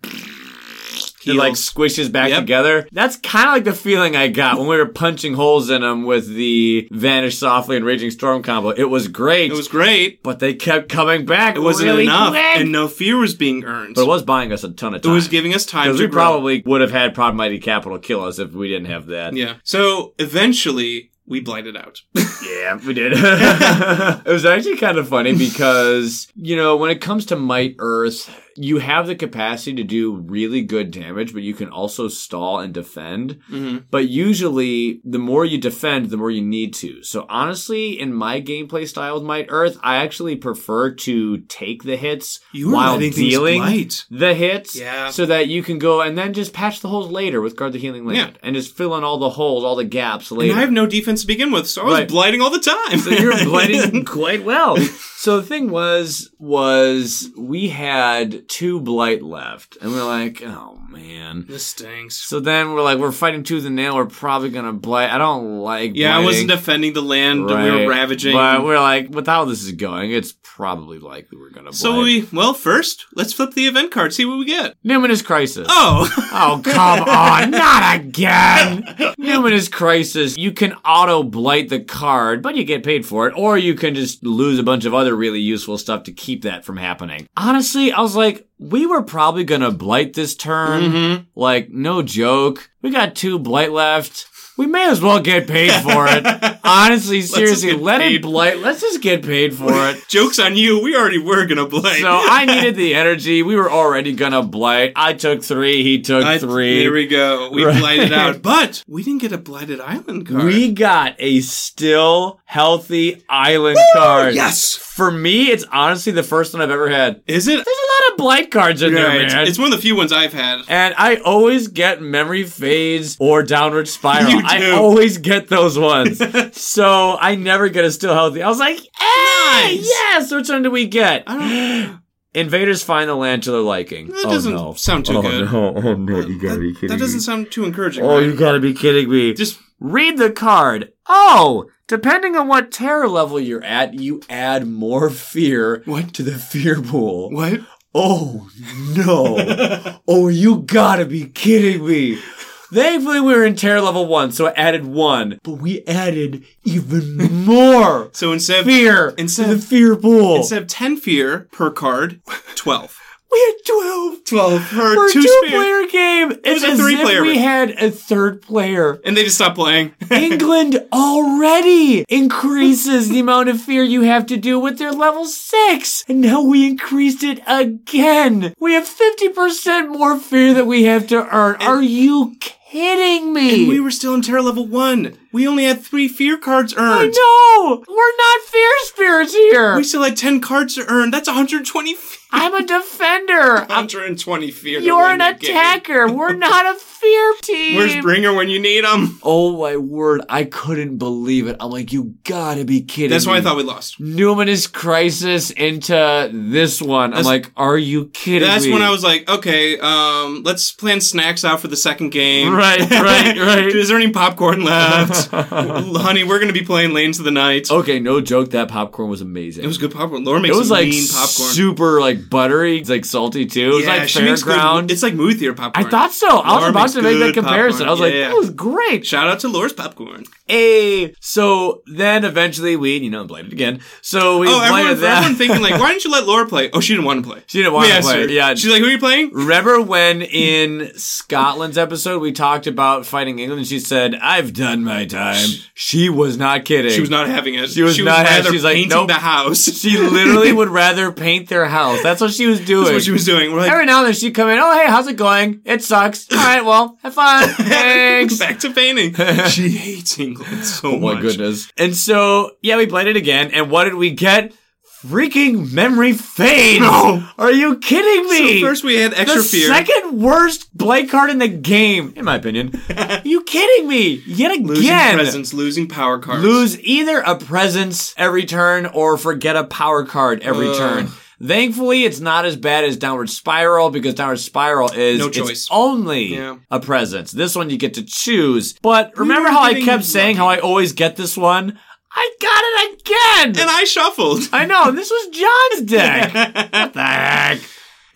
[SPEAKER 3] it
[SPEAKER 1] Heals.
[SPEAKER 3] like squishes back
[SPEAKER 1] Yep.
[SPEAKER 3] together. That's kind of like the feeling I got when we were punching holes in them with the Vanish Softly and Raging Storm combo. It was great,
[SPEAKER 1] It was great.
[SPEAKER 3] but they kept coming back.
[SPEAKER 1] It wasn't
[SPEAKER 3] really
[SPEAKER 1] enough,
[SPEAKER 3] quick.
[SPEAKER 1] and no fear was being earned.
[SPEAKER 3] but it was buying us a ton of
[SPEAKER 1] it
[SPEAKER 3] time.
[SPEAKER 1] was giving us time.
[SPEAKER 3] because
[SPEAKER 1] To
[SPEAKER 3] we
[SPEAKER 1] grow.
[SPEAKER 3] probably would have had Proud Mighty Capital kill us if we didn't have that.
[SPEAKER 1] yeah. So eventually, we blighted out.
[SPEAKER 3] Yeah, we [laughs]
[SPEAKER 1] [laughs]
[SPEAKER 3] did. it was actually kind of funny because, you know, when it comes to Might Earth, you have the capacity to do really good damage, but you can also stall and defend.
[SPEAKER 1] Mhm.
[SPEAKER 3] But usually, the more you defend, the more you need to. So honestly, in my gameplay style with Might Earth, I actually prefer to take the hits
[SPEAKER 1] You were
[SPEAKER 3] while
[SPEAKER 1] letting things
[SPEAKER 3] dealing
[SPEAKER 1] blight.
[SPEAKER 3] the hits,
[SPEAKER 1] Yeah.
[SPEAKER 3] so that you can go and then just patch the holes later with Guard the Healing Land,
[SPEAKER 1] Yeah.
[SPEAKER 3] and just fill in all the holes, all the gaps later.
[SPEAKER 1] And I have no defense to begin with, so I was
[SPEAKER 3] Right.
[SPEAKER 1] blighting all the time.
[SPEAKER 3] So
[SPEAKER 1] [laughs]
[SPEAKER 3] you're blighting quite well. So the thing was, was we had two blight left, and we're like, oh man.
[SPEAKER 1] this stinks.
[SPEAKER 3] So then we're like, we're fighting tooth and nail. We're probably gonna blight. I don't like.
[SPEAKER 1] Yeah, I
[SPEAKER 3] blighting.
[SPEAKER 1] wasn't defending the land that we were
[SPEAKER 3] Right.
[SPEAKER 1] ravaging.
[SPEAKER 3] But we're like, with how this is going, it's probably likely we're gonna.
[SPEAKER 1] so
[SPEAKER 3] blight.
[SPEAKER 1] we, well, first, let's flip the event card, see what we get.
[SPEAKER 3] Numinous crisis.
[SPEAKER 1] Oh, [laughs]
[SPEAKER 3] Oh, come on, not again! Numinous Crisis, you can auto blight the card, but you get paid for it, or you can just lose a bunch of other really useful stuff to keep that from happening. Honestly, I was like, we were probably gonna blight this turn.
[SPEAKER 1] Mm-hmm.
[SPEAKER 3] Like, no joke. We got two blight left. We may as well get paid for
[SPEAKER 1] [laughs]
[SPEAKER 3] it. Honestly, seriously,
[SPEAKER 1] get
[SPEAKER 3] let
[SPEAKER 1] paid.
[SPEAKER 3] it blight. Let's just get paid for it.
[SPEAKER 1] joke's on you. We already were going to blight.
[SPEAKER 3] So
[SPEAKER 1] [laughs]
[SPEAKER 3] I needed the energy. We were already gonna blight. I took three. He took
[SPEAKER 1] I-
[SPEAKER 3] three.
[SPEAKER 1] There we go. We
[SPEAKER 3] Right. [laughs]
[SPEAKER 1] blighted out. But we didn't get a blighted island card.
[SPEAKER 3] We got a still healthy island card.
[SPEAKER 1] yes!
[SPEAKER 3] For me, it's honestly the first one I've ever had.
[SPEAKER 1] Is it?
[SPEAKER 3] There's a lot of blight cards in there,
[SPEAKER 1] Right.
[SPEAKER 3] man.
[SPEAKER 1] It's one of the few ones I've had.
[SPEAKER 3] and I always get memory fades or downward spiral.
[SPEAKER 1] You
[SPEAKER 3] I
[SPEAKER 1] do.
[SPEAKER 3] always get those
[SPEAKER 1] [laughs]
[SPEAKER 3] ones. so I never get a still healthy. I was like, hey,
[SPEAKER 1] Nice.
[SPEAKER 3] yes, which one do we get?
[SPEAKER 1] I don't.
[SPEAKER 3] [gasps] Invaders find the land to their liking.
[SPEAKER 1] That doesn't
[SPEAKER 3] oh, no.
[SPEAKER 1] sound too
[SPEAKER 3] oh,
[SPEAKER 1] good.
[SPEAKER 3] No. Oh, no, you gotta be
[SPEAKER 1] That,
[SPEAKER 3] kidding
[SPEAKER 1] that doesn't
[SPEAKER 3] me.
[SPEAKER 1] sound too encouraging.
[SPEAKER 3] Oh,
[SPEAKER 1] right?
[SPEAKER 3] you gotta be kidding me.
[SPEAKER 1] Just
[SPEAKER 3] Read the card. Oh, depending on what terror level you're at, you add more [laughs] fear
[SPEAKER 1] What?
[SPEAKER 3] to the fear pool.
[SPEAKER 1] what?
[SPEAKER 3] Oh
[SPEAKER 1] [laughs]
[SPEAKER 3] no. oh, you gotta be kidding me. Thankfully, we were in terror level one, so I added one, but we added
[SPEAKER 1] [laughs]
[SPEAKER 3] even more
[SPEAKER 1] So instead of
[SPEAKER 3] fear
[SPEAKER 1] Instead-
[SPEAKER 3] to the fear pool.
[SPEAKER 1] instead of ten fear per card,
[SPEAKER 3] [laughs]
[SPEAKER 1] twelve.
[SPEAKER 3] we had 12.
[SPEAKER 1] Twelve per
[SPEAKER 3] For a
[SPEAKER 1] two,
[SPEAKER 3] two
[SPEAKER 1] spear.
[SPEAKER 3] player game, it's
[SPEAKER 1] was a
[SPEAKER 3] as
[SPEAKER 1] three-player
[SPEAKER 3] if we
[SPEAKER 1] game.
[SPEAKER 3] had a third player.
[SPEAKER 1] and they just stopped playing. [laughs]
[SPEAKER 3] England already increases the amount of fear you have to do with their level six. And now we increased it again. We have 50% more fear that we have to earn. Are you kidding me?
[SPEAKER 1] we were still in terror level one. We only had three fear cards earned.
[SPEAKER 3] no, we're not fear spirits here.
[SPEAKER 1] We still had ten cards to earn. That's 120 fear.
[SPEAKER 3] I'm a
[SPEAKER 1] [laughs]
[SPEAKER 3] defender. I'm-
[SPEAKER 1] 120 fear. to
[SPEAKER 3] you're
[SPEAKER 1] win
[SPEAKER 3] an
[SPEAKER 1] that game.
[SPEAKER 3] attacker.
[SPEAKER 1] [laughs]
[SPEAKER 3] We're not a fear team.
[SPEAKER 1] Where's Bringer when you need him?
[SPEAKER 3] Oh my word, I couldn't believe it. I'm like, you gotta be kidding
[SPEAKER 1] That's why I
[SPEAKER 3] me.
[SPEAKER 1] thought we lost.
[SPEAKER 3] Numinous Crisis into this one. I'm
[SPEAKER 1] That's-
[SPEAKER 3] like, are you kidding
[SPEAKER 1] That's
[SPEAKER 3] me?
[SPEAKER 1] when I was like, okay, um, let's plan snacks out for the second game. [laughs]
[SPEAKER 3] Right, right, right.
[SPEAKER 1] Is there any
[SPEAKER 3] [laughs]
[SPEAKER 1] popcorn left? Honey, we're gonna be playing Lanes of the Night.
[SPEAKER 3] Okay, no joke. That popcorn was amazing.
[SPEAKER 1] It was good popcorn. Laura makes
[SPEAKER 3] It was like
[SPEAKER 1] mean popcorn.
[SPEAKER 3] super like buttery, it's like salty too. It was like fairground.
[SPEAKER 1] good. It's like movie theater popcorn.
[SPEAKER 3] I thought so. I was
[SPEAKER 1] Laura
[SPEAKER 3] about
[SPEAKER 1] makes
[SPEAKER 3] to make that
[SPEAKER 1] good
[SPEAKER 3] comparison.
[SPEAKER 1] popcorn.
[SPEAKER 3] I was like,
[SPEAKER 1] Yeah.
[SPEAKER 3] that was great.
[SPEAKER 1] Shout out to Laura's popcorn.
[SPEAKER 3] Hey. So then eventually we, you know, played it again. So we
[SPEAKER 1] Oh, everyone,
[SPEAKER 3] played
[SPEAKER 1] for
[SPEAKER 3] that.
[SPEAKER 1] everyone thinking like, why didn't you let Laura play? Oh, she didn't want to play.
[SPEAKER 3] she didn't want
[SPEAKER 1] We
[SPEAKER 3] to
[SPEAKER 1] asked
[SPEAKER 3] play.
[SPEAKER 1] her.
[SPEAKER 3] it. Yeah,
[SPEAKER 1] She's like, who are you playing?
[SPEAKER 3] Remember when in Scotland's episode we talked about fighting England and she said, I've done my time. She was not kidding.
[SPEAKER 1] She was not having it.
[SPEAKER 3] She was not having-
[SPEAKER 1] rather
[SPEAKER 3] she's like,
[SPEAKER 1] painting
[SPEAKER 3] nope.
[SPEAKER 1] the house.
[SPEAKER 3] [laughs] She
[SPEAKER 1] [laughs]
[SPEAKER 3] literally would rather paint their house. That's what she was doing.
[SPEAKER 1] That's what she was doing. We're like,
[SPEAKER 3] Every now and then she'd come in, oh hey, how's it going? It sucks. All right, well, have
[SPEAKER 1] [laughs]
[SPEAKER 3] fun. Thanks.
[SPEAKER 1] Back
[SPEAKER 3] [laughs]
[SPEAKER 1] to painting. she hates England so
[SPEAKER 3] Oh my
[SPEAKER 1] much.
[SPEAKER 3] goodness. And so, yeah, we played it again. And what did we get? Freaking memory fade.
[SPEAKER 1] No.
[SPEAKER 3] Are you kidding me?
[SPEAKER 1] So first we had extra
[SPEAKER 3] the
[SPEAKER 1] fear.
[SPEAKER 3] second worst play card in the game, in my
[SPEAKER 1] [laughs]
[SPEAKER 3] opinion. you kidding me? Yet again,
[SPEAKER 1] losing presence, losing power cards.
[SPEAKER 3] lose either a presence every turn or forget a power card every
[SPEAKER 1] Ugh.
[SPEAKER 3] turn. Thankfully, it's not as bad as Downward Spiral because Downward Spiral is
[SPEAKER 1] No
[SPEAKER 3] it's
[SPEAKER 1] choice.
[SPEAKER 3] only
[SPEAKER 1] Yeah.
[SPEAKER 3] a presence. This one you get to choose. But remember
[SPEAKER 1] were
[SPEAKER 3] how I
[SPEAKER 1] getting
[SPEAKER 3] kept saying how I always get this one? I got it again.
[SPEAKER 1] and I shuffled
[SPEAKER 3] I know this was John's
[SPEAKER 1] [laughs]
[SPEAKER 3] deck. what the heck?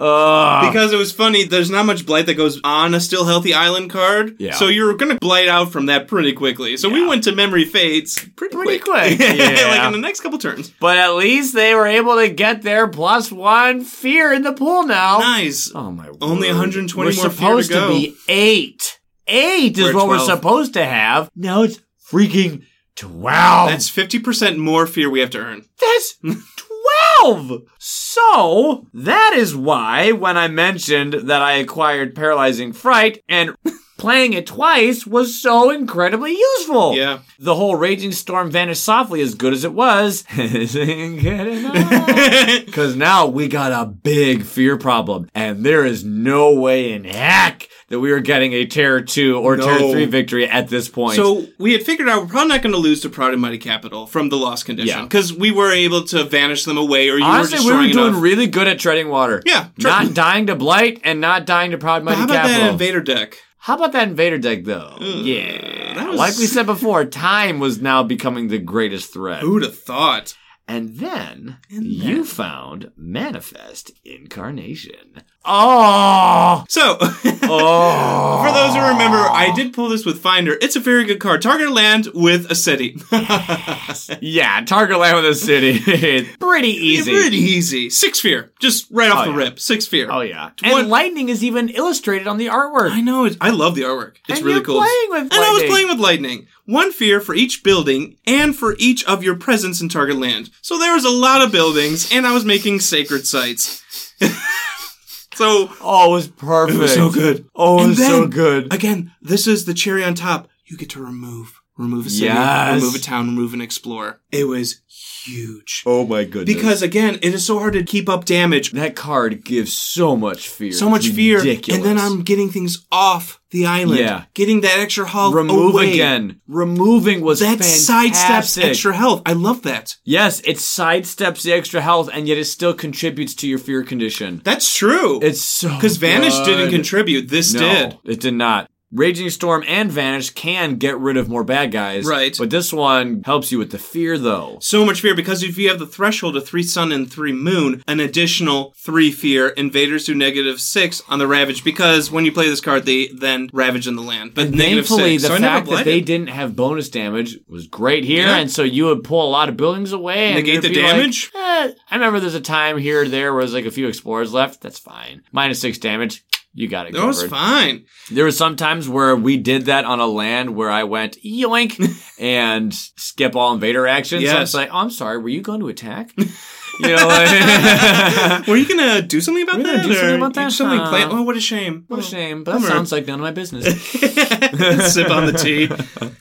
[SPEAKER 3] Ugh.
[SPEAKER 1] because it was funny. There's not much blight that goes on a still healthy island card.
[SPEAKER 3] Yeah.
[SPEAKER 1] So you're gonna blight out from that pretty quickly. So we went to memory fades pretty,
[SPEAKER 3] Pretty [laughs]
[SPEAKER 1] quick.
[SPEAKER 3] quick, yeah.
[SPEAKER 1] like in the next couple turns.
[SPEAKER 3] But at least they were able to get their plus one fear in the pool now.
[SPEAKER 1] Nice.
[SPEAKER 3] Oh my word.
[SPEAKER 1] Only 120
[SPEAKER 3] we're
[SPEAKER 1] more fear to
[SPEAKER 3] supposed
[SPEAKER 1] go.
[SPEAKER 3] be eight. Eight is
[SPEAKER 1] We're at
[SPEAKER 3] what we're
[SPEAKER 1] 12.
[SPEAKER 3] supposed to have. Now it's freaking twelve.
[SPEAKER 1] That's 50% more fear we have to earn.
[SPEAKER 3] [laughs]
[SPEAKER 1] [laughs]
[SPEAKER 3] That's 12! So, that is why when I mentioned that I acquired Paralyzing Fright and [laughs] playing it twice was so incredibly useful.
[SPEAKER 1] Yeah.
[SPEAKER 3] The whole Raging Storm vanished softly as good as it was. [laughs] isn't good enough. Because now we got a big fear problem, and there is no way in heck that we are getting a Terror 2 or Terror 3 victory at this point.
[SPEAKER 1] So we had figured out we're probably not going to lose to Proud and Mighty Capital from the Lost Condition
[SPEAKER 3] Yeah.
[SPEAKER 1] because we were able to vanish them away, or you
[SPEAKER 3] Honestly, we
[SPEAKER 1] were
[SPEAKER 3] were
[SPEAKER 1] destroying
[SPEAKER 3] doing
[SPEAKER 1] enough.
[SPEAKER 3] really good at treading water.
[SPEAKER 1] Yeah, tre-
[SPEAKER 3] not dying to blight and not dying to Proud Mighty
[SPEAKER 1] How about
[SPEAKER 3] Capital.
[SPEAKER 1] that Invader deck?
[SPEAKER 3] How about that invader deck, though? yeah.
[SPEAKER 1] that was-
[SPEAKER 3] Like we said before, time was now becoming the greatest threat.
[SPEAKER 1] Who'd have thought?
[SPEAKER 3] And then you found Manifest Incarnation. [laughs] Oh!
[SPEAKER 1] So. [laughs]
[SPEAKER 3] Oh!
[SPEAKER 1] For those who remember, I did pull this with Finder. It's a very good card. Target land with a city. [laughs]
[SPEAKER 3] yeah, target land with a city. [laughs] Pretty easy.
[SPEAKER 1] Pretty easy. Six fear. Just right off
[SPEAKER 3] Oh,
[SPEAKER 1] the
[SPEAKER 3] yeah.
[SPEAKER 1] rip. Six fear.
[SPEAKER 3] Oh, yeah.
[SPEAKER 1] One-
[SPEAKER 3] And lightning is even illustrated on the artwork.
[SPEAKER 1] I know. It's, I love the artwork. It's
[SPEAKER 3] And
[SPEAKER 1] really
[SPEAKER 3] you're
[SPEAKER 1] cool.
[SPEAKER 3] playing with
[SPEAKER 1] and I was
[SPEAKER 3] lightning.
[SPEAKER 1] playing with lightning. One fear for each building and for each of your presence in target land. So there was a lot of buildings, and I was making sacred sites. [laughs] so
[SPEAKER 3] Oh, it was perfect.
[SPEAKER 1] it was so good.
[SPEAKER 3] Oh, it
[SPEAKER 1] And
[SPEAKER 3] was so
[SPEAKER 1] then,
[SPEAKER 3] good.
[SPEAKER 1] Again, this is the cherry on top. You get to remove, remove a city,
[SPEAKER 3] Yes.
[SPEAKER 1] remove a town, remove an explorer. It was huge.
[SPEAKER 3] oh, my goodness.
[SPEAKER 1] Because again, it is so hard to keep up damage.
[SPEAKER 3] that card gives so much fear.
[SPEAKER 1] so much
[SPEAKER 3] It's
[SPEAKER 1] fear,
[SPEAKER 3] Ridiculous.
[SPEAKER 1] and then I'm getting things off the island.
[SPEAKER 3] Yeah.
[SPEAKER 1] getting that extra health.
[SPEAKER 3] remove
[SPEAKER 1] away.
[SPEAKER 3] again. Removing was
[SPEAKER 1] That sidesteps
[SPEAKER 3] fantastic.
[SPEAKER 1] extra health. I love that.
[SPEAKER 3] Yes, it sidesteps the extra health, and yet it still contributes to your fear condition.
[SPEAKER 1] That's true.
[SPEAKER 3] It's so
[SPEAKER 1] because Vanish
[SPEAKER 3] good.
[SPEAKER 1] didn't contribute. This
[SPEAKER 3] No,
[SPEAKER 1] did.
[SPEAKER 3] it did not. Raging Storm and Vanish can get rid of more bad guys,
[SPEAKER 1] Right.
[SPEAKER 3] But this one helps you with the fear, though.
[SPEAKER 1] So much fear because if you have the threshold of three sun and three moon, an additional three fear invaders do negative six on the ravage because when you play this card, they then ravage in the land. But negative
[SPEAKER 3] Thankfully,
[SPEAKER 1] six.
[SPEAKER 3] the
[SPEAKER 1] so I never
[SPEAKER 3] fact that
[SPEAKER 1] blighted.
[SPEAKER 3] they didn't have bonus damage was great here,
[SPEAKER 1] Yeah.
[SPEAKER 3] and so you would pull a lot of buildings away and
[SPEAKER 1] Negate
[SPEAKER 3] there'd
[SPEAKER 1] the
[SPEAKER 3] be like,
[SPEAKER 1] damage?
[SPEAKER 3] eh, I remember there's a time here or there where there's like a few explorers left. That's fine. Minus six damage. You got it
[SPEAKER 1] that was
[SPEAKER 3] covered.
[SPEAKER 1] fine.
[SPEAKER 3] There were some times where we did that on a land where I went yoink [laughs] and skip all invader action. So
[SPEAKER 1] Yes.
[SPEAKER 3] it's like, oh, I'm sorry, were you going to [laughs] attack? You know, like, [laughs]
[SPEAKER 1] Were you gonna do something about
[SPEAKER 3] We're gonna
[SPEAKER 1] that?
[SPEAKER 3] do something
[SPEAKER 1] or
[SPEAKER 3] about
[SPEAKER 1] you
[SPEAKER 3] that?
[SPEAKER 1] Something
[SPEAKER 3] Huh.
[SPEAKER 1] plan- oh, what a shame.
[SPEAKER 3] what a shame, but that
[SPEAKER 1] Bummer.
[SPEAKER 3] sounds like none of my business.
[SPEAKER 1] [laughs] Sip on the tea.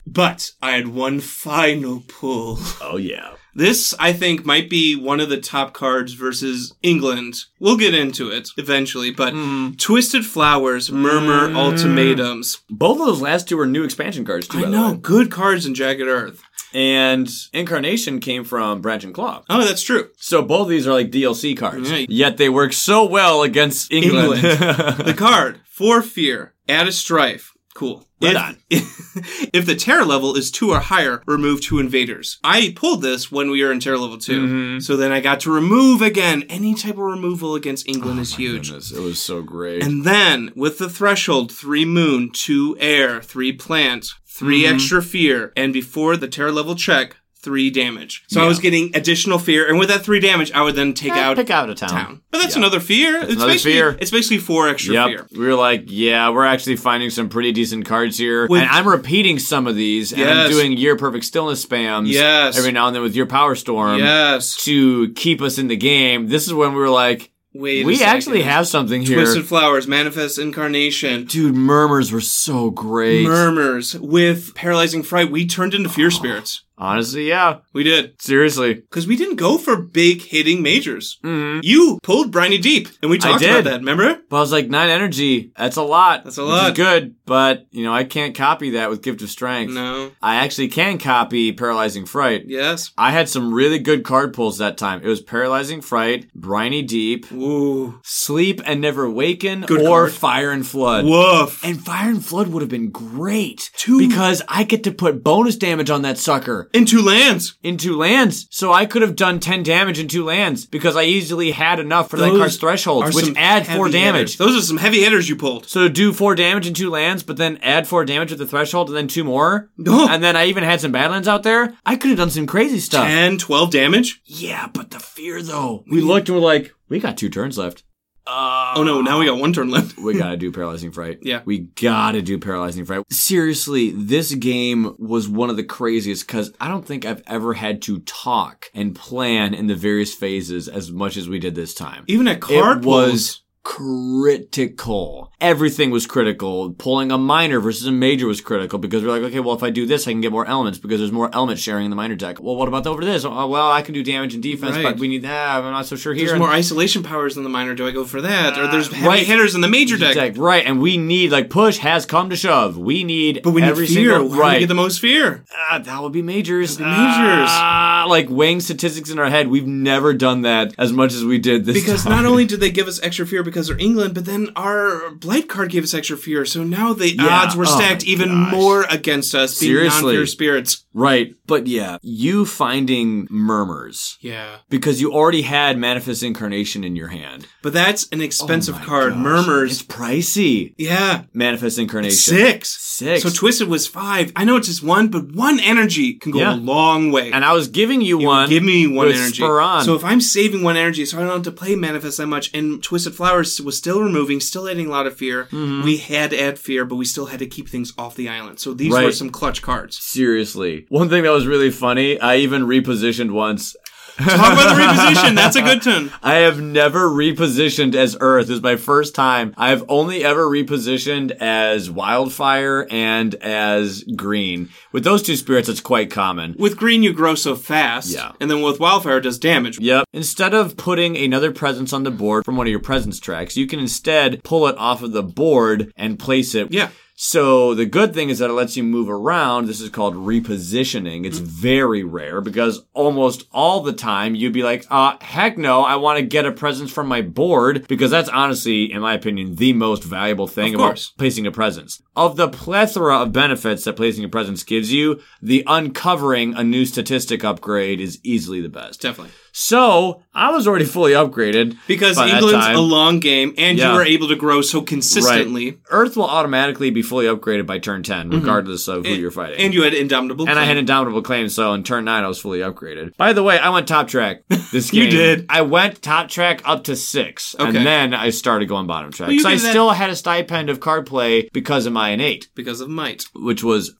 [SPEAKER 1] But I had one final pull.
[SPEAKER 3] [laughs] oh yeah.
[SPEAKER 1] This, I think, might be one of the top cards versus England. We'll get into it eventually, but
[SPEAKER 3] Hmm.
[SPEAKER 1] Twisted Flowers, Murmur, Ultimatums.
[SPEAKER 3] Both of those last two were new expansion cards too.
[SPEAKER 1] I
[SPEAKER 3] by the
[SPEAKER 1] know,
[SPEAKER 3] way.
[SPEAKER 1] good cards in Jagged Earth.
[SPEAKER 3] And Incarnation came from Branch and Claw.
[SPEAKER 1] Oh, that's true.
[SPEAKER 3] So both of these are like DLC cards.
[SPEAKER 1] Yeah.
[SPEAKER 3] Yet they work so well against England.
[SPEAKER 1] The card, For Fear, Add a Strife. Cool.
[SPEAKER 3] Right
[SPEAKER 1] if,
[SPEAKER 3] on.
[SPEAKER 1] [laughs] if the terror level is two or higher, remove two invaders. I pulled this when we were in terror level 2
[SPEAKER 3] Mm-hmm.
[SPEAKER 1] So then I got to remove again. Any type of removal against England is
[SPEAKER 3] [laughs]
[SPEAKER 1] huge.
[SPEAKER 3] Oh Goodness, it was so great.
[SPEAKER 1] And then with the threshold, three moon, two air, three plant, 3
[SPEAKER 3] Mm-hmm.
[SPEAKER 1] extra fear, and before the terror level check, three damage. So I was getting additional fear, and with that three damage, I would then take out
[SPEAKER 3] pick out a town.
[SPEAKER 1] town. But that's another fear. it's
[SPEAKER 3] another
[SPEAKER 1] basically,
[SPEAKER 3] fear.
[SPEAKER 1] It's basically four extra
[SPEAKER 3] Yep.
[SPEAKER 1] fear.
[SPEAKER 3] We were like, yeah, we're actually finding some pretty decent cards here.
[SPEAKER 1] With-
[SPEAKER 3] and I'm repeating some of these, and I'm
[SPEAKER 1] Yes.
[SPEAKER 3] doing your perfect stillness spams
[SPEAKER 1] Yes.
[SPEAKER 3] every now and then with your power storm
[SPEAKER 1] Yes.
[SPEAKER 3] to keep us in the game. This is when we were like,
[SPEAKER 1] Wait. a
[SPEAKER 3] we
[SPEAKER 1] second.
[SPEAKER 3] actually have something here.
[SPEAKER 1] twisted flowers, manifest incarnation.
[SPEAKER 3] Dude, murmurs were so great.
[SPEAKER 1] Murmurs with paralyzing fright. We turned into fear spirits.
[SPEAKER 3] Honestly, yeah.
[SPEAKER 1] We did.
[SPEAKER 3] Seriously.
[SPEAKER 1] Because we didn't go for big hitting majors.
[SPEAKER 3] Mhm.
[SPEAKER 1] You pulled Briny Deep, and we talked
[SPEAKER 3] did.
[SPEAKER 1] about that, remember?
[SPEAKER 3] But I was like, nine energy, that's a lot.
[SPEAKER 1] That's a
[SPEAKER 3] which
[SPEAKER 1] lot.
[SPEAKER 3] is good, but, you know, I can't copy that with Gift of Strength.
[SPEAKER 1] No.
[SPEAKER 3] I actually can copy Paralyzing Fright.
[SPEAKER 1] Yes.
[SPEAKER 3] I had some really good card pulls that time. It was Paralyzing Fright, Briny Deep,
[SPEAKER 1] Ooh.
[SPEAKER 3] Sleep and Never Waken,
[SPEAKER 1] Good
[SPEAKER 3] or
[SPEAKER 1] card.
[SPEAKER 3] Fire and Flood.
[SPEAKER 1] Woof.
[SPEAKER 3] And Fire and Flood would have been great too because I get to put bonus damage on that sucker
[SPEAKER 1] In two lands.
[SPEAKER 3] in two lands. So I could have done 10 damage in two lands because I easily had enough for that card's
[SPEAKER 1] are
[SPEAKER 3] thresholds, which
[SPEAKER 1] some
[SPEAKER 3] add 4
[SPEAKER 1] heavy
[SPEAKER 3] damage.
[SPEAKER 1] hitters. Those are some heavy hitters you pulled.
[SPEAKER 3] So do four damage in two lands, but then add four damage at the threshold and then two more.
[SPEAKER 1] No. [laughs]
[SPEAKER 3] And then I even had some Badlands out there. I could have done some crazy stuff.
[SPEAKER 1] 10, 12 damage.
[SPEAKER 3] Yeah, but the fear though. We looked and we're like, we got two turns left.
[SPEAKER 1] oh no, now we
[SPEAKER 3] Ah.
[SPEAKER 1] got one turn left.
[SPEAKER 3] We gotta do Paralyzing Fright.
[SPEAKER 1] Yeah.
[SPEAKER 3] We gotta do Paralyzing Fright. Seriously, this game was one of the craziest because I don't think I've ever had to talk and plan in the various phases as much as we did this time.
[SPEAKER 1] Even at
[SPEAKER 3] It
[SPEAKER 1] card
[SPEAKER 3] was critical. Everything was critical. Pulling a minor versus a major was critical because we're like, okay, well, if I do this, I can get more elements because there's more element sharing in the minor deck. Well, what about over this? Oh, well, I can do damage and defense,
[SPEAKER 1] Right.
[SPEAKER 3] but we need that. I'm not so sure here.
[SPEAKER 1] there's
[SPEAKER 3] And-
[SPEAKER 1] more isolation powers in the minor. Do I go for that? or there's heavy
[SPEAKER 3] right.
[SPEAKER 1] hitters in the major deck.
[SPEAKER 3] deck, right? And we need like push has come to shove. We need,
[SPEAKER 1] But we need
[SPEAKER 3] every
[SPEAKER 1] fear.
[SPEAKER 3] single
[SPEAKER 1] Where do we
[SPEAKER 3] right.
[SPEAKER 1] get the most fear?
[SPEAKER 3] Ah, that would be majors,
[SPEAKER 1] be majors.
[SPEAKER 3] Ah, like weighing statistics in our head. We've never done that as much as we did this.
[SPEAKER 1] Because
[SPEAKER 3] time. [laughs]
[SPEAKER 1] not only did they give us extra fear because they're England, but then our blight card gave us extra fear. So now the odds were
[SPEAKER 3] Oh my
[SPEAKER 1] stacked even
[SPEAKER 3] gosh.
[SPEAKER 1] more against us. Being
[SPEAKER 3] Seriously.
[SPEAKER 1] non-fear spirits.
[SPEAKER 3] right, but yeah, you finding murmurs
[SPEAKER 1] Yeah,
[SPEAKER 3] because you already had manifest incarnation in your hand.
[SPEAKER 1] but that's an expensive
[SPEAKER 3] Oh My
[SPEAKER 1] card.
[SPEAKER 3] gosh,
[SPEAKER 1] Murmurs.
[SPEAKER 3] It's pricey.
[SPEAKER 1] Yeah,
[SPEAKER 3] Manifest incarnation.
[SPEAKER 1] six.
[SPEAKER 3] Six.
[SPEAKER 1] So twisted was five. I know it's just one, but one energy can go
[SPEAKER 3] Yeah.
[SPEAKER 1] a long way.
[SPEAKER 3] and I was giving you, one.
[SPEAKER 1] Give me one
[SPEAKER 3] with
[SPEAKER 1] energy.
[SPEAKER 3] Speron.
[SPEAKER 1] So if I'm saving one energy, so I don't have to play manifest that much, and Twisted Flowers was still removing, still adding a lot of fear.
[SPEAKER 3] Mm-hmm.
[SPEAKER 1] We had to add fear, but we still had to keep things off the island. So these were
[SPEAKER 3] Right.
[SPEAKER 1] some clutch cards.
[SPEAKER 3] [laughs] Seriously. One thing that was really funny, I even repositioned once.
[SPEAKER 1] Talk about the reposition. That's a good turn.
[SPEAKER 3] I have never repositioned as Earth. This is my first time. I've only ever repositioned as Wildfire and as Green. With those two spirits, it's quite common.
[SPEAKER 1] With green, you grow so fast,
[SPEAKER 3] Yeah.
[SPEAKER 1] and then with wildfire, it does damage.
[SPEAKER 3] Yep. Instead of putting another presence on the board from one of your presence tracks, you can instead pull it off of the board and place it.
[SPEAKER 1] Yeah.
[SPEAKER 3] So the good thing is that it lets you move around. This is called repositioning.
[SPEAKER 1] Mm-hmm.
[SPEAKER 3] It's very rare because almost all the time you'd be like, uh, heck no, I want to get a presence from my board because that's honestly, in my opinion, the most valuable thing
[SPEAKER 1] Of
[SPEAKER 3] about
[SPEAKER 1] course.
[SPEAKER 3] placing a presence. Of the plethora of benefits that placing a presence gives you, the uncovering a new statistic upgrade is easily the best.
[SPEAKER 1] Definitely.
[SPEAKER 3] So I was already fully upgraded
[SPEAKER 1] Because
[SPEAKER 3] by that
[SPEAKER 1] England's
[SPEAKER 3] time.
[SPEAKER 1] a long game, and
[SPEAKER 3] Yeah.
[SPEAKER 1] you were able to grow so consistently,
[SPEAKER 3] Earth will automatically be fully upgraded by turn 10, regardless of who you're fighting.
[SPEAKER 1] Mm-hmm. and you had indomitable.
[SPEAKER 3] And I
[SPEAKER 1] Claim.
[SPEAKER 3] had Indomitable Claim, so in turn 9, I was fully upgraded. By the way, I went top
[SPEAKER 1] [laughs]
[SPEAKER 3] track this game.
[SPEAKER 1] You did.
[SPEAKER 3] I went top track up to 6, and
[SPEAKER 1] Okay.
[SPEAKER 3] then I started going bottom track.
[SPEAKER 1] Well, you
[SPEAKER 3] so I
[SPEAKER 1] did that-
[SPEAKER 3] still had a stipend of card play because of my innate,
[SPEAKER 1] because of might.
[SPEAKER 3] which was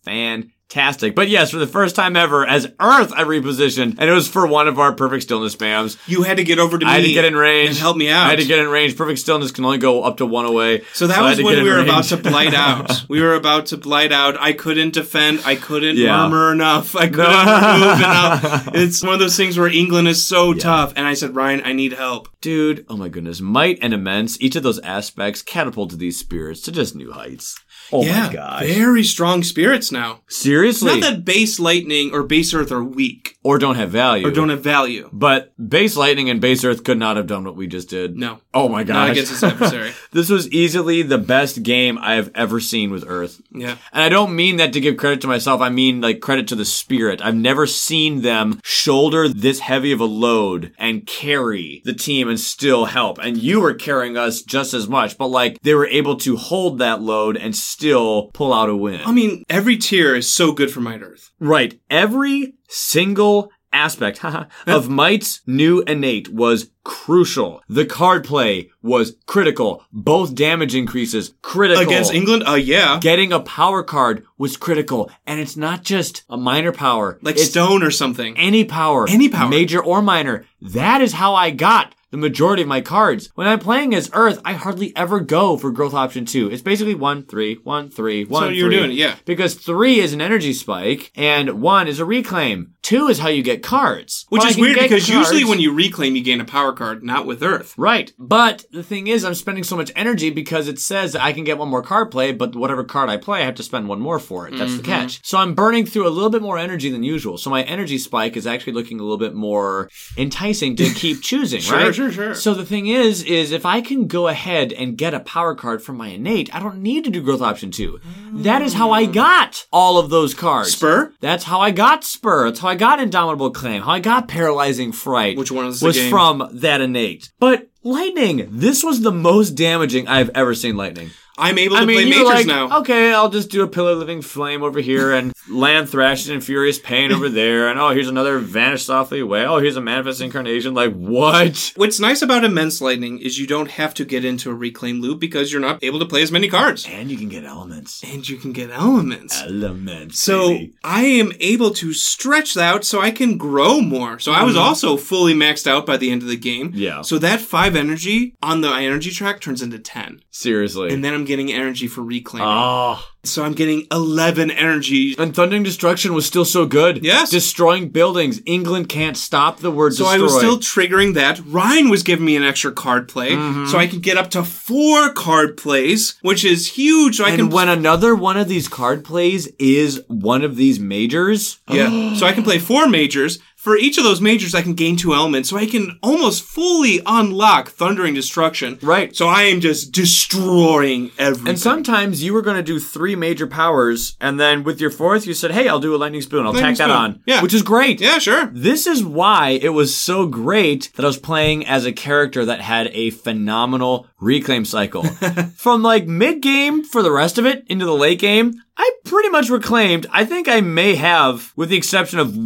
[SPEAKER 3] fantastic. But yes, for the first time ever, as Earth, I repositioned, and it was for one of our Perfect Stillness spams.
[SPEAKER 1] You had to get over to me.
[SPEAKER 3] I had to get in range.
[SPEAKER 1] and help me out.
[SPEAKER 3] I had to get in range. Perfect stillness can only go up to one away.
[SPEAKER 1] So that
[SPEAKER 3] I had
[SPEAKER 1] was
[SPEAKER 3] to
[SPEAKER 1] when
[SPEAKER 3] get
[SPEAKER 1] we
[SPEAKER 3] in
[SPEAKER 1] were
[SPEAKER 3] range.
[SPEAKER 1] about
[SPEAKER 3] [laughs]
[SPEAKER 1] to blight out. we were about to blight out. I couldn't defend. I couldn't
[SPEAKER 3] Yeah.
[SPEAKER 1] murmur enough. I couldn't
[SPEAKER 3] [laughs]
[SPEAKER 1] move enough. It's one of those things where England is so tough. And I said, Ryan, I need help.
[SPEAKER 3] Dude, oh my goodness. Might and immense, each of those aspects catapulted these spirits to just new heights. Oh my gosh.
[SPEAKER 1] very strong spirits now.
[SPEAKER 3] Seriously.
[SPEAKER 1] Not that base lightning or base earth are weak
[SPEAKER 3] or don't have value.
[SPEAKER 1] or don't have value.
[SPEAKER 3] but base lightning and base earth could not have done what we just did.
[SPEAKER 1] No.
[SPEAKER 3] Oh my
[SPEAKER 1] Not
[SPEAKER 3] gosh.
[SPEAKER 1] against its adversary.
[SPEAKER 3] [laughs] this was easily the best game I have ever seen with Earth.
[SPEAKER 1] Yeah.
[SPEAKER 3] And I don't mean that to give credit to myself. I mean like credit to the spirit. I've never seen them shoulder this heavy of a load and carry the team and still help. And you were carrying us just as much, but like they were able to hold that load and still pull out a win.
[SPEAKER 1] I mean, every tier is so good for Might Earth.
[SPEAKER 3] Right. Every single aspect [laughs] haha, of Might's new innate was crucial. The card play was critical. Both damage increases critical.
[SPEAKER 1] Against England? Uh, yeah.
[SPEAKER 3] Getting a power card was critical. And it's not just a minor power.
[SPEAKER 1] Like
[SPEAKER 3] it's
[SPEAKER 1] stone or something.
[SPEAKER 3] any power.
[SPEAKER 1] Any power.
[SPEAKER 3] Major or minor. That is how I got the majority of my cards. When I'm playing as Earth, I hardly ever go for growth option two. It's basically one, three, one, three, one,
[SPEAKER 1] what you're
[SPEAKER 3] three.
[SPEAKER 1] doing, yeah.
[SPEAKER 3] Because three is an energy spike and one is a reclaim. Two is how you get cards.
[SPEAKER 1] Which
[SPEAKER 3] Well, I
[SPEAKER 1] is
[SPEAKER 3] can
[SPEAKER 1] weird
[SPEAKER 3] get
[SPEAKER 1] because usually
[SPEAKER 3] cards-
[SPEAKER 1] when you reclaim, you gain a power card, not with Earth.
[SPEAKER 3] Right. But the thing is, I'm spending so much energy because it says that I can get one more card play, but whatever card I play, I have to spend one more for it.
[SPEAKER 1] Mm-hmm.
[SPEAKER 3] That's the catch. So I'm burning through a little bit more energy than usual. So my energy spike is actually looking a little bit more enticing
[SPEAKER 1] [laughs]
[SPEAKER 3] to keep choosing,
[SPEAKER 1] Sure,
[SPEAKER 3] right?
[SPEAKER 1] sure, sure.
[SPEAKER 3] So the thing is, is if I can go ahead and get a power card from my innate, I don't need to do growth option two. That is how I
[SPEAKER 1] Mm.
[SPEAKER 3] got all of those cards.
[SPEAKER 1] Spur?
[SPEAKER 3] That's how I got Spur. That's how I got Indomitable Claim. How I got Paralyzing Fright.
[SPEAKER 1] Which one is the
[SPEAKER 3] was
[SPEAKER 1] game?
[SPEAKER 3] from that innate. But Lightning, this was the most damaging I've ever seen Lightning.
[SPEAKER 1] I'm able to
[SPEAKER 3] I mean,
[SPEAKER 1] play
[SPEAKER 3] you're like,
[SPEAKER 1] majors now.
[SPEAKER 3] okay, I'll just do a pillar living flame over here and [laughs] land thrashing and furious pain over there. And oh, here's another vanish softly away. Oh, here's a manifest incarnation. Like, what?
[SPEAKER 1] What's nice about immense lightning is you don't have to get into a reclaim loop because you're not able to play as many cards.
[SPEAKER 3] And you can get elements.
[SPEAKER 1] And you can get elements.
[SPEAKER 3] Elements.
[SPEAKER 1] So
[SPEAKER 3] baby.
[SPEAKER 1] I am able to stretch that out so I can grow more. So I was also fully maxed out by the end of the game.
[SPEAKER 3] Yeah.
[SPEAKER 1] So that five energy on the energy track turns into ten.
[SPEAKER 3] seriously.
[SPEAKER 1] And then I'm getting energy for reclaiming.
[SPEAKER 3] Ah.
[SPEAKER 1] So I'm getting eleven energy.
[SPEAKER 3] And Thundering Destruction was still so good.
[SPEAKER 1] Yes.
[SPEAKER 3] Destroying buildings. England can't stop the word
[SPEAKER 1] So
[SPEAKER 3] destroy.
[SPEAKER 1] I was still triggering that. Ryan was giving me an extra card play.
[SPEAKER 3] Mm-hmm.
[SPEAKER 1] So I could get up to four card plays, which is huge. So I
[SPEAKER 3] and
[SPEAKER 1] can
[SPEAKER 3] when another one of these card plays is one of these majors,
[SPEAKER 1] [gasps] Yeah. so I can play four majors. For each of those majors, I can gain two elements, so I can almost fully unlock Thundering Destruction.
[SPEAKER 3] Right.
[SPEAKER 1] So I am just destroying everything.
[SPEAKER 3] And sometimes you were going to do three major powers, and then with your fourth, you said, "Hey, I'll do a lightning spoon. I'll
[SPEAKER 1] Lightning
[SPEAKER 3] tack that
[SPEAKER 1] spoon.
[SPEAKER 3] on."
[SPEAKER 1] Yeah.
[SPEAKER 3] which is great.
[SPEAKER 1] yeah, sure.
[SPEAKER 3] This is why it was so great that I was playing as a character that had a phenomenal reclaim
[SPEAKER 1] [laughs]
[SPEAKER 3] cycle. From like mid game for the rest of it into the late game, I pretty much reclaimed. I think I may have, with the exception of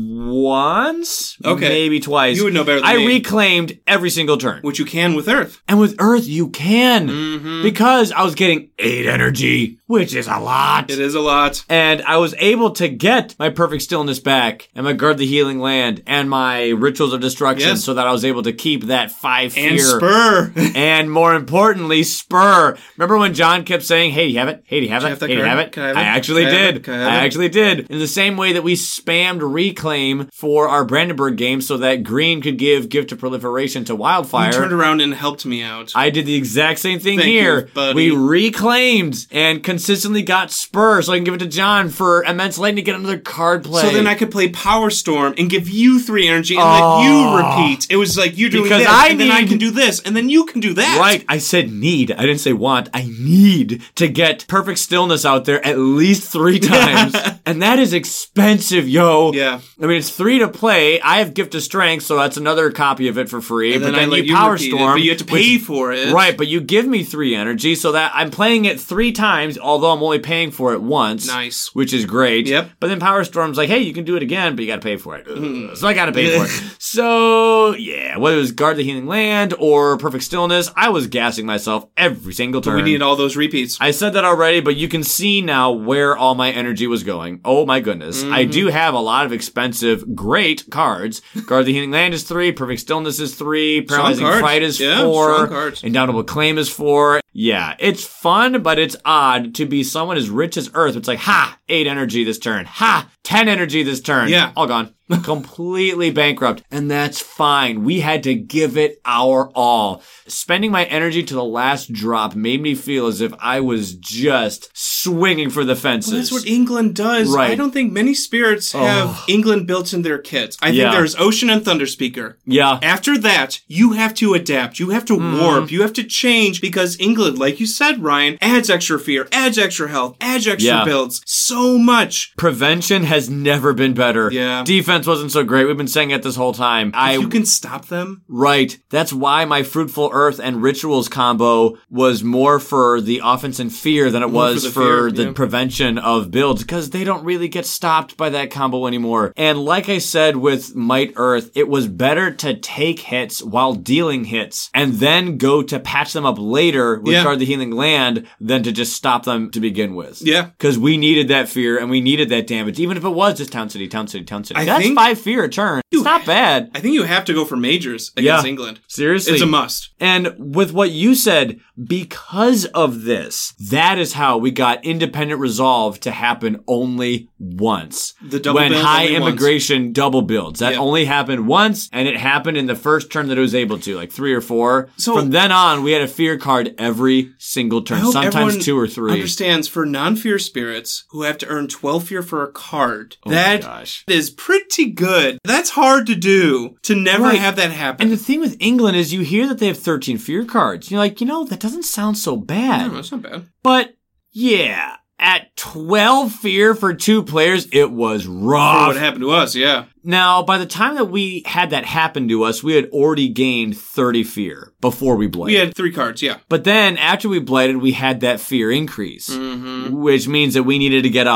[SPEAKER 3] once,
[SPEAKER 1] Okay.
[SPEAKER 3] maybe twice.
[SPEAKER 1] You would know better than
[SPEAKER 3] I
[SPEAKER 1] me.
[SPEAKER 3] reclaimed every single turn.
[SPEAKER 1] Which you can with Earth.
[SPEAKER 3] And with Earth, you can.
[SPEAKER 1] Mm-hmm.
[SPEAKER 3] Because I was getting eight energy, which is a lot.
[SPEAKER 1] It is a lot.
[SPEAKER 3] And I was able to get my perfect stillness back and my guard the healing land and my rituals of destruction
[SPEAKER 1] Yes.
[SPEAKER 3] so that I was able to keep that five fear.
[SPEAKER 1] And Spur. [laughs]
[SPEAKER 3] And more importantly, spur. Remember when John kept saying, "Hey, do you have it? Hey, do you have it?
[SPEAKER 1] have that
[SPEAKER 3] hey, do you
[SPEAKER 1] card?
[SPEAKER 3] have it?"
[SPEAKER 1] Can I have it?
[SPEAKER 3] actually
[SPEAKER 1] Can I have it?
[SPEAKER 3] did.
[SPEAKER 1] Can I
[SPEAKER 3] I,
[SPEAKER 1] have it?
[SPEAKER 3] actually did. In the same way that we spammed reclaim for our Brandenburg game so that green could give gift to proliferation to wildfire.
[SPEAKER 1] turned around and helped me out.
[SPEAKER 3] I did the exact same thing
[SPEAKER 1] Thank
[SPEAKER 3] here.
[SPEAKER 1] you, buddy.
[SPEAKER 3] We reclaimed and consistently got Spur, so I can give it to John for immense lightning to get another card play.
[SPEAKER 1] so then I could play Power Storm and give you three energy and let you repeat. It was like you doing
[SPEAKER 3] Because
[SPEAKER 1] this,
[SPEAKER 3] I
[SPEAKER 1] and then I
[SPEAKER 3] need-
[SPEAKER 1] can do this, and then you can do that.
[SPEAKER 3] Right, I said need. I didn't say want. I need to get perfect stillness out there at least
[SPEAKER 1] [laughs]
[SPEAKER 3] three times. and that is expensive, yo.
[SPEAKER 1] Yeah.
[SPEAKER 3] I mean, it's three to play. I have Gift of Strength, so that's another copy of it for free.
[SPEAKER 1] And
[SPEAKER 3] but
[SPEAKER 1] then,
[SPEAKER 3] then
[SPEAKER 1] I let
[SPEAKER 3] you
[SPEAKER 1] you
[SPEAKER 3] Power
[SPEAKER 1] repeat it,
[SPEAKER 3] Storm.
[SPEAKER 1] but you have to
[SPEAKER 3] which-
[SPEAKER 1] pay for it.
[SPEAKER 3] Right, but you give me three energy so that I'm playing it three times, although I'm only paying for it once.
[SPEAKER 1] Nice.
[SPEAKER 3] Which is great.
[SPEAKER 1] Yep.
[SPEAKER 3] But then Power Storm's like, hey, you can do it again, but you gotta pay for it.
[SPEAKER 1] Mm-hmm.
[SPEAKER 3] So I gotta pay for
[SPEAKER 1] [laughs]
[SPEAKER 3] it. So yeah, whether it was Guard the Healing Land or Perfect Stillness, I was gassing myself every single turn.
[SPEAKER 1] We need all those repeats.
[SPEAKER 3] I said that already, but you can see now where all my energy was going. Oh my goodness. I
[SPEAKER 1] Mm-hmm.
[SPEAKER 3] do have a lot of expensive, great cards. Guard of the Healing Land is three, Perfect Stillness is three, Paralyzing
[SPEAKER 1] cards.
[SPEAKER 3] Fright is
[SPEAKER 1] Yeah,
[SPEAKER 3] four,
[SPEAKER 1] strong cards.
[SPEAKER 3] Indomitable Claim is four. Yeah, it's fun, but it's odd to be someone as rich as Earth. It's like, ha, eight energy this turn. Ha, ten energy this turn.
[SPEAKER 1] Yeah.
[SPEAKER 3] All
[SPEAKER 1] [laughs]
[SPEAKER 3] gone. Completely bankrupt. And that's fine. We had to give it our all. Spending my energy to the last drop made me feel as if I was just swinging for the
[SPEAKER 1] Well, that's
[SPEAKER 3] fences.
[SPEAKER 1] what England does.
[SPEAKER 3] Right.
[SPEAKER 1] I don't think many spirits have England built in their kits. I think
[SPEAKER 3] Yeah.
[SPEAKER 1] there's Ocean and Thunderspeaker.
[SPEAKER 3] yeah.
[SPEAKER 1] After that, you have to adapt. You have to
[SPEAKER 3] Hmm.
[SPEAKER 1] warp. You have to change because England, like you said, Ryan, adds extra fear, adds extra health, adds extra
[SPEAKER 3] Yeah.
[SPEAKER 1] builds. So much.
[SPEAKER 3] Prevention has never been better.
[SPEAKER 1] Yeah.
[SPEAKER 3] Defense wasn't so great. We've been saying it this whole time. I
[SPEAKER 1] you can stop them.
[SPEAKER 3] Right. That's why my fruitful earth and rituals combo was more for the offense and fear than it was
[SPEAKER 1] for
[SPEAKER 3] for
[SPEAKER 1] the
[SPEAKER 3] the,
[SPEAKER 1] fear, yeah.
[SPEAKER 3] prevention of builds because they don't really get stopped by that combo anymore. And like I said with might earth, it was better to take hits while dealing hits and then go to patch them up later with
[SPEAKER 1] Yeah.
[SPEAKER 3] guard the healing land than to just stop them to begin with.
[SPEAKER 1] Yeah.
[SPEAKER 3] Because we needed that fear and we needed that damage, even if it was just town city, town city, town city.
[SPEAKER 1] I
[SPEAKER 3] That's
[SPEAKER 1] think-
[SPEAKER 3] five fear a turn. It's not bad.
[SPEAKER 1] I think you have to go for majors against
[SPEAKER 3] Yeah.
[SPEAKER 1] England.
[SPEAKER 3] Seriously.
[SPEAKER 1] It's a must.
[SPEAKER 3] And with what you said, because of this, that is how we got independent resolve to happen only once.
[SPEAKER 1] The double
[SPEAKER 3] when
[SPEAKER 1] build
[SPEAKER 3] high
[SPEAKER 1] only once.
[SPEAKER 3] immigration double builds that
[SPEAKER 1] Yeah.
[SPEAKER 3] only happened once, and it happened in the first turn that it was able to, like three or four.
[SPEAKER 1] So-
[SPEAKER 3] from then on, we had a fear card every single turn,
[SPEAKER 1] I hope
[SPEAKER 3] sometimes
[SPEAKER 1] everyone
[SPEAKER 3] two or three.
[SPEAKER 1] Understands for non-fear spirits who have to earn 12 fear for a card.
[SPEAKER 3] Oh my
[SPEAKER 1] that
[SPEAKER 3] gosh.
[SPEAKER 1] is pretty good. That's hard to do to never
[SPEAKER 3] Right.
[SPEAKER 1] have that happen.
[SPEAKER 3] And the thing with England is, you hear that they have thirteen fear cards. You're like, you know, that doesn't sound so bad.
[SPEAKER 1] No, it's not bad.
[SPEAKER 3] But yeah, at 12 fear for two players. It was rough.
[SPEAKER 1] what happened to us, yeah.
[SPEAKER 3] Now, by the time that we had that happen to us, we had already gained 30 fear before we
[SPEAKER 1] We
[SPEAKER 3] bladed.
[SPEAKER 1] had three cards, yeah.
[SPEAKER 3] but then after we bladed, we had that fear increase,
[SPEAKER 1] Mm-hmm.
[SPEAKER 3] which means that we needed to get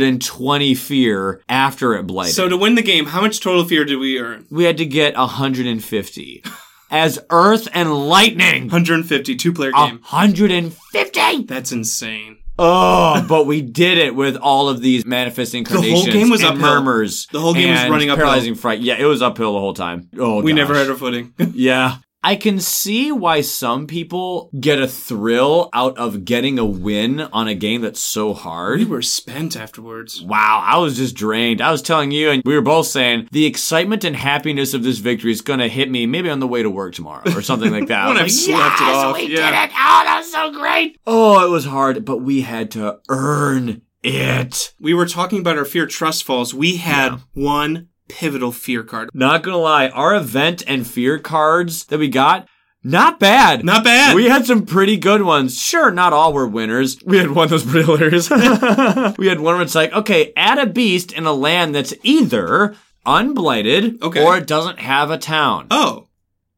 [SPEAKER 3] 120 fear after it bladed.
[SPEAKER 1] So to win the game, how much total fear did we earn?
[SPEAKER 3] we had to get 150 as earth and lightning.
[SPEAKER 1] 150, two player game.
[SPEAKER 3] 150.
[SPEAKER 1] That's insane.
[SPEAKER 3] Oh, but we did it with all of these manifest incarnations.
[SPEAKER 1] game was
[SPEAKER 3] and
[SPEAKER 1] uphill.
[SPEAKER 3] murmurs.
[SPEAKER 1] The whole game was
[SPEAKER 3] and
[SPEAKER 1] running uphill.
[SPEAKER 3] Paralyzing fright. Yeah, it was uphill the whole time. Oh,
[SPEAKER 1] We
[SPEAKER 3] gosh.
[SPEAKER 1] never had our footing.
[SPEAKER 3] [laughs] Yeah. I can see why some people get a thrill out of getting a win on a game that's so
[SPEAKER 1] we
[SPEAKER 3] hard.
[SPEAKER 1] were spent afterwards.
[SPEAKER 3] Wow, I was just drained. I was telling you, and we were both saying the excitement and happiness of this victory is going to hit me maybe on the way to work tomorrow or something like that. I
[SPEAKER 1] [laughs] When
[SPEAKER 3] was
[SPEAKER 1] I've
[SPEAKER 3] like,
[SPEAKER 1] slept it off. yeah.
[SPEAKER 3] oh, it was hard, but we had to earn it.
[SPEAKER 1] We were talking about our fear trust falls. We had one pivotal fear card.
[SPEAKER 3] Not going to lie, our event and fear cards that we got, not bad.
[SPEAKER 1] Not bad.
[SPEAKER 3] We had some pretty good ones. Sure, not all were winners. We had one that's pretty hilarious. [laughs] we had one where it's like, okay, add a beast in a land that's either unblighted
[SPEAKER 1] Okay.
[SPEAKER 3] or it doesn't have a town.
[SPEAKER 1] oh.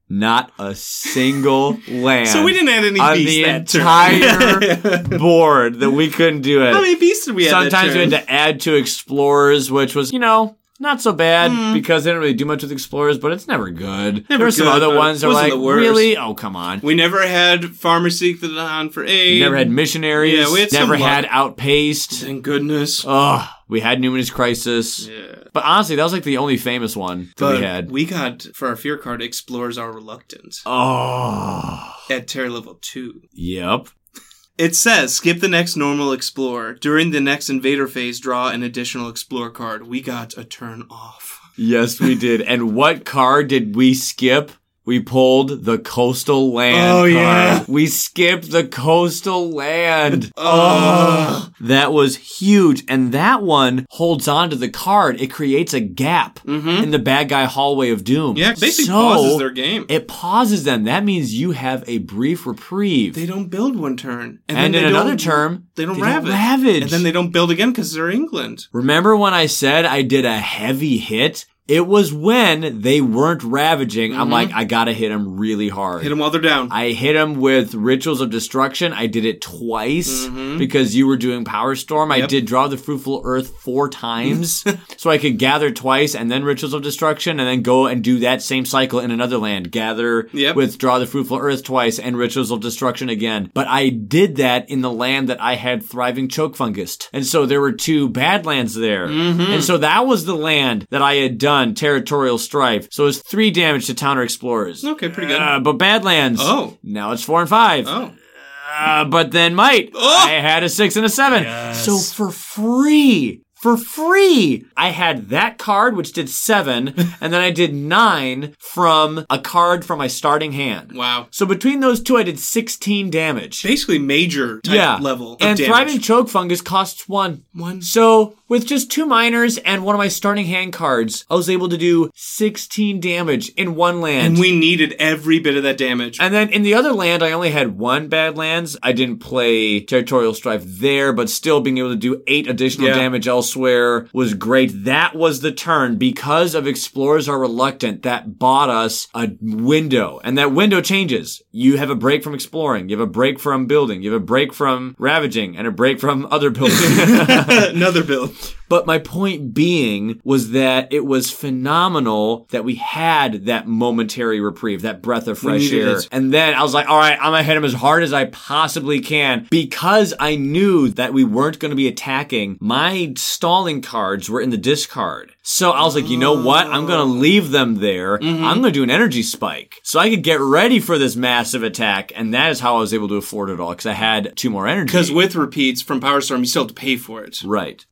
[SPEAKER 3] Not a
[SPEAKER 1] [laughs]
[SPEAKER 3] single land.
[SPEAKER 1] So we didn't add any
[SPEAKER 3] on
[SPEAKER 1] beasts
[SPEAKER 3] the
[SPEAKER 1] that turn. [laughs]
[SPEAKER 3] entire board that we couldn't do it.
[SPEAKER 1] How many beasts did we have?
[SPEAKER 3] Sometimes we had to add to explorers, which was, you know, not so bad because they didn't really do much with explorers, but it's never good. there were some
[SPEAKER 1] Mm. good,
[SPEAKER 3] other
[SPEAKER 1] but
[SPEAKER 3] ones that were
[SPEAKER 1] wasn't
[SPEAKER 3] like,
[SPEAKER 1] the worst.
[SPEAKER 3] really? Oh, come on.
[SPEAKER 1] We never had farmer seek the Dawn for aid.
[SPEAKER 3] Never had missionaries.
[SPEAKER 1] Yeah, we had some
[SPEAKER 3] never
[SPEAKER 1] luck.
[SPEAKER 3] had outpaced.
[SPEAKER 1] Thank goodness.
[SPEAKER 3] Ugh, we had Numinous Crisis.
[SPEAKER 1] yeah.
[SPEAKER 3] But honestly, that was like the only famous one that
[SPEAKER 1] But
[SPEAKER 3] we had.
[SPEAKER 1] we got for our fear card explores our reluctance
[SPEAKER 3] oh,
[SPEAKER 1] at terror level two.
[SPEAKER 3] yep.
[SPEAKER 1] It says skip the next normal explorer. During the next invader phase, draw an additional explore card. We got a turn off.
[SPEAKER 3] Yes, we did. and what card did we skip? We pulled the coastal land.
[SPEAKER 1] Oh,
[SPEAKER 3] card.
[SPEAKER 1] yeah.
[SPEAKER 3] We skipped the coastal land.
[SPEAKER 1] Oh.
[SPEAKER 3] That was huge. And that one holds on to the card. It creates a gap in the bad guy hallway of doom.
[SPEAKER 1] Yeah,
[SPEAKER 3] Mm-hmm.
[SPEAKER 1] basically
[SPEAKER 3] So-
[SPEAKER 1] pauses their game.
[SPEAKER 3] It pauses them. That means you have a brief reprieve.
[SPEAKER 1] they don't build one turn,
[SPEAKER 3] and
[SPEAKER 1] then
[SPEAKER 3] in
[SPEAKER 1] they
[SPEAKER 3] another
[SPEAKER 1] don't-
[SPEAKER 3] term,
[SPEAKER 1] they don't,
[SPEAKER 3] ravage.
[SPEAKER 1] ravage. and then they don't build again because they're England.
[SPEAKER 3] Remember when I said I did a heavy hit? It was when they weren't ravaging. I'm like, I gotta hit him really hard.
[SPEAKER 1] Hit them while they're down.
[SPEAKER 3] I hit him with Rituals of Destruction. I did it twice because you were doing Power Storm. I did Draw the Fruitful Earth four times so I could gather twice and then Rituals of Destruction and then go and do that same cycle in another land. Gather
[SPEAKER 1] Yep.
[SPEAKER 3] with Draw the Fruitful Earth twice and Rituals of Destruction again. But I did that in the land that I had Thriving Choke Fungus. And so there were two Badlands there. And so that was the land that I had done Territorial Strife. So it was three damage to Towner Explorers.
[SPEAKER 1] okay, pretty good.
[SPEAKER 3] Uh, but Badlands.
[SPEAKER 1] Oh.
[SPEAKER 3] Now it's four and five.
[SPEAKER 1] oh,
[SPEAKER 3] Uh, but then might. I had a six and a seven. So for free. For free, I had that card, which did
[SPEAKER 1] [laughs]
[SPEAKER 3] seven, and then I did nine from a card from my starting hand.
[SPEAKER 1] wow.
[SPEAKER 3] So between those two, I did 16 damage.
[SPEAKER 1] Basically, major type
[SPEAKER 3] yeah.
[SPEAKER 1] level of
[SPEAKER 3] And
[SPEAKER 1] damage.
[SPEAKER 3] Thriving Choke Fungus costs one.
[SPEAKER 1] One.
[SPEAKER 3] So with just two minors and one of my starting hand cards, I was able to do 16 damage in one land.
[SPEAKER 1] and we needed every bit of that damage.
[SPEAKER 3] And [laughs] then in the other land, I only had one Badlands. I didn't play Territorial Strife there, but still being able to do eight additional
[SPEAKER 1] Yeah.
[SPEAKER 3] damage elsewhere was great. That was the turn because of Explorers Are Reluctant that bought us a window. And that window changes. You have a break from exploring, you have a break from building, you have a break from ravaging, and a break from other building.
[SPEAKER 1] [laughs] Another build.
[SPEAKER 3] But my point being was that it was phenomenal that we had that momentary reprieve, that breath of fresh
[SPEAKER 1] needed
[SPEAKER 3] air.
[SPEAKER 1] it.
[SPEAKER 3] And then I was like, all right, I'm gonna hit him as hard as I possibly can because I knew that we weren't gonna be attacking. My stalling cards were in the discard. So I was like, you know what? I'm
[SPEAKER 1] Oh.
[SPEAKER 3] gonna leave them there.
[SPEAKER 1] Mm-hmm.
[SPEAKER 3] I'm gonna do an energy spike. So I could get ready for this massive attack. And that is how I was able to afford it all because I had two more energy.
[SPEAKER 1] Because with repeats from Power Storm, you still have to pay for it.
[SPEAKER 3] Right.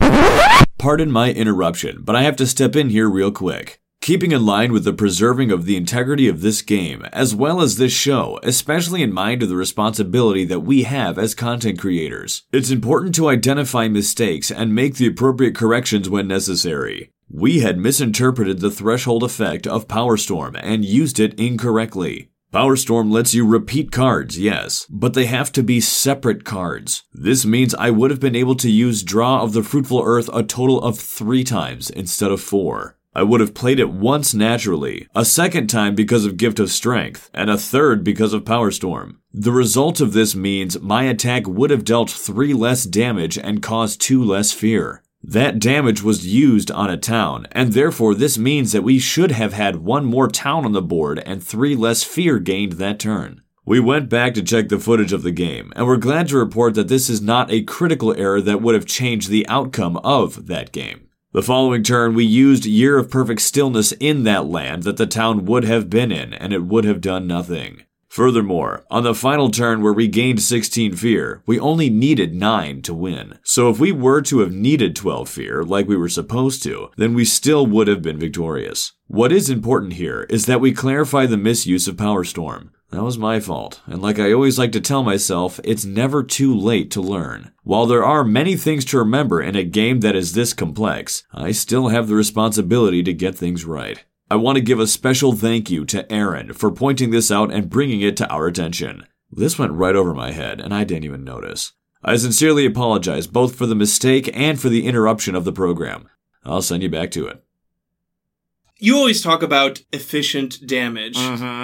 [SPEAKER 3] Pardon my interruption, but I have to step in here real quick. Keeping in line with the preserving of the integrity of this game, as well as this show, especially in mind of the responsibility that we have as content creators, it's important to identify mistakes and make the appropriate corrections when necessary. We had misinterpreted the threshold effect of Power Storm and used it incorrectly.
[SPEAKER 5] Power Storm lets you repeat cards, yes, but they have to be separate cards. This means I would have been able to use Draw of the Fruitful Earth a total of three times instead of four. I would have played it once naturally, a second time because of Gift of Strength, and a third because of Power Storm. The result of this means my attack would have dealt three less damage and caused two less fear. That damage was used on a town, and therefore this means that we should have had one more town on the board and three less fear gained that turn. We went back to check the footage of the game, and we're glad to report that this is not a critical error that would have changed the outcome of that game. The following turn, we used Year of Perfect Stillness in that land that the town would have been in, and it would have done nothing. Furthermore, on the final turn where we gained 16 fear, we only needed 9 to win. So if we were to have needed 12 fear, like we were supposed to, then we still would have been victorious. What is important here is that we clarify the misuse of Power Storm. That was my fault, and like I always like to tell myself, it's never too late to learn. While there are many things to remember in a game that is this complex, I still have the responsibility to get things right. I want to give a special thank you to Aaron for pointing this out and bringing it to our attention. This went right over my head, and I didn't even notice. I sincerely apologize both for the mistake and for the interruption of the program. I'll send you back to it.
[SPEAKER 1] You always talk about efficient damage.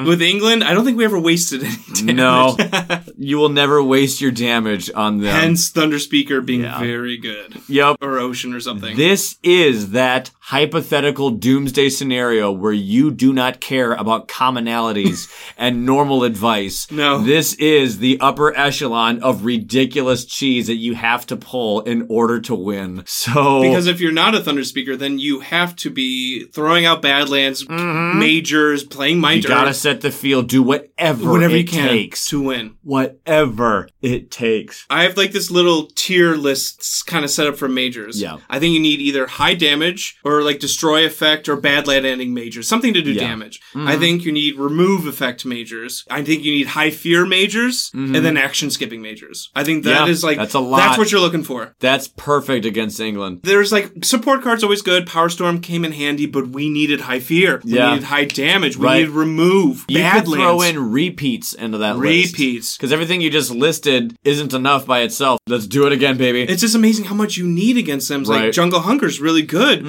[SPEAKER 1] With England, I don't think we ever wasted any damage.
[SPEAKER 3] Mm-hmm. No. you will never waste your damage on them.
[SPEAKER 1] Hence Thunderspeaker being very good.
[SPEAKER 3] yep.
[SPEAKER 1] Or Ocean or something.
[SPEAKER 3] This is that hypothetical doomsday scenario where you do not care about
[SPEAKER 1] [laughs]
[SPEAKER 3] commonalities and normal advice.
[SPEAKER 1] No.
[SPEAKER 3] This is the upper echelon of ridiculous cheese that you have to pull in order to win. So
[SPEAKER 1] because if you're not a Thunderspeaker, then you have to be throwing out Badlands, majors, playing Mind
[SPEAKER 3] Mm-hmm. you gotta set the field, do whatever,
[SPEAKER 1] whatever
[SPEAKER 3] it
[SPEAKER 1] you can
[SPEAKER 3] takes.
[SPEAKER 1] to win.
[SPEAKER 3] Whatever it takes.
[SPEAKER 1] I have like this little tier list kind of set up for majors.
[SPEAKER 3] Yeah.
[SPEAKER 1] I think you need either high damage or like destroy effect or bad land ending majors, something to do damage.
[SPEAKER 3] Mm-hmm.
[SPEAKER 1] I think you need remove effect majors. I think you need high fear majors and then action skipping majors. I think that is
[SPEAKER 3] Mm-hmm. Yeah,
[SPEAKER 1] like
[SPEAKER 3] that's a lot.
[SPEAKER 1] That's what you're looking for.
[SPEAKER 3] That's perfect against England.
[SPEAKER 1] There's like support cards always good. Power Storm came in handy, but we needed high fear. We
[SPEAKER 3] Yeah.
[SPEAKER 1] needed high damage. We
[SPEAKER 3] Right.
[SPEAKER 1] needed remove.
[SPEAKER 3] You
[SPEAKER 1] bad
[SPEAKER 3] could throw
[SPEAKER 1] lands.
[SPEAKER 3] in repeats into that list.
[SPEAKER 1] Repeats.
[SPEAKER 3] Because everything you just listed isn't enough by itself. Let's do it again, baby.
[SPEAKER 1] It's just amazing how much you need against them. It's Like
[SPEAKER 3] Right. Mm-hmm.
[SPEAKER 1] Jungle Hunger's really good,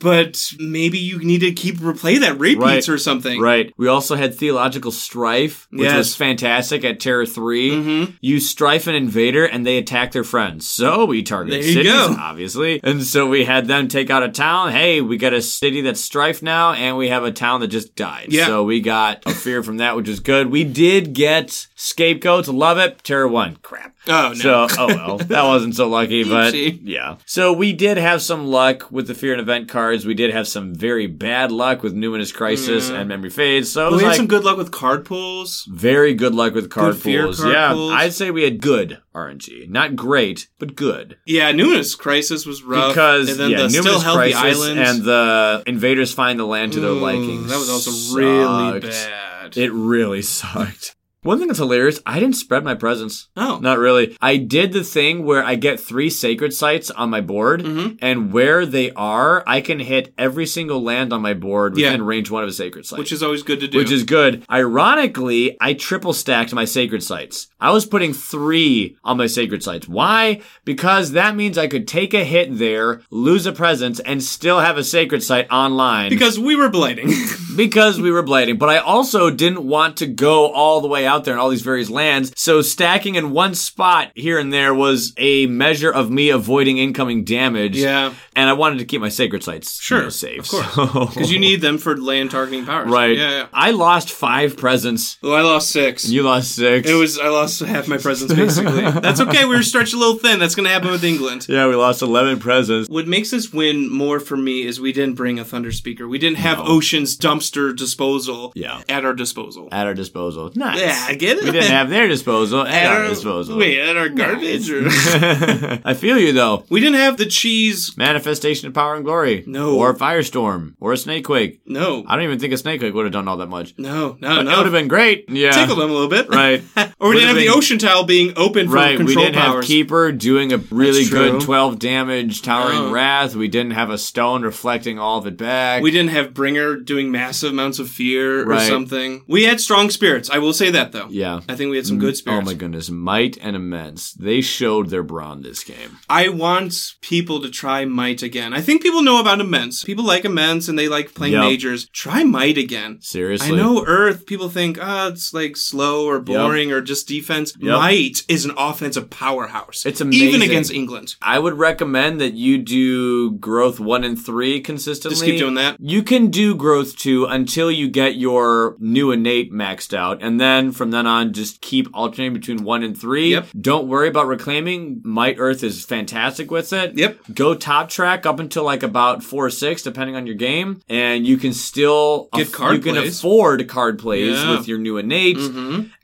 [SPEAKER 1] but maybe you need to keep replay that repeats
[SPEAKER 3] Right.
[SPEAKER 1] or something.
[SPEAKER 3] Right. We also had Theological Strife, which
[SPEAKER 1] Yes. Mm-hmm.
[SPEAKER 3] was fantastic at Terror 3. You strife an invader and they attack their friends. So we targeted
[SPEAKER 1] There you
[SPEAKER 3] cities,
[SPEAKER 1] go.
[SPEAKER 3] obviously. And so we had them take out a town. Hey, we got a city that's strife now and we have a town that just died.
[SPEAKER 1] Yeah.
[SPEAKER 3] So we got a fear from that, which is good. We did get scapegoats. Love it. Terror 1. Crap.
[SPEAKER 1] Oh no.
[SPEAKER 3] So, oh well, that wasn't so lucky,
[SPEAKER 1] [laughs]
[SPEAKER 3] but
[SPEAKER 1] Oopsie.
[SPEAKER 3] yeah. So we did have some luck with the fear and event cards. We did have some very bad luck with Numinous Crisis and Memory Fades. So it
[SPEAKER 1] [laughs] Mm. we
[SPEAKER 3] was
[SPEAKER 1] had
[SPEAKER 3] like
[SPEAKER 1] some good luck with card pulls.
[SPEAKER 3] very good luck with card
[SPEAKER 1] Good fear
[SPEAKER 3] pools.
[SPEAKER 1] card
[SPEAKER 3] yeah,
[SPEAKER 1] pools.
[SPEAKER 3] I'd say we had good RNG, not great, but good
[SPEAKER 1] Yeah, Numinous Crisis was rough.
[SPEAKER 3] because
[SPEAKER 1] Uh, and then
[SPEAKER 3] yeah,
[SPEAKER 1] the
[SPEAKER 3] Numinous
[SPEAKER 1] still healthy
[SPEAKER 3] Crisis
[SPEAKER 1] island.
[SPEAKER 3] and the invaders find the land to their
[SPEAKER 1] Ooh,
[SPEAKER 3] liking.
[SPEAKER 1] That was also
[SPEAKER 3] sucked.
[SPEAKER 1] really bad.
[SPEAKER 3] It really sucked. One thing that's hilarious, I didn't spread my presence.
[SPEAKER 1] oh.
[SPEAKER 3] Not really. I did the thing where I get three sacred sites on my board,
[SPEAKER 1] Mm-hmm.
[SPEAKER 3] and where they are, I can hit every single land on my board
[SPEAKER 1] Yeah.
[SPEAKER 3] within range one of a sacred site.
[SPEAKER 1] Which is always good to do.
[SPEAKER 3] Which is good. Ironically, I triple stacked my sacred sites. I was putting three on my sacred sites. Why? Because that means I could take a hit there, lose a presence, and still have a sacred site online
[SPEAKER 1] because we were blighting. [laughs]
[SPEAKER 3] because we were blading, but I also didn't want to go all the way out there in all these various lands. So stacking in one spot here and there was a measure of me avoiding incoming damage.
[SPEAKER 1] yeah.
[SPEAKER 3] And I wanted to keep my sacred sites you
[SPEAKER 1] Sure,
[SPEAKER 3] know, safe. [laughs]
[SPEAKER 1] of course.
[SPEAKER 3] So-
[SPEAKER 1] Because you need them for land targeting powers.
[SPEAKER 3] right.
[SPEAKER 1] Yeah, yeah.
[SPEAKER 3] I lost five presents.
[SPEAKER 1] Well, I lost six.
[SPEAKER 3] You lost six.
[SPEAKER 1] it was I lost half my presence
[SPEAKER 3] [laughs]
[SPEAKER 1] basically. That's okay. We were stretched a little thin. That's gonna happen with England.
[SPEAKER 3] yeah, we lost eleven presents.
[SPEAKER 1] What makes this win more for me is we didn't bring a thunder speaker. We didn't have Ocean's dumpster disposal
[SPEAKER 3] Yeah.
[SPEAKER 1] at our disposal.
[SPEAKER 3] At our disposal. Nice.
[SPEAKER 1] Yeah, I get it.
[SPEAKER 3] We didn't have their disposal at, our, disposal.
[SPEAKER 1] Wait, at our garbage. Or...
[SPEAKER 3] [laughs] I feel you though.
[SPEAKER 1] we didn't have the cheese.
[SPEAKER 3] Manifestation of power and glory.
[SPEAKER 1] No.
[SPEAKER 3] Or a firestorm. Or a snakequake.
[SPEAKER 1] No,
[SPEAKER 3] I don't even think a snake would have done all that much.
[SPEAKER 1] no, no,
[SPEAKER 3] That would have
[SPEAKER 1] no.
[SPEAKER 3] been great. Yeah.
[SPEAKER 1] Tickled them a little bit,
[SPEAKER 3] Right.
[SPEAKER 1] [laughs] Or we
[SPEAKER 3] Would've
[SPEAKER 1] didn't have
[SPEAKER 3] been-
[SPEAKER 1] the ocean towel being open for
[SPEAKER 3] Right. We
[SPEAKER 1] control
[SPEAKER 3] didn't have
[SPEAKER 1] powers.
[SPEAKER 3] Keeper doing a really
[SPEAKER 1] That's true.
[SPEAKER 3] good 12 damage, Towering
[SPEAKER 1] Oh.
[SPEAKER 3] Wrath. We didn't have a stone reflecting all of it back.
[SPEAKER 1] we didn't have Bringer doing mass massive amounts of fear or
[SPEAKER 3] Right.
[SPEAKER 1] something. We had strong spirits. I will say that though.
[SPEAKER 3] Yeah.
[SPEAKER 1] I think we had some good
[SPEAKER 3] Oh
[SPEAKER 1] spirits.
[SPEAKER 3] my goodness, might and immense. They showed their bra in this game.
[SPEAKER 1] I want people to try Might again. I think people know about Immense. People like Immense and they like playing
[SPEAKER 3] Yep.
[SPEAKER 1] majors. Try Might again.
[SPEAKER 3] Seriously.
[SPEAKER 1] I know Earth, people think, ah, it's like slow or boring or just defense. Might is an offensive powerhouse.
[SPEAKER 3] It's
[SPEAKER 1] Even
[SPEAKER 3] amazing.
[SPEAKER 1] against England.
[SPEAKER 3] I would recommend that you do growth one and three consistently.
[SPEAKER 1] Just keep doing that.
[SPEAKER 3] You can do growth two until you get your new innate maxed out, and then from then on, just keep alternating between one and three.
[SPEAKER 1] Yep.
[SPEAKER 3] Don't worry about reclaiming. Might Earth is fantastic with it.
[SPEAKER 1] Yep.
[SPEAKER 3] Go top track up until like about four or six, depending on your game, and you can still
[SPEAKER 1] Get card
[SPEAKER 3] You can
[SPEAKER 1] plays.
[SPEAKER 3] afford card plays
[SPEAKER 1] Yeah. Mm-hmm.
[SPEAKER 3] with your new innate,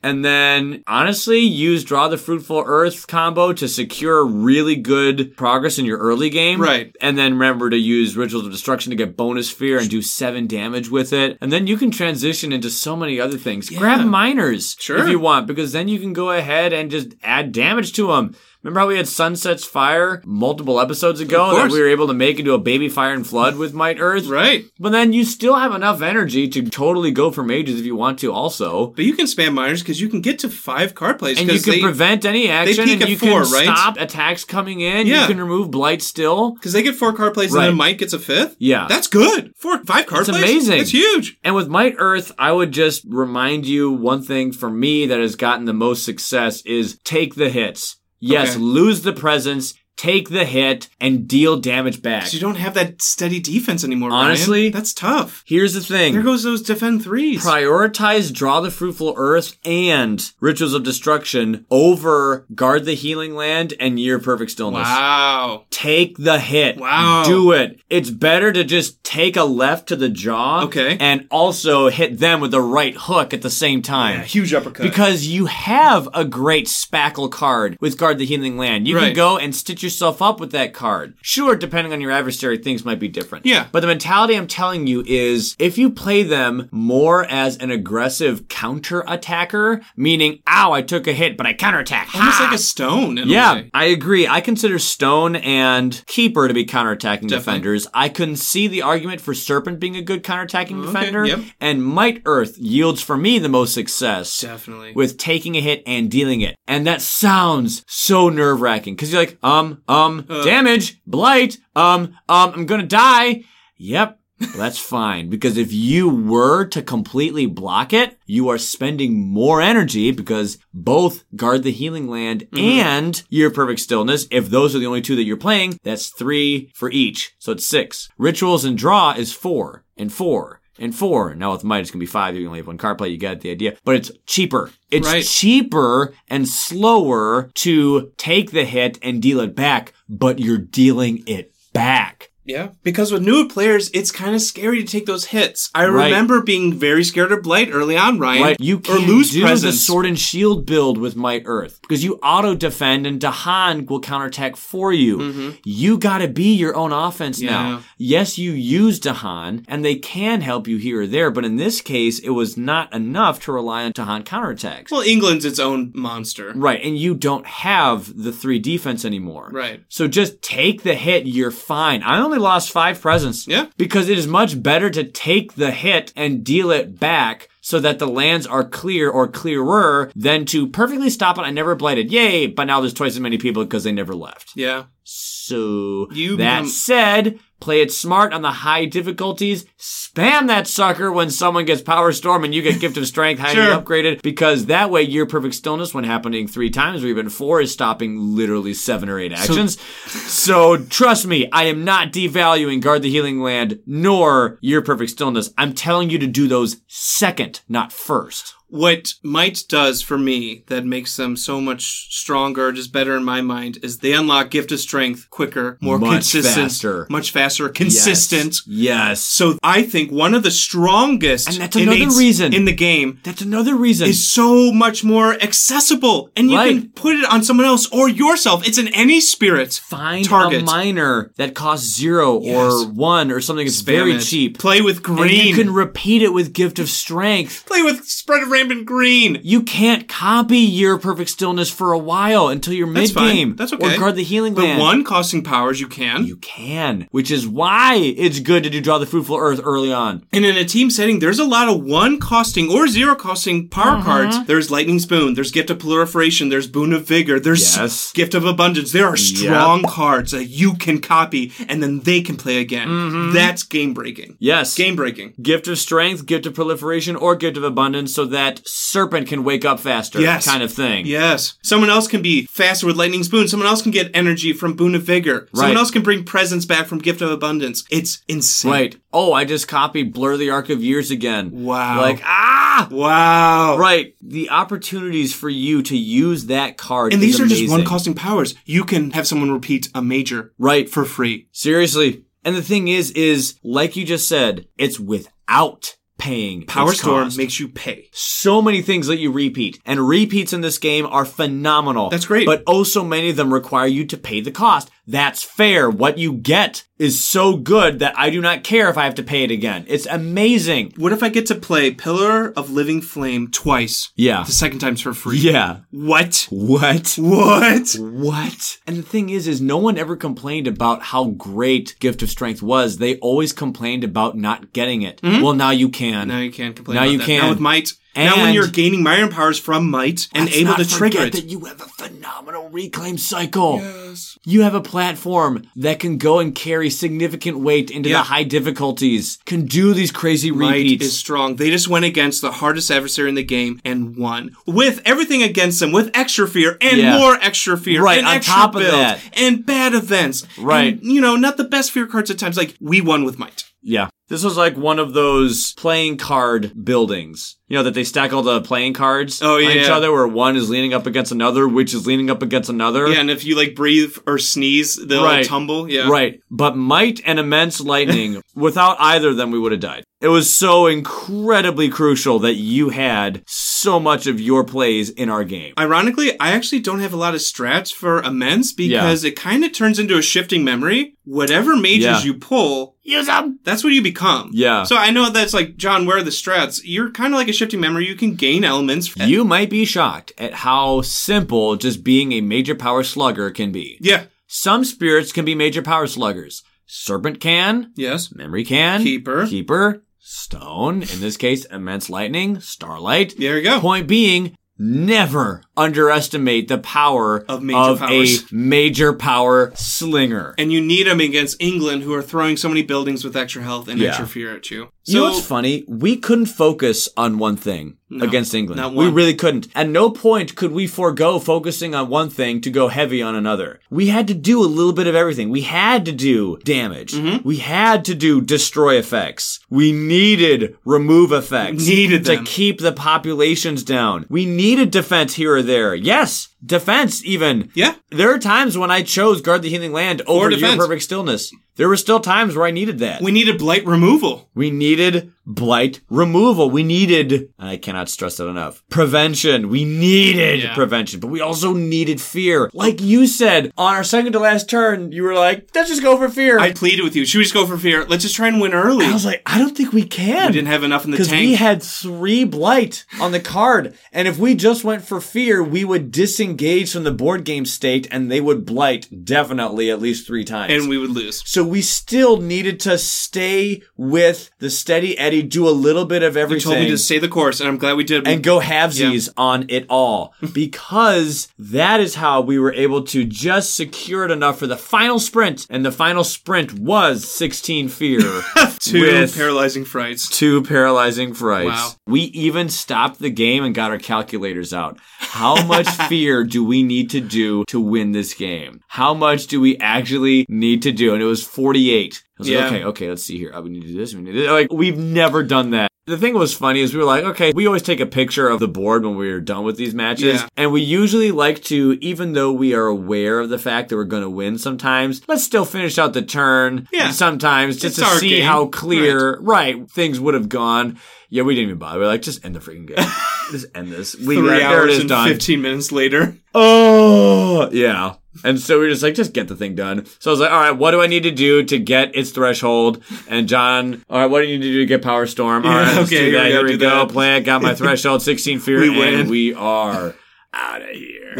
[SPEAKER 3] and then honestly, use draw the fruitful earth combo to secure really good progress in your early game,
[SPEAKER 1] Right.
[SPEAKER 3] and then remember to use Rituals of Destruction to get bonus fear and do seven damage with it. And then you can transition into so many other things. Grab miners
[SPEAKER 1] Sure.
[SPEAKER 3] if you want, because then you can go ahead and just add damage to them. Remember how we had Sunset's Fire multiple episodes ago that
[SPEAKER 1] course.
[SPEAKER 3] we were able to make into a baby fire and flood with Might Earth?
[SPEAKER 1] Right.
[SPEAKER 3] But then you still have enough energy to totally go for mages if you want to also.
[SPEAKER 1] But you can spam miners because you can get to five card plays.
[SPEAKER 3] And you
[SPEAKER 1] 'cause
[SPEAKER 3] can
[SPEAKER 1] they-
[SPEAKER 3] prevent any action
[SPEAKER 1] peak
[SPEAKER 3] and
[SPEAKER 1] at
[SPEAKER 3] you
[SPEAKER 1] four,
[SPEAKER 3] can
[SPEAKER 1] right?
[SPEAKER 3] stop attacks coming in.
[SPEAKER 1] Yeah.
[SPEAKER 3] You can remove blight still.
[SPEAKER 1] Because they get four card plays and
[SPEAKER 3] Right.
[SPEAKER 1] then Mike gets a fifth?
[SPEAKER 3] Yeah.
[SPEAKER 1] That's good. Four, five card
[SPEAKER 3] It's
[SPEAKER 1] plays?
[SPEAKER 3] amazing.
[SPEAKER 1] It's huge.
[SPEAKER 3] And with Might Earth, I would just remind you one thing for me that has gotten the most success is take the hits. Yes,
[SPEAKER 1] Okay.
[SPEAKER 3] lose the presence, take the hit, and deal damage back.
[SPEAKER 1] 'Cause you don't have that steady defense anymore, Ryan.
[SPEAKER 3] Honestly?
[SPEAKER 1] That's tough.
[SPEAKER 3] Here's the thing.
[SPEAKER 1] There goes those defend threes.
[SPEAKER 3] Prioritize Draw the Fruitful Earth and Rituals of Destruction over Guard the Healing Land and Year of Perfect Stillness.
[SPEAKER 1] Wow.
[SPEAKER 3] Take the hit.
[SPEAKER 1] Wow.
[SPEAKER 3] Do it. It's better to just take a left to the jaw.
[SPEAKER 1] Okay.
[SPEAKER 3] And also hit them with the right hook at the same time.
[SPEAKER 1] huge uppercut.
[SPEAKER 3] Because you have a great spackle card with Guard the Healing Land. You can
[SPEAKER 1] Right.
[SPEAKER 3] go and stitch yourself up with that card. Sure, depending on your adversary, things might be different.
[SPEAKER 1] Yeah.
[SPEAKER 3] But the mentality I'm telling you is if you play them more as an aggressive counter attacker, meaning, ow, I took a hit, but I counterattack.
[SPEAKER 1] Almost
[SPEAKER 3] Ha!
[SPEAKER 1] like a stone. In A
[SPEAKER 3] Yeah,
[SPEAKER 1] way.
[SPEAKER 3] I agree. I consider Stone and Keeper to be counterattacking
[SPEAKER 1] Definitely.
[SPEAKER 3] defenders. I can see the argument for Serpent being a good counterattacking defender,
[SPEAKER 1] yep.
[SPEAKER 3] and Might Earth yields for me the most success
[SPEAKER 1] Definitely.
[SPEAKER 3] with taking a hit and dealing it. And that sounds so nerve wracking because you're like, um, um,
[SPEAKER 1] Uh.
[SPEAKER 3] damage, blight, um, um, I'm gonna die. Yep. Well, that's fine because if you were to completely block it, you are spending more energy because both guard the healing land and your perfect stillness. If those are the only two that you're playing, that's three for each. So it's six. Rituals and draw is four and four and four. Now with might, it's gonna be five. You only have one card play. You get the idea, but it's cheaper. It's
[SPEAKER 1] Right.
[SPEAKER 3] cheaper and slower to take the hit and deal it back, but you're dealing it back.
[SPEAKER 1] Yeah. Because with newer players, it's kind of scary to take those hits. I
[SPEAKER 3] Right.
[SPEAKER 1] remember being very scared of Blight early on, Ryan.
[SPEAKER 3] Right, you
[SPEAKER 1] or
[SPEAKER 3] can
[SPEAKER 1] lose
[SPEAKER 3] do
[SPEAKER 1] presence.
[SPEAKER 3] the sword and shield build with Might Earth because you auto defend and Dahan will counterattack for you. You got to be your own offense
[SPEAKER 1] Mm-hmm. Yeah.
[SPEAKER 3] now. Yes, you use Dahan and they can help you here or there, but in this case, it was not enough to rely on Dahan counterattacks.
[SPEAKER 1] Well, England's its own monster.
[SPEAKER 3] Right, and you don't have the three defense anymore.
[SPEAKER 1] Right.
[SPEAKER 3] So just take the hit, you're fine. I only lost five presents.
[SPEAKER 1] Yeah.
[SPEAKER 3] Because it is much better to take the hit and deal it back so that the lands are clear or clearer than to perfectly stop it. I never blighted. Yay, but now there's twice as many people because they never left.
[SPEAKER 1] Yeah.
[SPEAKER 3] So
[SPEAKER 1] You
[SPEAKER 3] that
[SPEAKER 1] become-
[SPEAKER 3] said, play it smart on the high difficulties. Spam that sucker when someone gets power storm and you get gift of strength highly
[SPEAKER 1] Sure.
[SPEAKER 3] upgraded because that way your perfect stillness when happening three times or even four is stopping literally seven or eight actions. So, trust me, I am not devaluing guard the healing land nor your perfect stillness. I'm telling you to do those second, not first.
[SPEAKER 1] What Might does for me that makes them so much stronger, just better in my mind, is they unlock Gift of Strength quicker, more
[SPEAKER 3] Much
[SPEAKER 1] consistent,
[SPEAKER 3] faster.
[SPEAKER 1] much faster, consistent.
[SPEAKER 3] Yes.
[SPEAKER 1] So I think one of the strongest
[SPEAKER 3] And that's another
[SPEAKER 1] innates
[SPEAKER 3] reason.
[SPEAKER 1] in the game
[SPEAKER 3] That's another reason.
[SPEAKER 1] is so much more accessible and you
[SPEAKER 3] Right.
[SPEAKER 1] can put it on someone else or yourself. It's in any spirit.
[SPEAKER 3] find
[SPEAKER 1] target.
[SPEAKER 3] a miner that costs zero
[SPEAKER 1] Yes.
[SPEAKER 3] or one or something. It's
[SPEAKER 1] Damn
[SPEAKER 3] very
[SPEAKER 1] it.
[SPEAKER 3] cheap.
[SPEAKER 1] Play with
[SPEAKER 3] And
[SPEAKER 1] green.
[SPEAKER 3] you can repeat it with Gift of Strength.
[SPEAKER 1] play with spread of rampant green.
[SPEAKER 3] You can't copy your perfect stillness for a while until you're mid
[SPEAKER 1] That's fine.
[SPEAKER 3] game.
[SPEAKER 1] That's okay.
[SPEAKER 3] Or guard the healing
[SPEAKER 1] But
[SPEAKER 3] land.
[SPEAKER 1] one costing powers you can.
[SPEAKER 3] you can, which is why it's good to do draw the fruitful earth early on.
[SPEAKER 1] And in a team setting, there's a lot of one costing or zero costing power cards. There's Lightning Spoon, there's Gift of Proliferation, there's Boon of Vigor, there's
[SPEAKER 3] Yes.
[SPEAKER 1] Gift of Abundance. There are strong cards that you can copy and then they can play again. That's game breaking.
[SPEAKER 3] Yes.
[SPEAKER 1] Game breaking.
[SPEAKER 3] Gift of strength, gift of proliferation, or gift of abundance so that serpent can wake up faster.
[SPEAKER 1] Yes.
[SPEAKER 3] Kind of thing.
[SPEAKER 1] Yes. Someone else can be faster with Lightning Spoon. Someone else can get energy from Boon of Vigor. Someone
[SPEAKER 3] Right.
[SPEAKER 1] else can bring presents back from Gift of Abundance. It's insane.
[SPEAKER 3] Right. Oh, I just copied Blur the Arc of Years again.
[SPEAKER 1] Wow.
[SPEAKER 3] Like, ah!
[SPEAKER 1] Wow.
[SPEAKER 3] Right. The opportunities for you to use that card.
[SPEAKER 1] And
[SPEAKER 3] is
[SPEAKER 1] these are just
[SPEAKER 3] amazing.
[SPEAKER 1] one costing powers. You can have someone repeat a major
[SPEAKER 3] Right.
[SPEAKER 1] for free.
[SPEAKER 3] Seriously. And the thing is, is like you just said, it's without paying its
[SPEAKER 1] Power Storm
[SPEAKER 3] cost.
[SPEAKER 1] makes you pay.
[SPEAKER 3] so many things let you repeat, and repeats in this game are phenomenal.
[SPEAKER 1] That's great.
[SPEAKER 3] But oh, so many of them require you to pay the cost. That's fair. What you get is so good that I do not care if I have to pay it again. It's amazing.
[SPEAKER 1] What if I get to play Pillar of Living Flame twice?
[SPEAKER 3] Yeah. [laughs]
[SPEAKER 1] The second time's for free.
[SPEAKER 3] Yeah.
[SPEAKER 1] What?
[SPEAKER 3] What?
[SPEAKER 1] What?
[SPEAKER 3] What? And the thing is, is no one ever complained about how great Gift of Strength was. They always complained about not getting it. Well, now you can.
[SPEAKER 1] Mm-hmm. Now you can't complain
[SPEAKER 3] Now
[SPEAKER 1] about
[SPEAKER 3] you
[SPEAKER 1] that.
[SPEAKER 3] can.
[SPEAKER 1] Now with Might. now when
[SPEAKER 3] And-
[SPEAKER 1] you're gaining Myron powers from Might and
[SPEAKER 3] Let's
[SPEAKER 1] able
[SPEAKER 3] not
[SPEAKER 1] to trigger
[SPEAKER 3] forget
[SPEAKER 1] it.
[SPEAKER 3] that you have a phenomenal reclaim cycle. Yes. You have a platform that can go and carry significant weight into
[SPEAKER 1] Yeah.
[SPEAKER 3] the high difficulties. Can do these crazy
[SPEAKER 1] Might
[SPEAKER 3] repeats.
[SPEAKER 1] is strong. They just went against the hardest adversary in the game and won. With everything against them, with extra fear and
[SPEAKER 3] Yeah.
[SPEAKER 1] more extra fear.
[SPEAKER 3] Right,
[SPEAKER 1] and
[SPEAKER 3] on
[SPEAKER 1] extra
[SPEAKER 3] top of
[SPEAKER 1] builds
[SPEAKER 3] that.
[SPEAKER 1] And bad events.
[SPEAKER 3] Right.
[SPEAKER 1] And, you know, not the best fear cards at times. Like, we won with Might.
[SPEAKER 3] yeah. This was like one of those playing card buildings. You know, that they stack all the playing cards
[SPEAKER 1] Oh,
[SPEAKER 3] on each
[SPEAKER 1] yeah.
[SPEAKER 3] other where one is leaning up against another, which is leaning up against another.
[SPEAKER 1] Yeah, and if you like breathe or sneeze, they'll
[SPEAKER 3] Right.
[SPEAKER 1] tumble. Yeah.
[SPEAKER 3] Right. But might and immense
[SPEAKER 1] [laughs]
[SPEAKER 3] lightning, without either of them, we would have died. It was so incredibly crucial that you had so much of your plays in our game.
[SPEAKER 1] Ironically, I actually don't have a lot of strats for immense because it kind of turns into a shifting memory. Whatever mages
[SPEAKER 3] Yeah.
[SPEAKER 1] you pull,
[SPEAKER 3] Use them!
[SPEAKER 1] that's what you become.
[SPEAKER 3] Yeah.
[SPEAKER 1] So I know that's like, John, where are the strats? You're kind of like a shifting memory. You can gain elements.
[SPEAKER 3] You might be shocked at how simple just being a major power slugger can be.
[SPEAKER 1] yeah.
[SPEAKER 3] Some spirits can be major power sluggers. Serpent can,
[SPEAKER 1] Yes.
[SPEAKER 3] memory can,
[SPEAKER 1] Keeper.
[SPEAKER 3] keeper, stone, in this case, immense lightning, starlight,
[SPEAKER 1] There you go.
[SPEAKER 3] Point being, never underestimate the power
[SPEAKER 1] Of major
[SPEAKER 3] of
[SPEAKER 1] powers.
[SPEAKER 3] a major power slinger.
[SPEAKER 1] And you need them against England, who are throwing so many buildings with extra health and
[SPEAKER 3] Yeah.
[SPEAKER 1] extra fear at you. So
[SPEAKER 3] you know what's funny? We couldn't focus on one thing against England.
[SPEAKER 1] not
[SPEAKER 3] We
[SPEAKER 1] one.
[SPEAKER 3] really couldn't. At no point could we forego focusing on one thing to go heavy on another. We had to do a little bit of everything. We had to do damage.
[SPEAKER 1] Mm-hmm.
[SPEAKER 3] We had to do destroy effects. We needed remove effects.
[SPEAKER 1] Needed
[SPEAKER 3] to
[SPEAKER 1] them.
[SPEAKER 3] keep the populations down. We needed defense here or there. Yes, defense even.
[SPEAKER 1] Yeah.
[SPEAKER 3] There are times when I chose guard the healing land over your
[SPEAKER 1] defense.
[SPEAKER 3] perfect stillness. There were still times where I needed that.
[SPEAKER 1] we needed blight removal.
[SPEAKER 3] We needed blight removal. We needed, I cannot stress that enough, prevention. We needed
[SPEAKER 1] Yeah.
[SPEAKER 3] prevention, but we also needed fear. Like you said, on our second to last turn, you were like, let's just go for fear.
[SPEAKER 1] I
[SPEAKER 3] I,
[SPEAKER 1] pleaded with you. Should we just go for fear? Let's just try and win early.
[SPEAKER 3] was like, I don't think we can.
[SPEAKER 1] didn't have enough in the
[SPEAKER 3] because
[SPEAKER 1] tank.
[SPEAKER 3] we had three blight on the card, and if we just went for fear, we would disengage from the board game state, and they would blight definitely at least three times.
[SPEAKER 1] and we would lose.
[SPEAKER 3] So we still needed to stay with the steady Eddie, do a little bit of
[SPEAKER 1] You told
[SPEAKER 3] everything,
[SPEAKER 1] me to stay the course, and I'm glad we did.
[SPEAKER 3] and go halvesies on it all because that is how we were able to just secure it enough for the final sprint. And the final sprint was 16 fear.
[SPEAKER 1] two
[SPEAKER 3] with-
[SPEAKER 1] paralyzing frights.
[SPEAKER 3] Two paralyzing frights.
[SPEAKER 1] Wow.
[SPEAKER 3] We even stopped the game and got our calculators out. How
[SPEAKER 1] [laughs]
[SPEAKER 3] much fear do we need to do to win this game? How much do we actually need to do? And it was 48. I was
[SPEAKER 1] Yeah.
[SPEAKER 3] like, okay, okay, let's see here. Oh, we need to do this. We need to do that. Like, we've never done that. The thing that was funny is we were like, okay, we always take a picture of the board when we're done with these matches.
[SPEAKER 1] Yeah.
[SPEAKER 3] And we usually like to, even though we are aware of the fact that we're going to win sometimes, let's still finish out the turn
[SPEAKER 1] Yeah.
[SPEAKER 3] sometimes just
[SPEAKER 1] It's
[SPEAKER 3] to
[SPEAKER 1] our
[SPEAKER 3] see
[SPEAKER 1] game.
[SPEAKER 3] how clear, right. things would have gone. Yeah, we didn't even bother. We are like, just end the freaking
[SPEAKER 1] [laughs]
[SPEAKER 3] game. just end this. We
[SPEAKER 1] Three
[SPEAKER 3] there it
[SPEAKER 1] hours
[SPEAKER 3] is
[SPEAKER 1] and
[SPEAKER 3] done. [laughs]
[SPEAKER 1] fifteen minutes later,
[SPEAKER 3] Oh, yeah. And so we were just like, just get the thing done. So I was like, all right, what do I need to do to get its threshold? And John, all right, what do you need to do to get Power Storm? All right,
[SPEAKER 1] Yeah,
[SPEAKER 3] let's do
[SPEAKER 1] okay, here
[SPEAKER 3] that.
[SPEAKER 1] we go,
[SPEAKER 3] Here we
[SPEAKER 1] do
[SPEAKER 3] go.
[SPEAKER 1] that.
[SPEAKER 3] Plant got
[SPEAKER 1] [laughs]
[SPEAKER 3] my threshold, 16 fear,
[SPEAKER 1] We
[SPEAKER 3] and
[SPEAKER 1] win.
[SPEAKER 3] we are out of here. [laughs]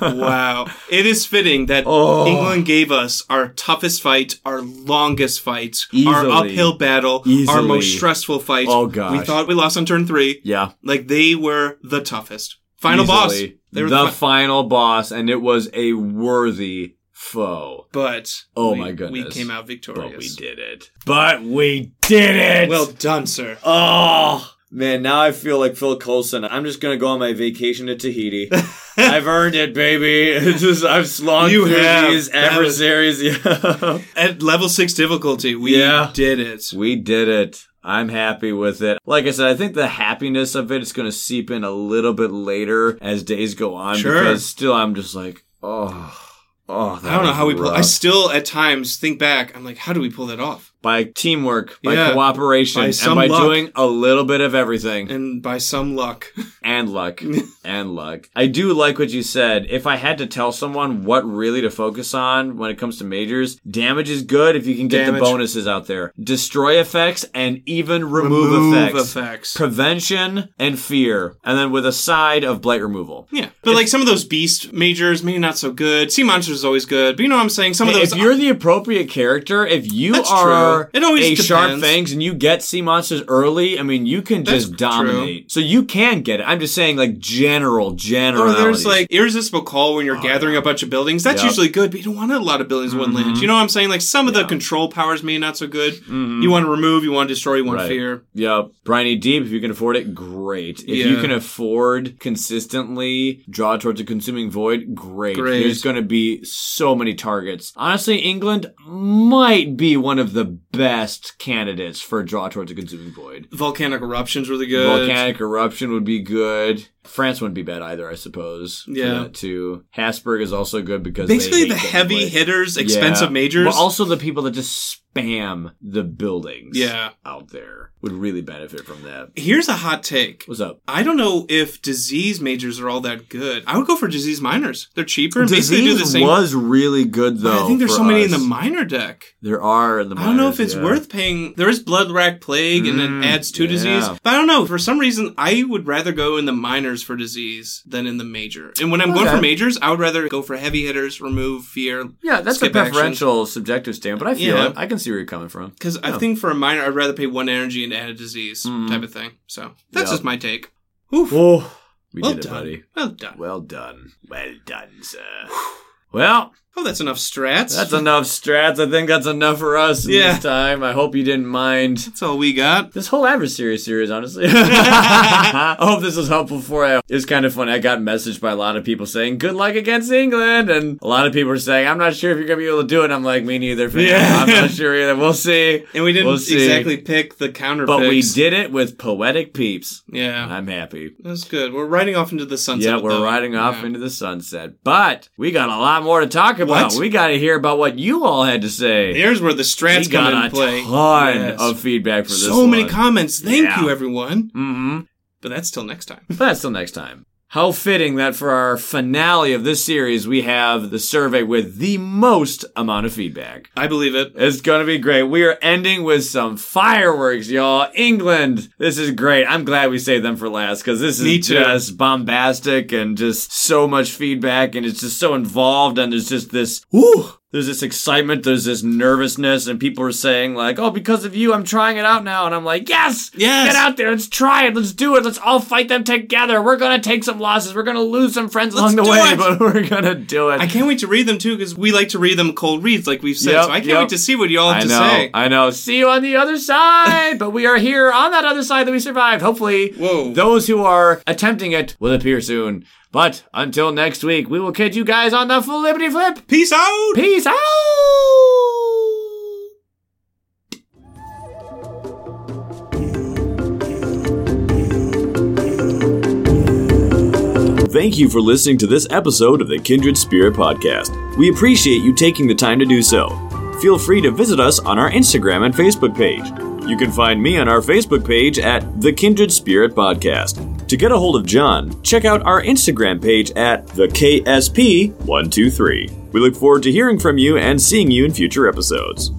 [SPEAKER 1] wow. It is fitting that
[SPEAKER 3] Oh.
[SPEAKER 1] England gave us our toughest fight, our longest fight, our
[SPEAKER 3] Easily.
[SPEAKER 1] uphill battle, our
[SPEAKER 3] Easily.
[SPEAKER 1] most stressful fight.
[SPEAKER 3] Oh, gosh.
[SPEAKER 1] We thought we lost on turn three.
[SPEAKER 3] Yeah.
[SPEAKER 1] Like they were the toughest. Final
[SPEAKER 3] easily.
[SPEAKER 1] boss. They were
[SPEAKER 3] the
[SPEAKER 1] fi-
[SPEAKER 3] final boss, and it was a worthy foe.
[SPEAKER 1] but
[SPEAKER 3] Oh
[SPEAKER 1] we-
[SPEAKER 3] my goodness.
[SPEAKER 1] We came out
[SPEAKER 3] But we
[SPEAKER 1] victorious.
[SPEAKER 3] did it. But we did it.
[SPEAKER 1] Well done, sir.
[SPEAKER 6] Oh man, now I feel like Phil Coulson. I'm just gonna go on my vacation to
[SPEAKER 1] [laughs]
[SPEAKER 6] Tahiti. I've earned it,
[SPEAKER 3] [laughs]
[SPEAKER 6] baby. It's just I've slung
[SPEAKER 1] You
[SPEAKER 6] through
[SPEAKER 1] have.
[SPEAKER 6] these
[SPEAKER 1] That was-
[SPEAKER 6] adversaries. Yeah.
[SPEAKER 1] At level six difficulty, we
[SPEAKER 6] Yeah.
[SPEAKER 1] did it.
[SPEAKER 3] we did it. I'm happy with it. Like I said, I think the happiness of it is going to seep in a little bit later as days go on.
[SPEAKER 1] Sure.
[SPEAKER 3] Because still, I'm just like, oh, oh.
[SPEAKER 1] I don't know how we pull. I
[SPEAKER 3] I,
[SPEAKER 1] still, at times, think back. I'm like, how do we pull that off?
[SPEAKER 3] by teamwork, by
[SPEAKER 1] Yeah.
[SPEAKER 3] cooperation,
[SPEAKER 1] By
[SPEAKER 3] and
[SPEAKER 1] some
[SPEAKER 3] by
[SPEAKER 1] luck.
[SPEAKER 3] doing a little bit of everything.
[SPEAKER 1] And by some luck,
[SPEAKER 3] and
[SPEAKER 1] [laughs]
[SPEAKER 3] luck and luck. I do like what you said. If I had to tell someone what really to focus on when it comes to majors, damage is good if you can get
[SPEAKER 1] Damage.
[SPEAKER 3] the bonuses out there. Destroy effects and even remove, effects. Prevention and fear, and then with a side of blight removal.
[SPEAKER 1] Yeah, but like some of those beast majors, maybe not so good. Sea monsters is always good, but you know what I'm saying. Some of those,
[SPEAKER 3] If you're the appropriate character, if you
[SPEAKER 1] That's
[SPEAKER 3] are
[SPEAKER 1] true. It always
[SPEAKER 3] a sharp
[SPEAKER 1] depends.
[SPEAKER 3] fangs and you get sea monsters early, I mean, you can just
[SPEAKER 1] That's true.
[SPEAKER 3] dominate. So you can get it. I'm just saying, like general, general.
[SPEAKER 1] or Oh, there's like irresistible call when you're gathering a bunch of buildings. That's
[SPEAKER 3] Yep. Mm-hmm.
[SPEAKER 1] usually good, but you don't want a lot of buildings in one land. You know what I'm saying? Like some of the control powers, maybe not so good. You want to remove, you want to destroy, you want
[SPEAKER 3] Mm-hmm. Right.
[SPEAKER 1] fear.
[SPEAKER 3] Yeah, briny deep. If you can afford it, great. If you
[SPEAKER 1] Yeah.
[SPEAKER 3] can afford consistently draw towards a consuming void, great.
[SPEAKER 1] Great.
[SPEAKER 3] There's going to be so many targets. Honestly, England might be one of the best candidates for draw towards a consuming void.
[SPEAKER 1] Volcanic eruptions really good.
[SPEAKER 3] Volcanic eruption would be good. France wouldn't be bad either, I suppose. for
[SPEAKER 1] Yeah.
[SPEAKER 3] that too. Habsburg is also good because
[SPEAKER 1] Basically,
[SPEAKER 3] they hate
[SPEAKER 1] the
[SPEAKER 3] getting
[SPEAKER 1] heavy
[SPEAKER 3] void.
[SPEAKER 1] hitters,
[SPEAKER 3] Yeah.
[SPEAKER 1] expensive majors.
[SPEAKER 3] but also the people that just spam the buildings.
[SPEAKER 1] Yeah.
[SPEAKER 3] out there would really benefit from that.
[SPEAKER 1] Here's a hot take.
[SPEAKER 3] What's up?
[SPEAKER 1] I don't know if disease majors are all that good. I would go for disease minors. They're cheaper and basically do the
[SPEAKER 3] Disease
[SPEAKER 1] same.
[SPEAKER 3] was really good though.
[SPEAKER 1] I think there's
[SPEAKER 3] for
[SPEAKER 1] so many in the
[SPEAKER 3] us.
[SPEAKER 1] minor deck.
[SPEAKER 3] There are in the.
[SPEAKER 1] I don't know if
[SPEAKER 3] minors,
[SPEAKER 1] it's
[SPEAKER 3] yeah.
[SPEAKER 1] worth paying. There is blood rack plague and
[SPEAKER 3] Mm,
[SPEAKER 1] it adds to
[SPEAKER 3] yeah.
[SPEAKER 1] disease. But I don't know. For some reason, I would rather go in the minors for disease than in the major. And when I'm going
[SPEAKER 3] Okay.
[SPEAKER 1] for majors, I would rather go for heavy hitters, remove fear.
[SPEAKER 3] Yeah, that's
[SPEAKER 1] skip
[SPEAKER 3] a
[SPEAKER 1] action.
[SPEAKER 3] preferential, subjective standpoint, but I feel
[SPEAKER 1] Yeah.
[SPEAKER 3] it. I can see where you're coming from.
[SPEAKER 1] Because I think for a minor, I'd rather pay one energy and add a disease type of thing. So that's
[SPEAKER 3] Mm-hmm. Yeah.
[SPEAKER 1] just my take. Oof.
[SPEAKER 3] Oh, we
[SPEAKER 1] well
[SPEAKER 3] did it,
[SPEAKER 1] done.
[SPEAKER 3] buddy.
[SPEAKER 1] Well done.
[SPEAKER 3] Well done. Well done, sir. Well,
[SPEAKER 1] Oh, that's enough strats.
[SPEAKER 3] that's enough strats. I think that's enough for us
[SPEAKER 1] Yeah.
[SPEAKER 3] this time. I hope you didn't mind
[SPEAKER 1] that's all we got.
[SPEAKER 3] This whole adversary series,
[SPEAKER 1] [laughs]
[SPEAKER 3] honestly. I hope this was helpful for you. It was kind of funny. I got messaged by a lot of people saying, good luck against England. And a lot of people were saying, I'm not sure if you're going to be able to do it. I'm like, me neither. fam.
[SPEAKER 1] Yeah.
[SPEAKER 3] I'm not sure either. We'll
[SPEAKER 1] [laughs]
[SPEAKER 3] see.
[SPEAKER 1] And we didn't
[SPEAKER 3] We'll see.
[SPEAKER 1] exactly pick the counter
[SPEAKER 3] But we
[SPEAKER 1] picks.
[SPEAKER 3] did it with poetic peeps.
[SPEAKER 1] Yeah.
[SPEAKER 3] I'm happy.
[SPEAKER 1] That's good. We're riding off into the sunset.
[SPEAKER 3] Yeah, we're
[SPEAKER 1] though.
[SPEAKER 3] riding off
[SPEAKER 1] Yeah.
[SPEAKER 3] into the sunset. But we got a lot more to talk about.
[SPEAKER 1] What?
[SPEAKER 3] We got to hear about what you all had to say.
[SPEAKER 1] Here's where the
[SPEAKER 3] we
[SPEAKER 1] strats come
[SPEAKER 3] got
[SPEAKER 1] into
[SPEAKER 3] a
[SPEAKER 1] play.
[SPEAKER 3] ton
[SPEAKER 1] Yes.
[SPEAKER 3] of feedback for this
[SPEAKER 1] so many
[SPEAKER 3] one.
[SPEAKER 1] comments. Thank
[SPEAKER 3] Yeah.
[SPEAKER 1] you, everyone.
[SPEAKER 3] Mhm.
[SPEAKER 1] But that's till next time.
[SPEAKER 3] But that's till next time. How fitting that for our finale of this series, we have the survey with the most amount of feedback.
[SPEAKER 1] I believe it.
[SPEAKER 3] It's gonna be great. We are ending with some fireworks, y'all. England, this is great. I'm glad we saved them for last because this
[SPEAKER 1] Me
[SPEAKER 3] is
[SPEAKER 1] too.
[SPEAKER 3] just bombastic and just so much feedback, and it's just so involved. And there's just this, woo, there's this excitement, there's this nervousness, and people are saying like, "Oh, because of you, I'm trying it out now," and I'm like, "Yes,
[SPEAKER 1] Yes.
[SPEAKER 3] get out there, let's try it, let's do it, let's all fight them together. We're gonna take some losses, we're gonna lose some friends along the
[SPEAKER 1] do
[SPEAKER 3] way, [laughs]
[SPEAKER 1] it."
[SPEAKER 3] but we're gonna do it."
[SPEAKER 1] I can't wait to read them too because we like to read them cold reads, like we've said.
[SPEAKER 3] Yep,
[SPEAKER 1] so I can't
[SPEAKER 3] yep.
[SPEAKER 1] wait to see what you all
[SPEAKER 3] I
[SPEAKER 1] have to
[SPEAKER 3] know.
[SPEAKER 1] say.
[SPEAKER 3] I know. See you on the other side. but we are here on that other side that we survived. Hopefully,
[SPEAKER 1] Whoa.
[SPEAKER 3] those who are attempting it will appear soon. But until next week, we will catch you guys on the Flippity Flip.
[SPEAKER 1] Peace out.
[SPEAKER 3] Peace out.
[SPEAKER 7] Thank you for listening to this episode of the Kindred Spirit Podcast. We appreciate you taking the time to do so. Feel free to visit us on our Instagram and Facebook page. You can find me on our Facebook page at The Kindred Spirit Podcast. To get a hold of John, check out our Instagram page at the KSP123. We look forward to hearing from you and seeing you in future episodes.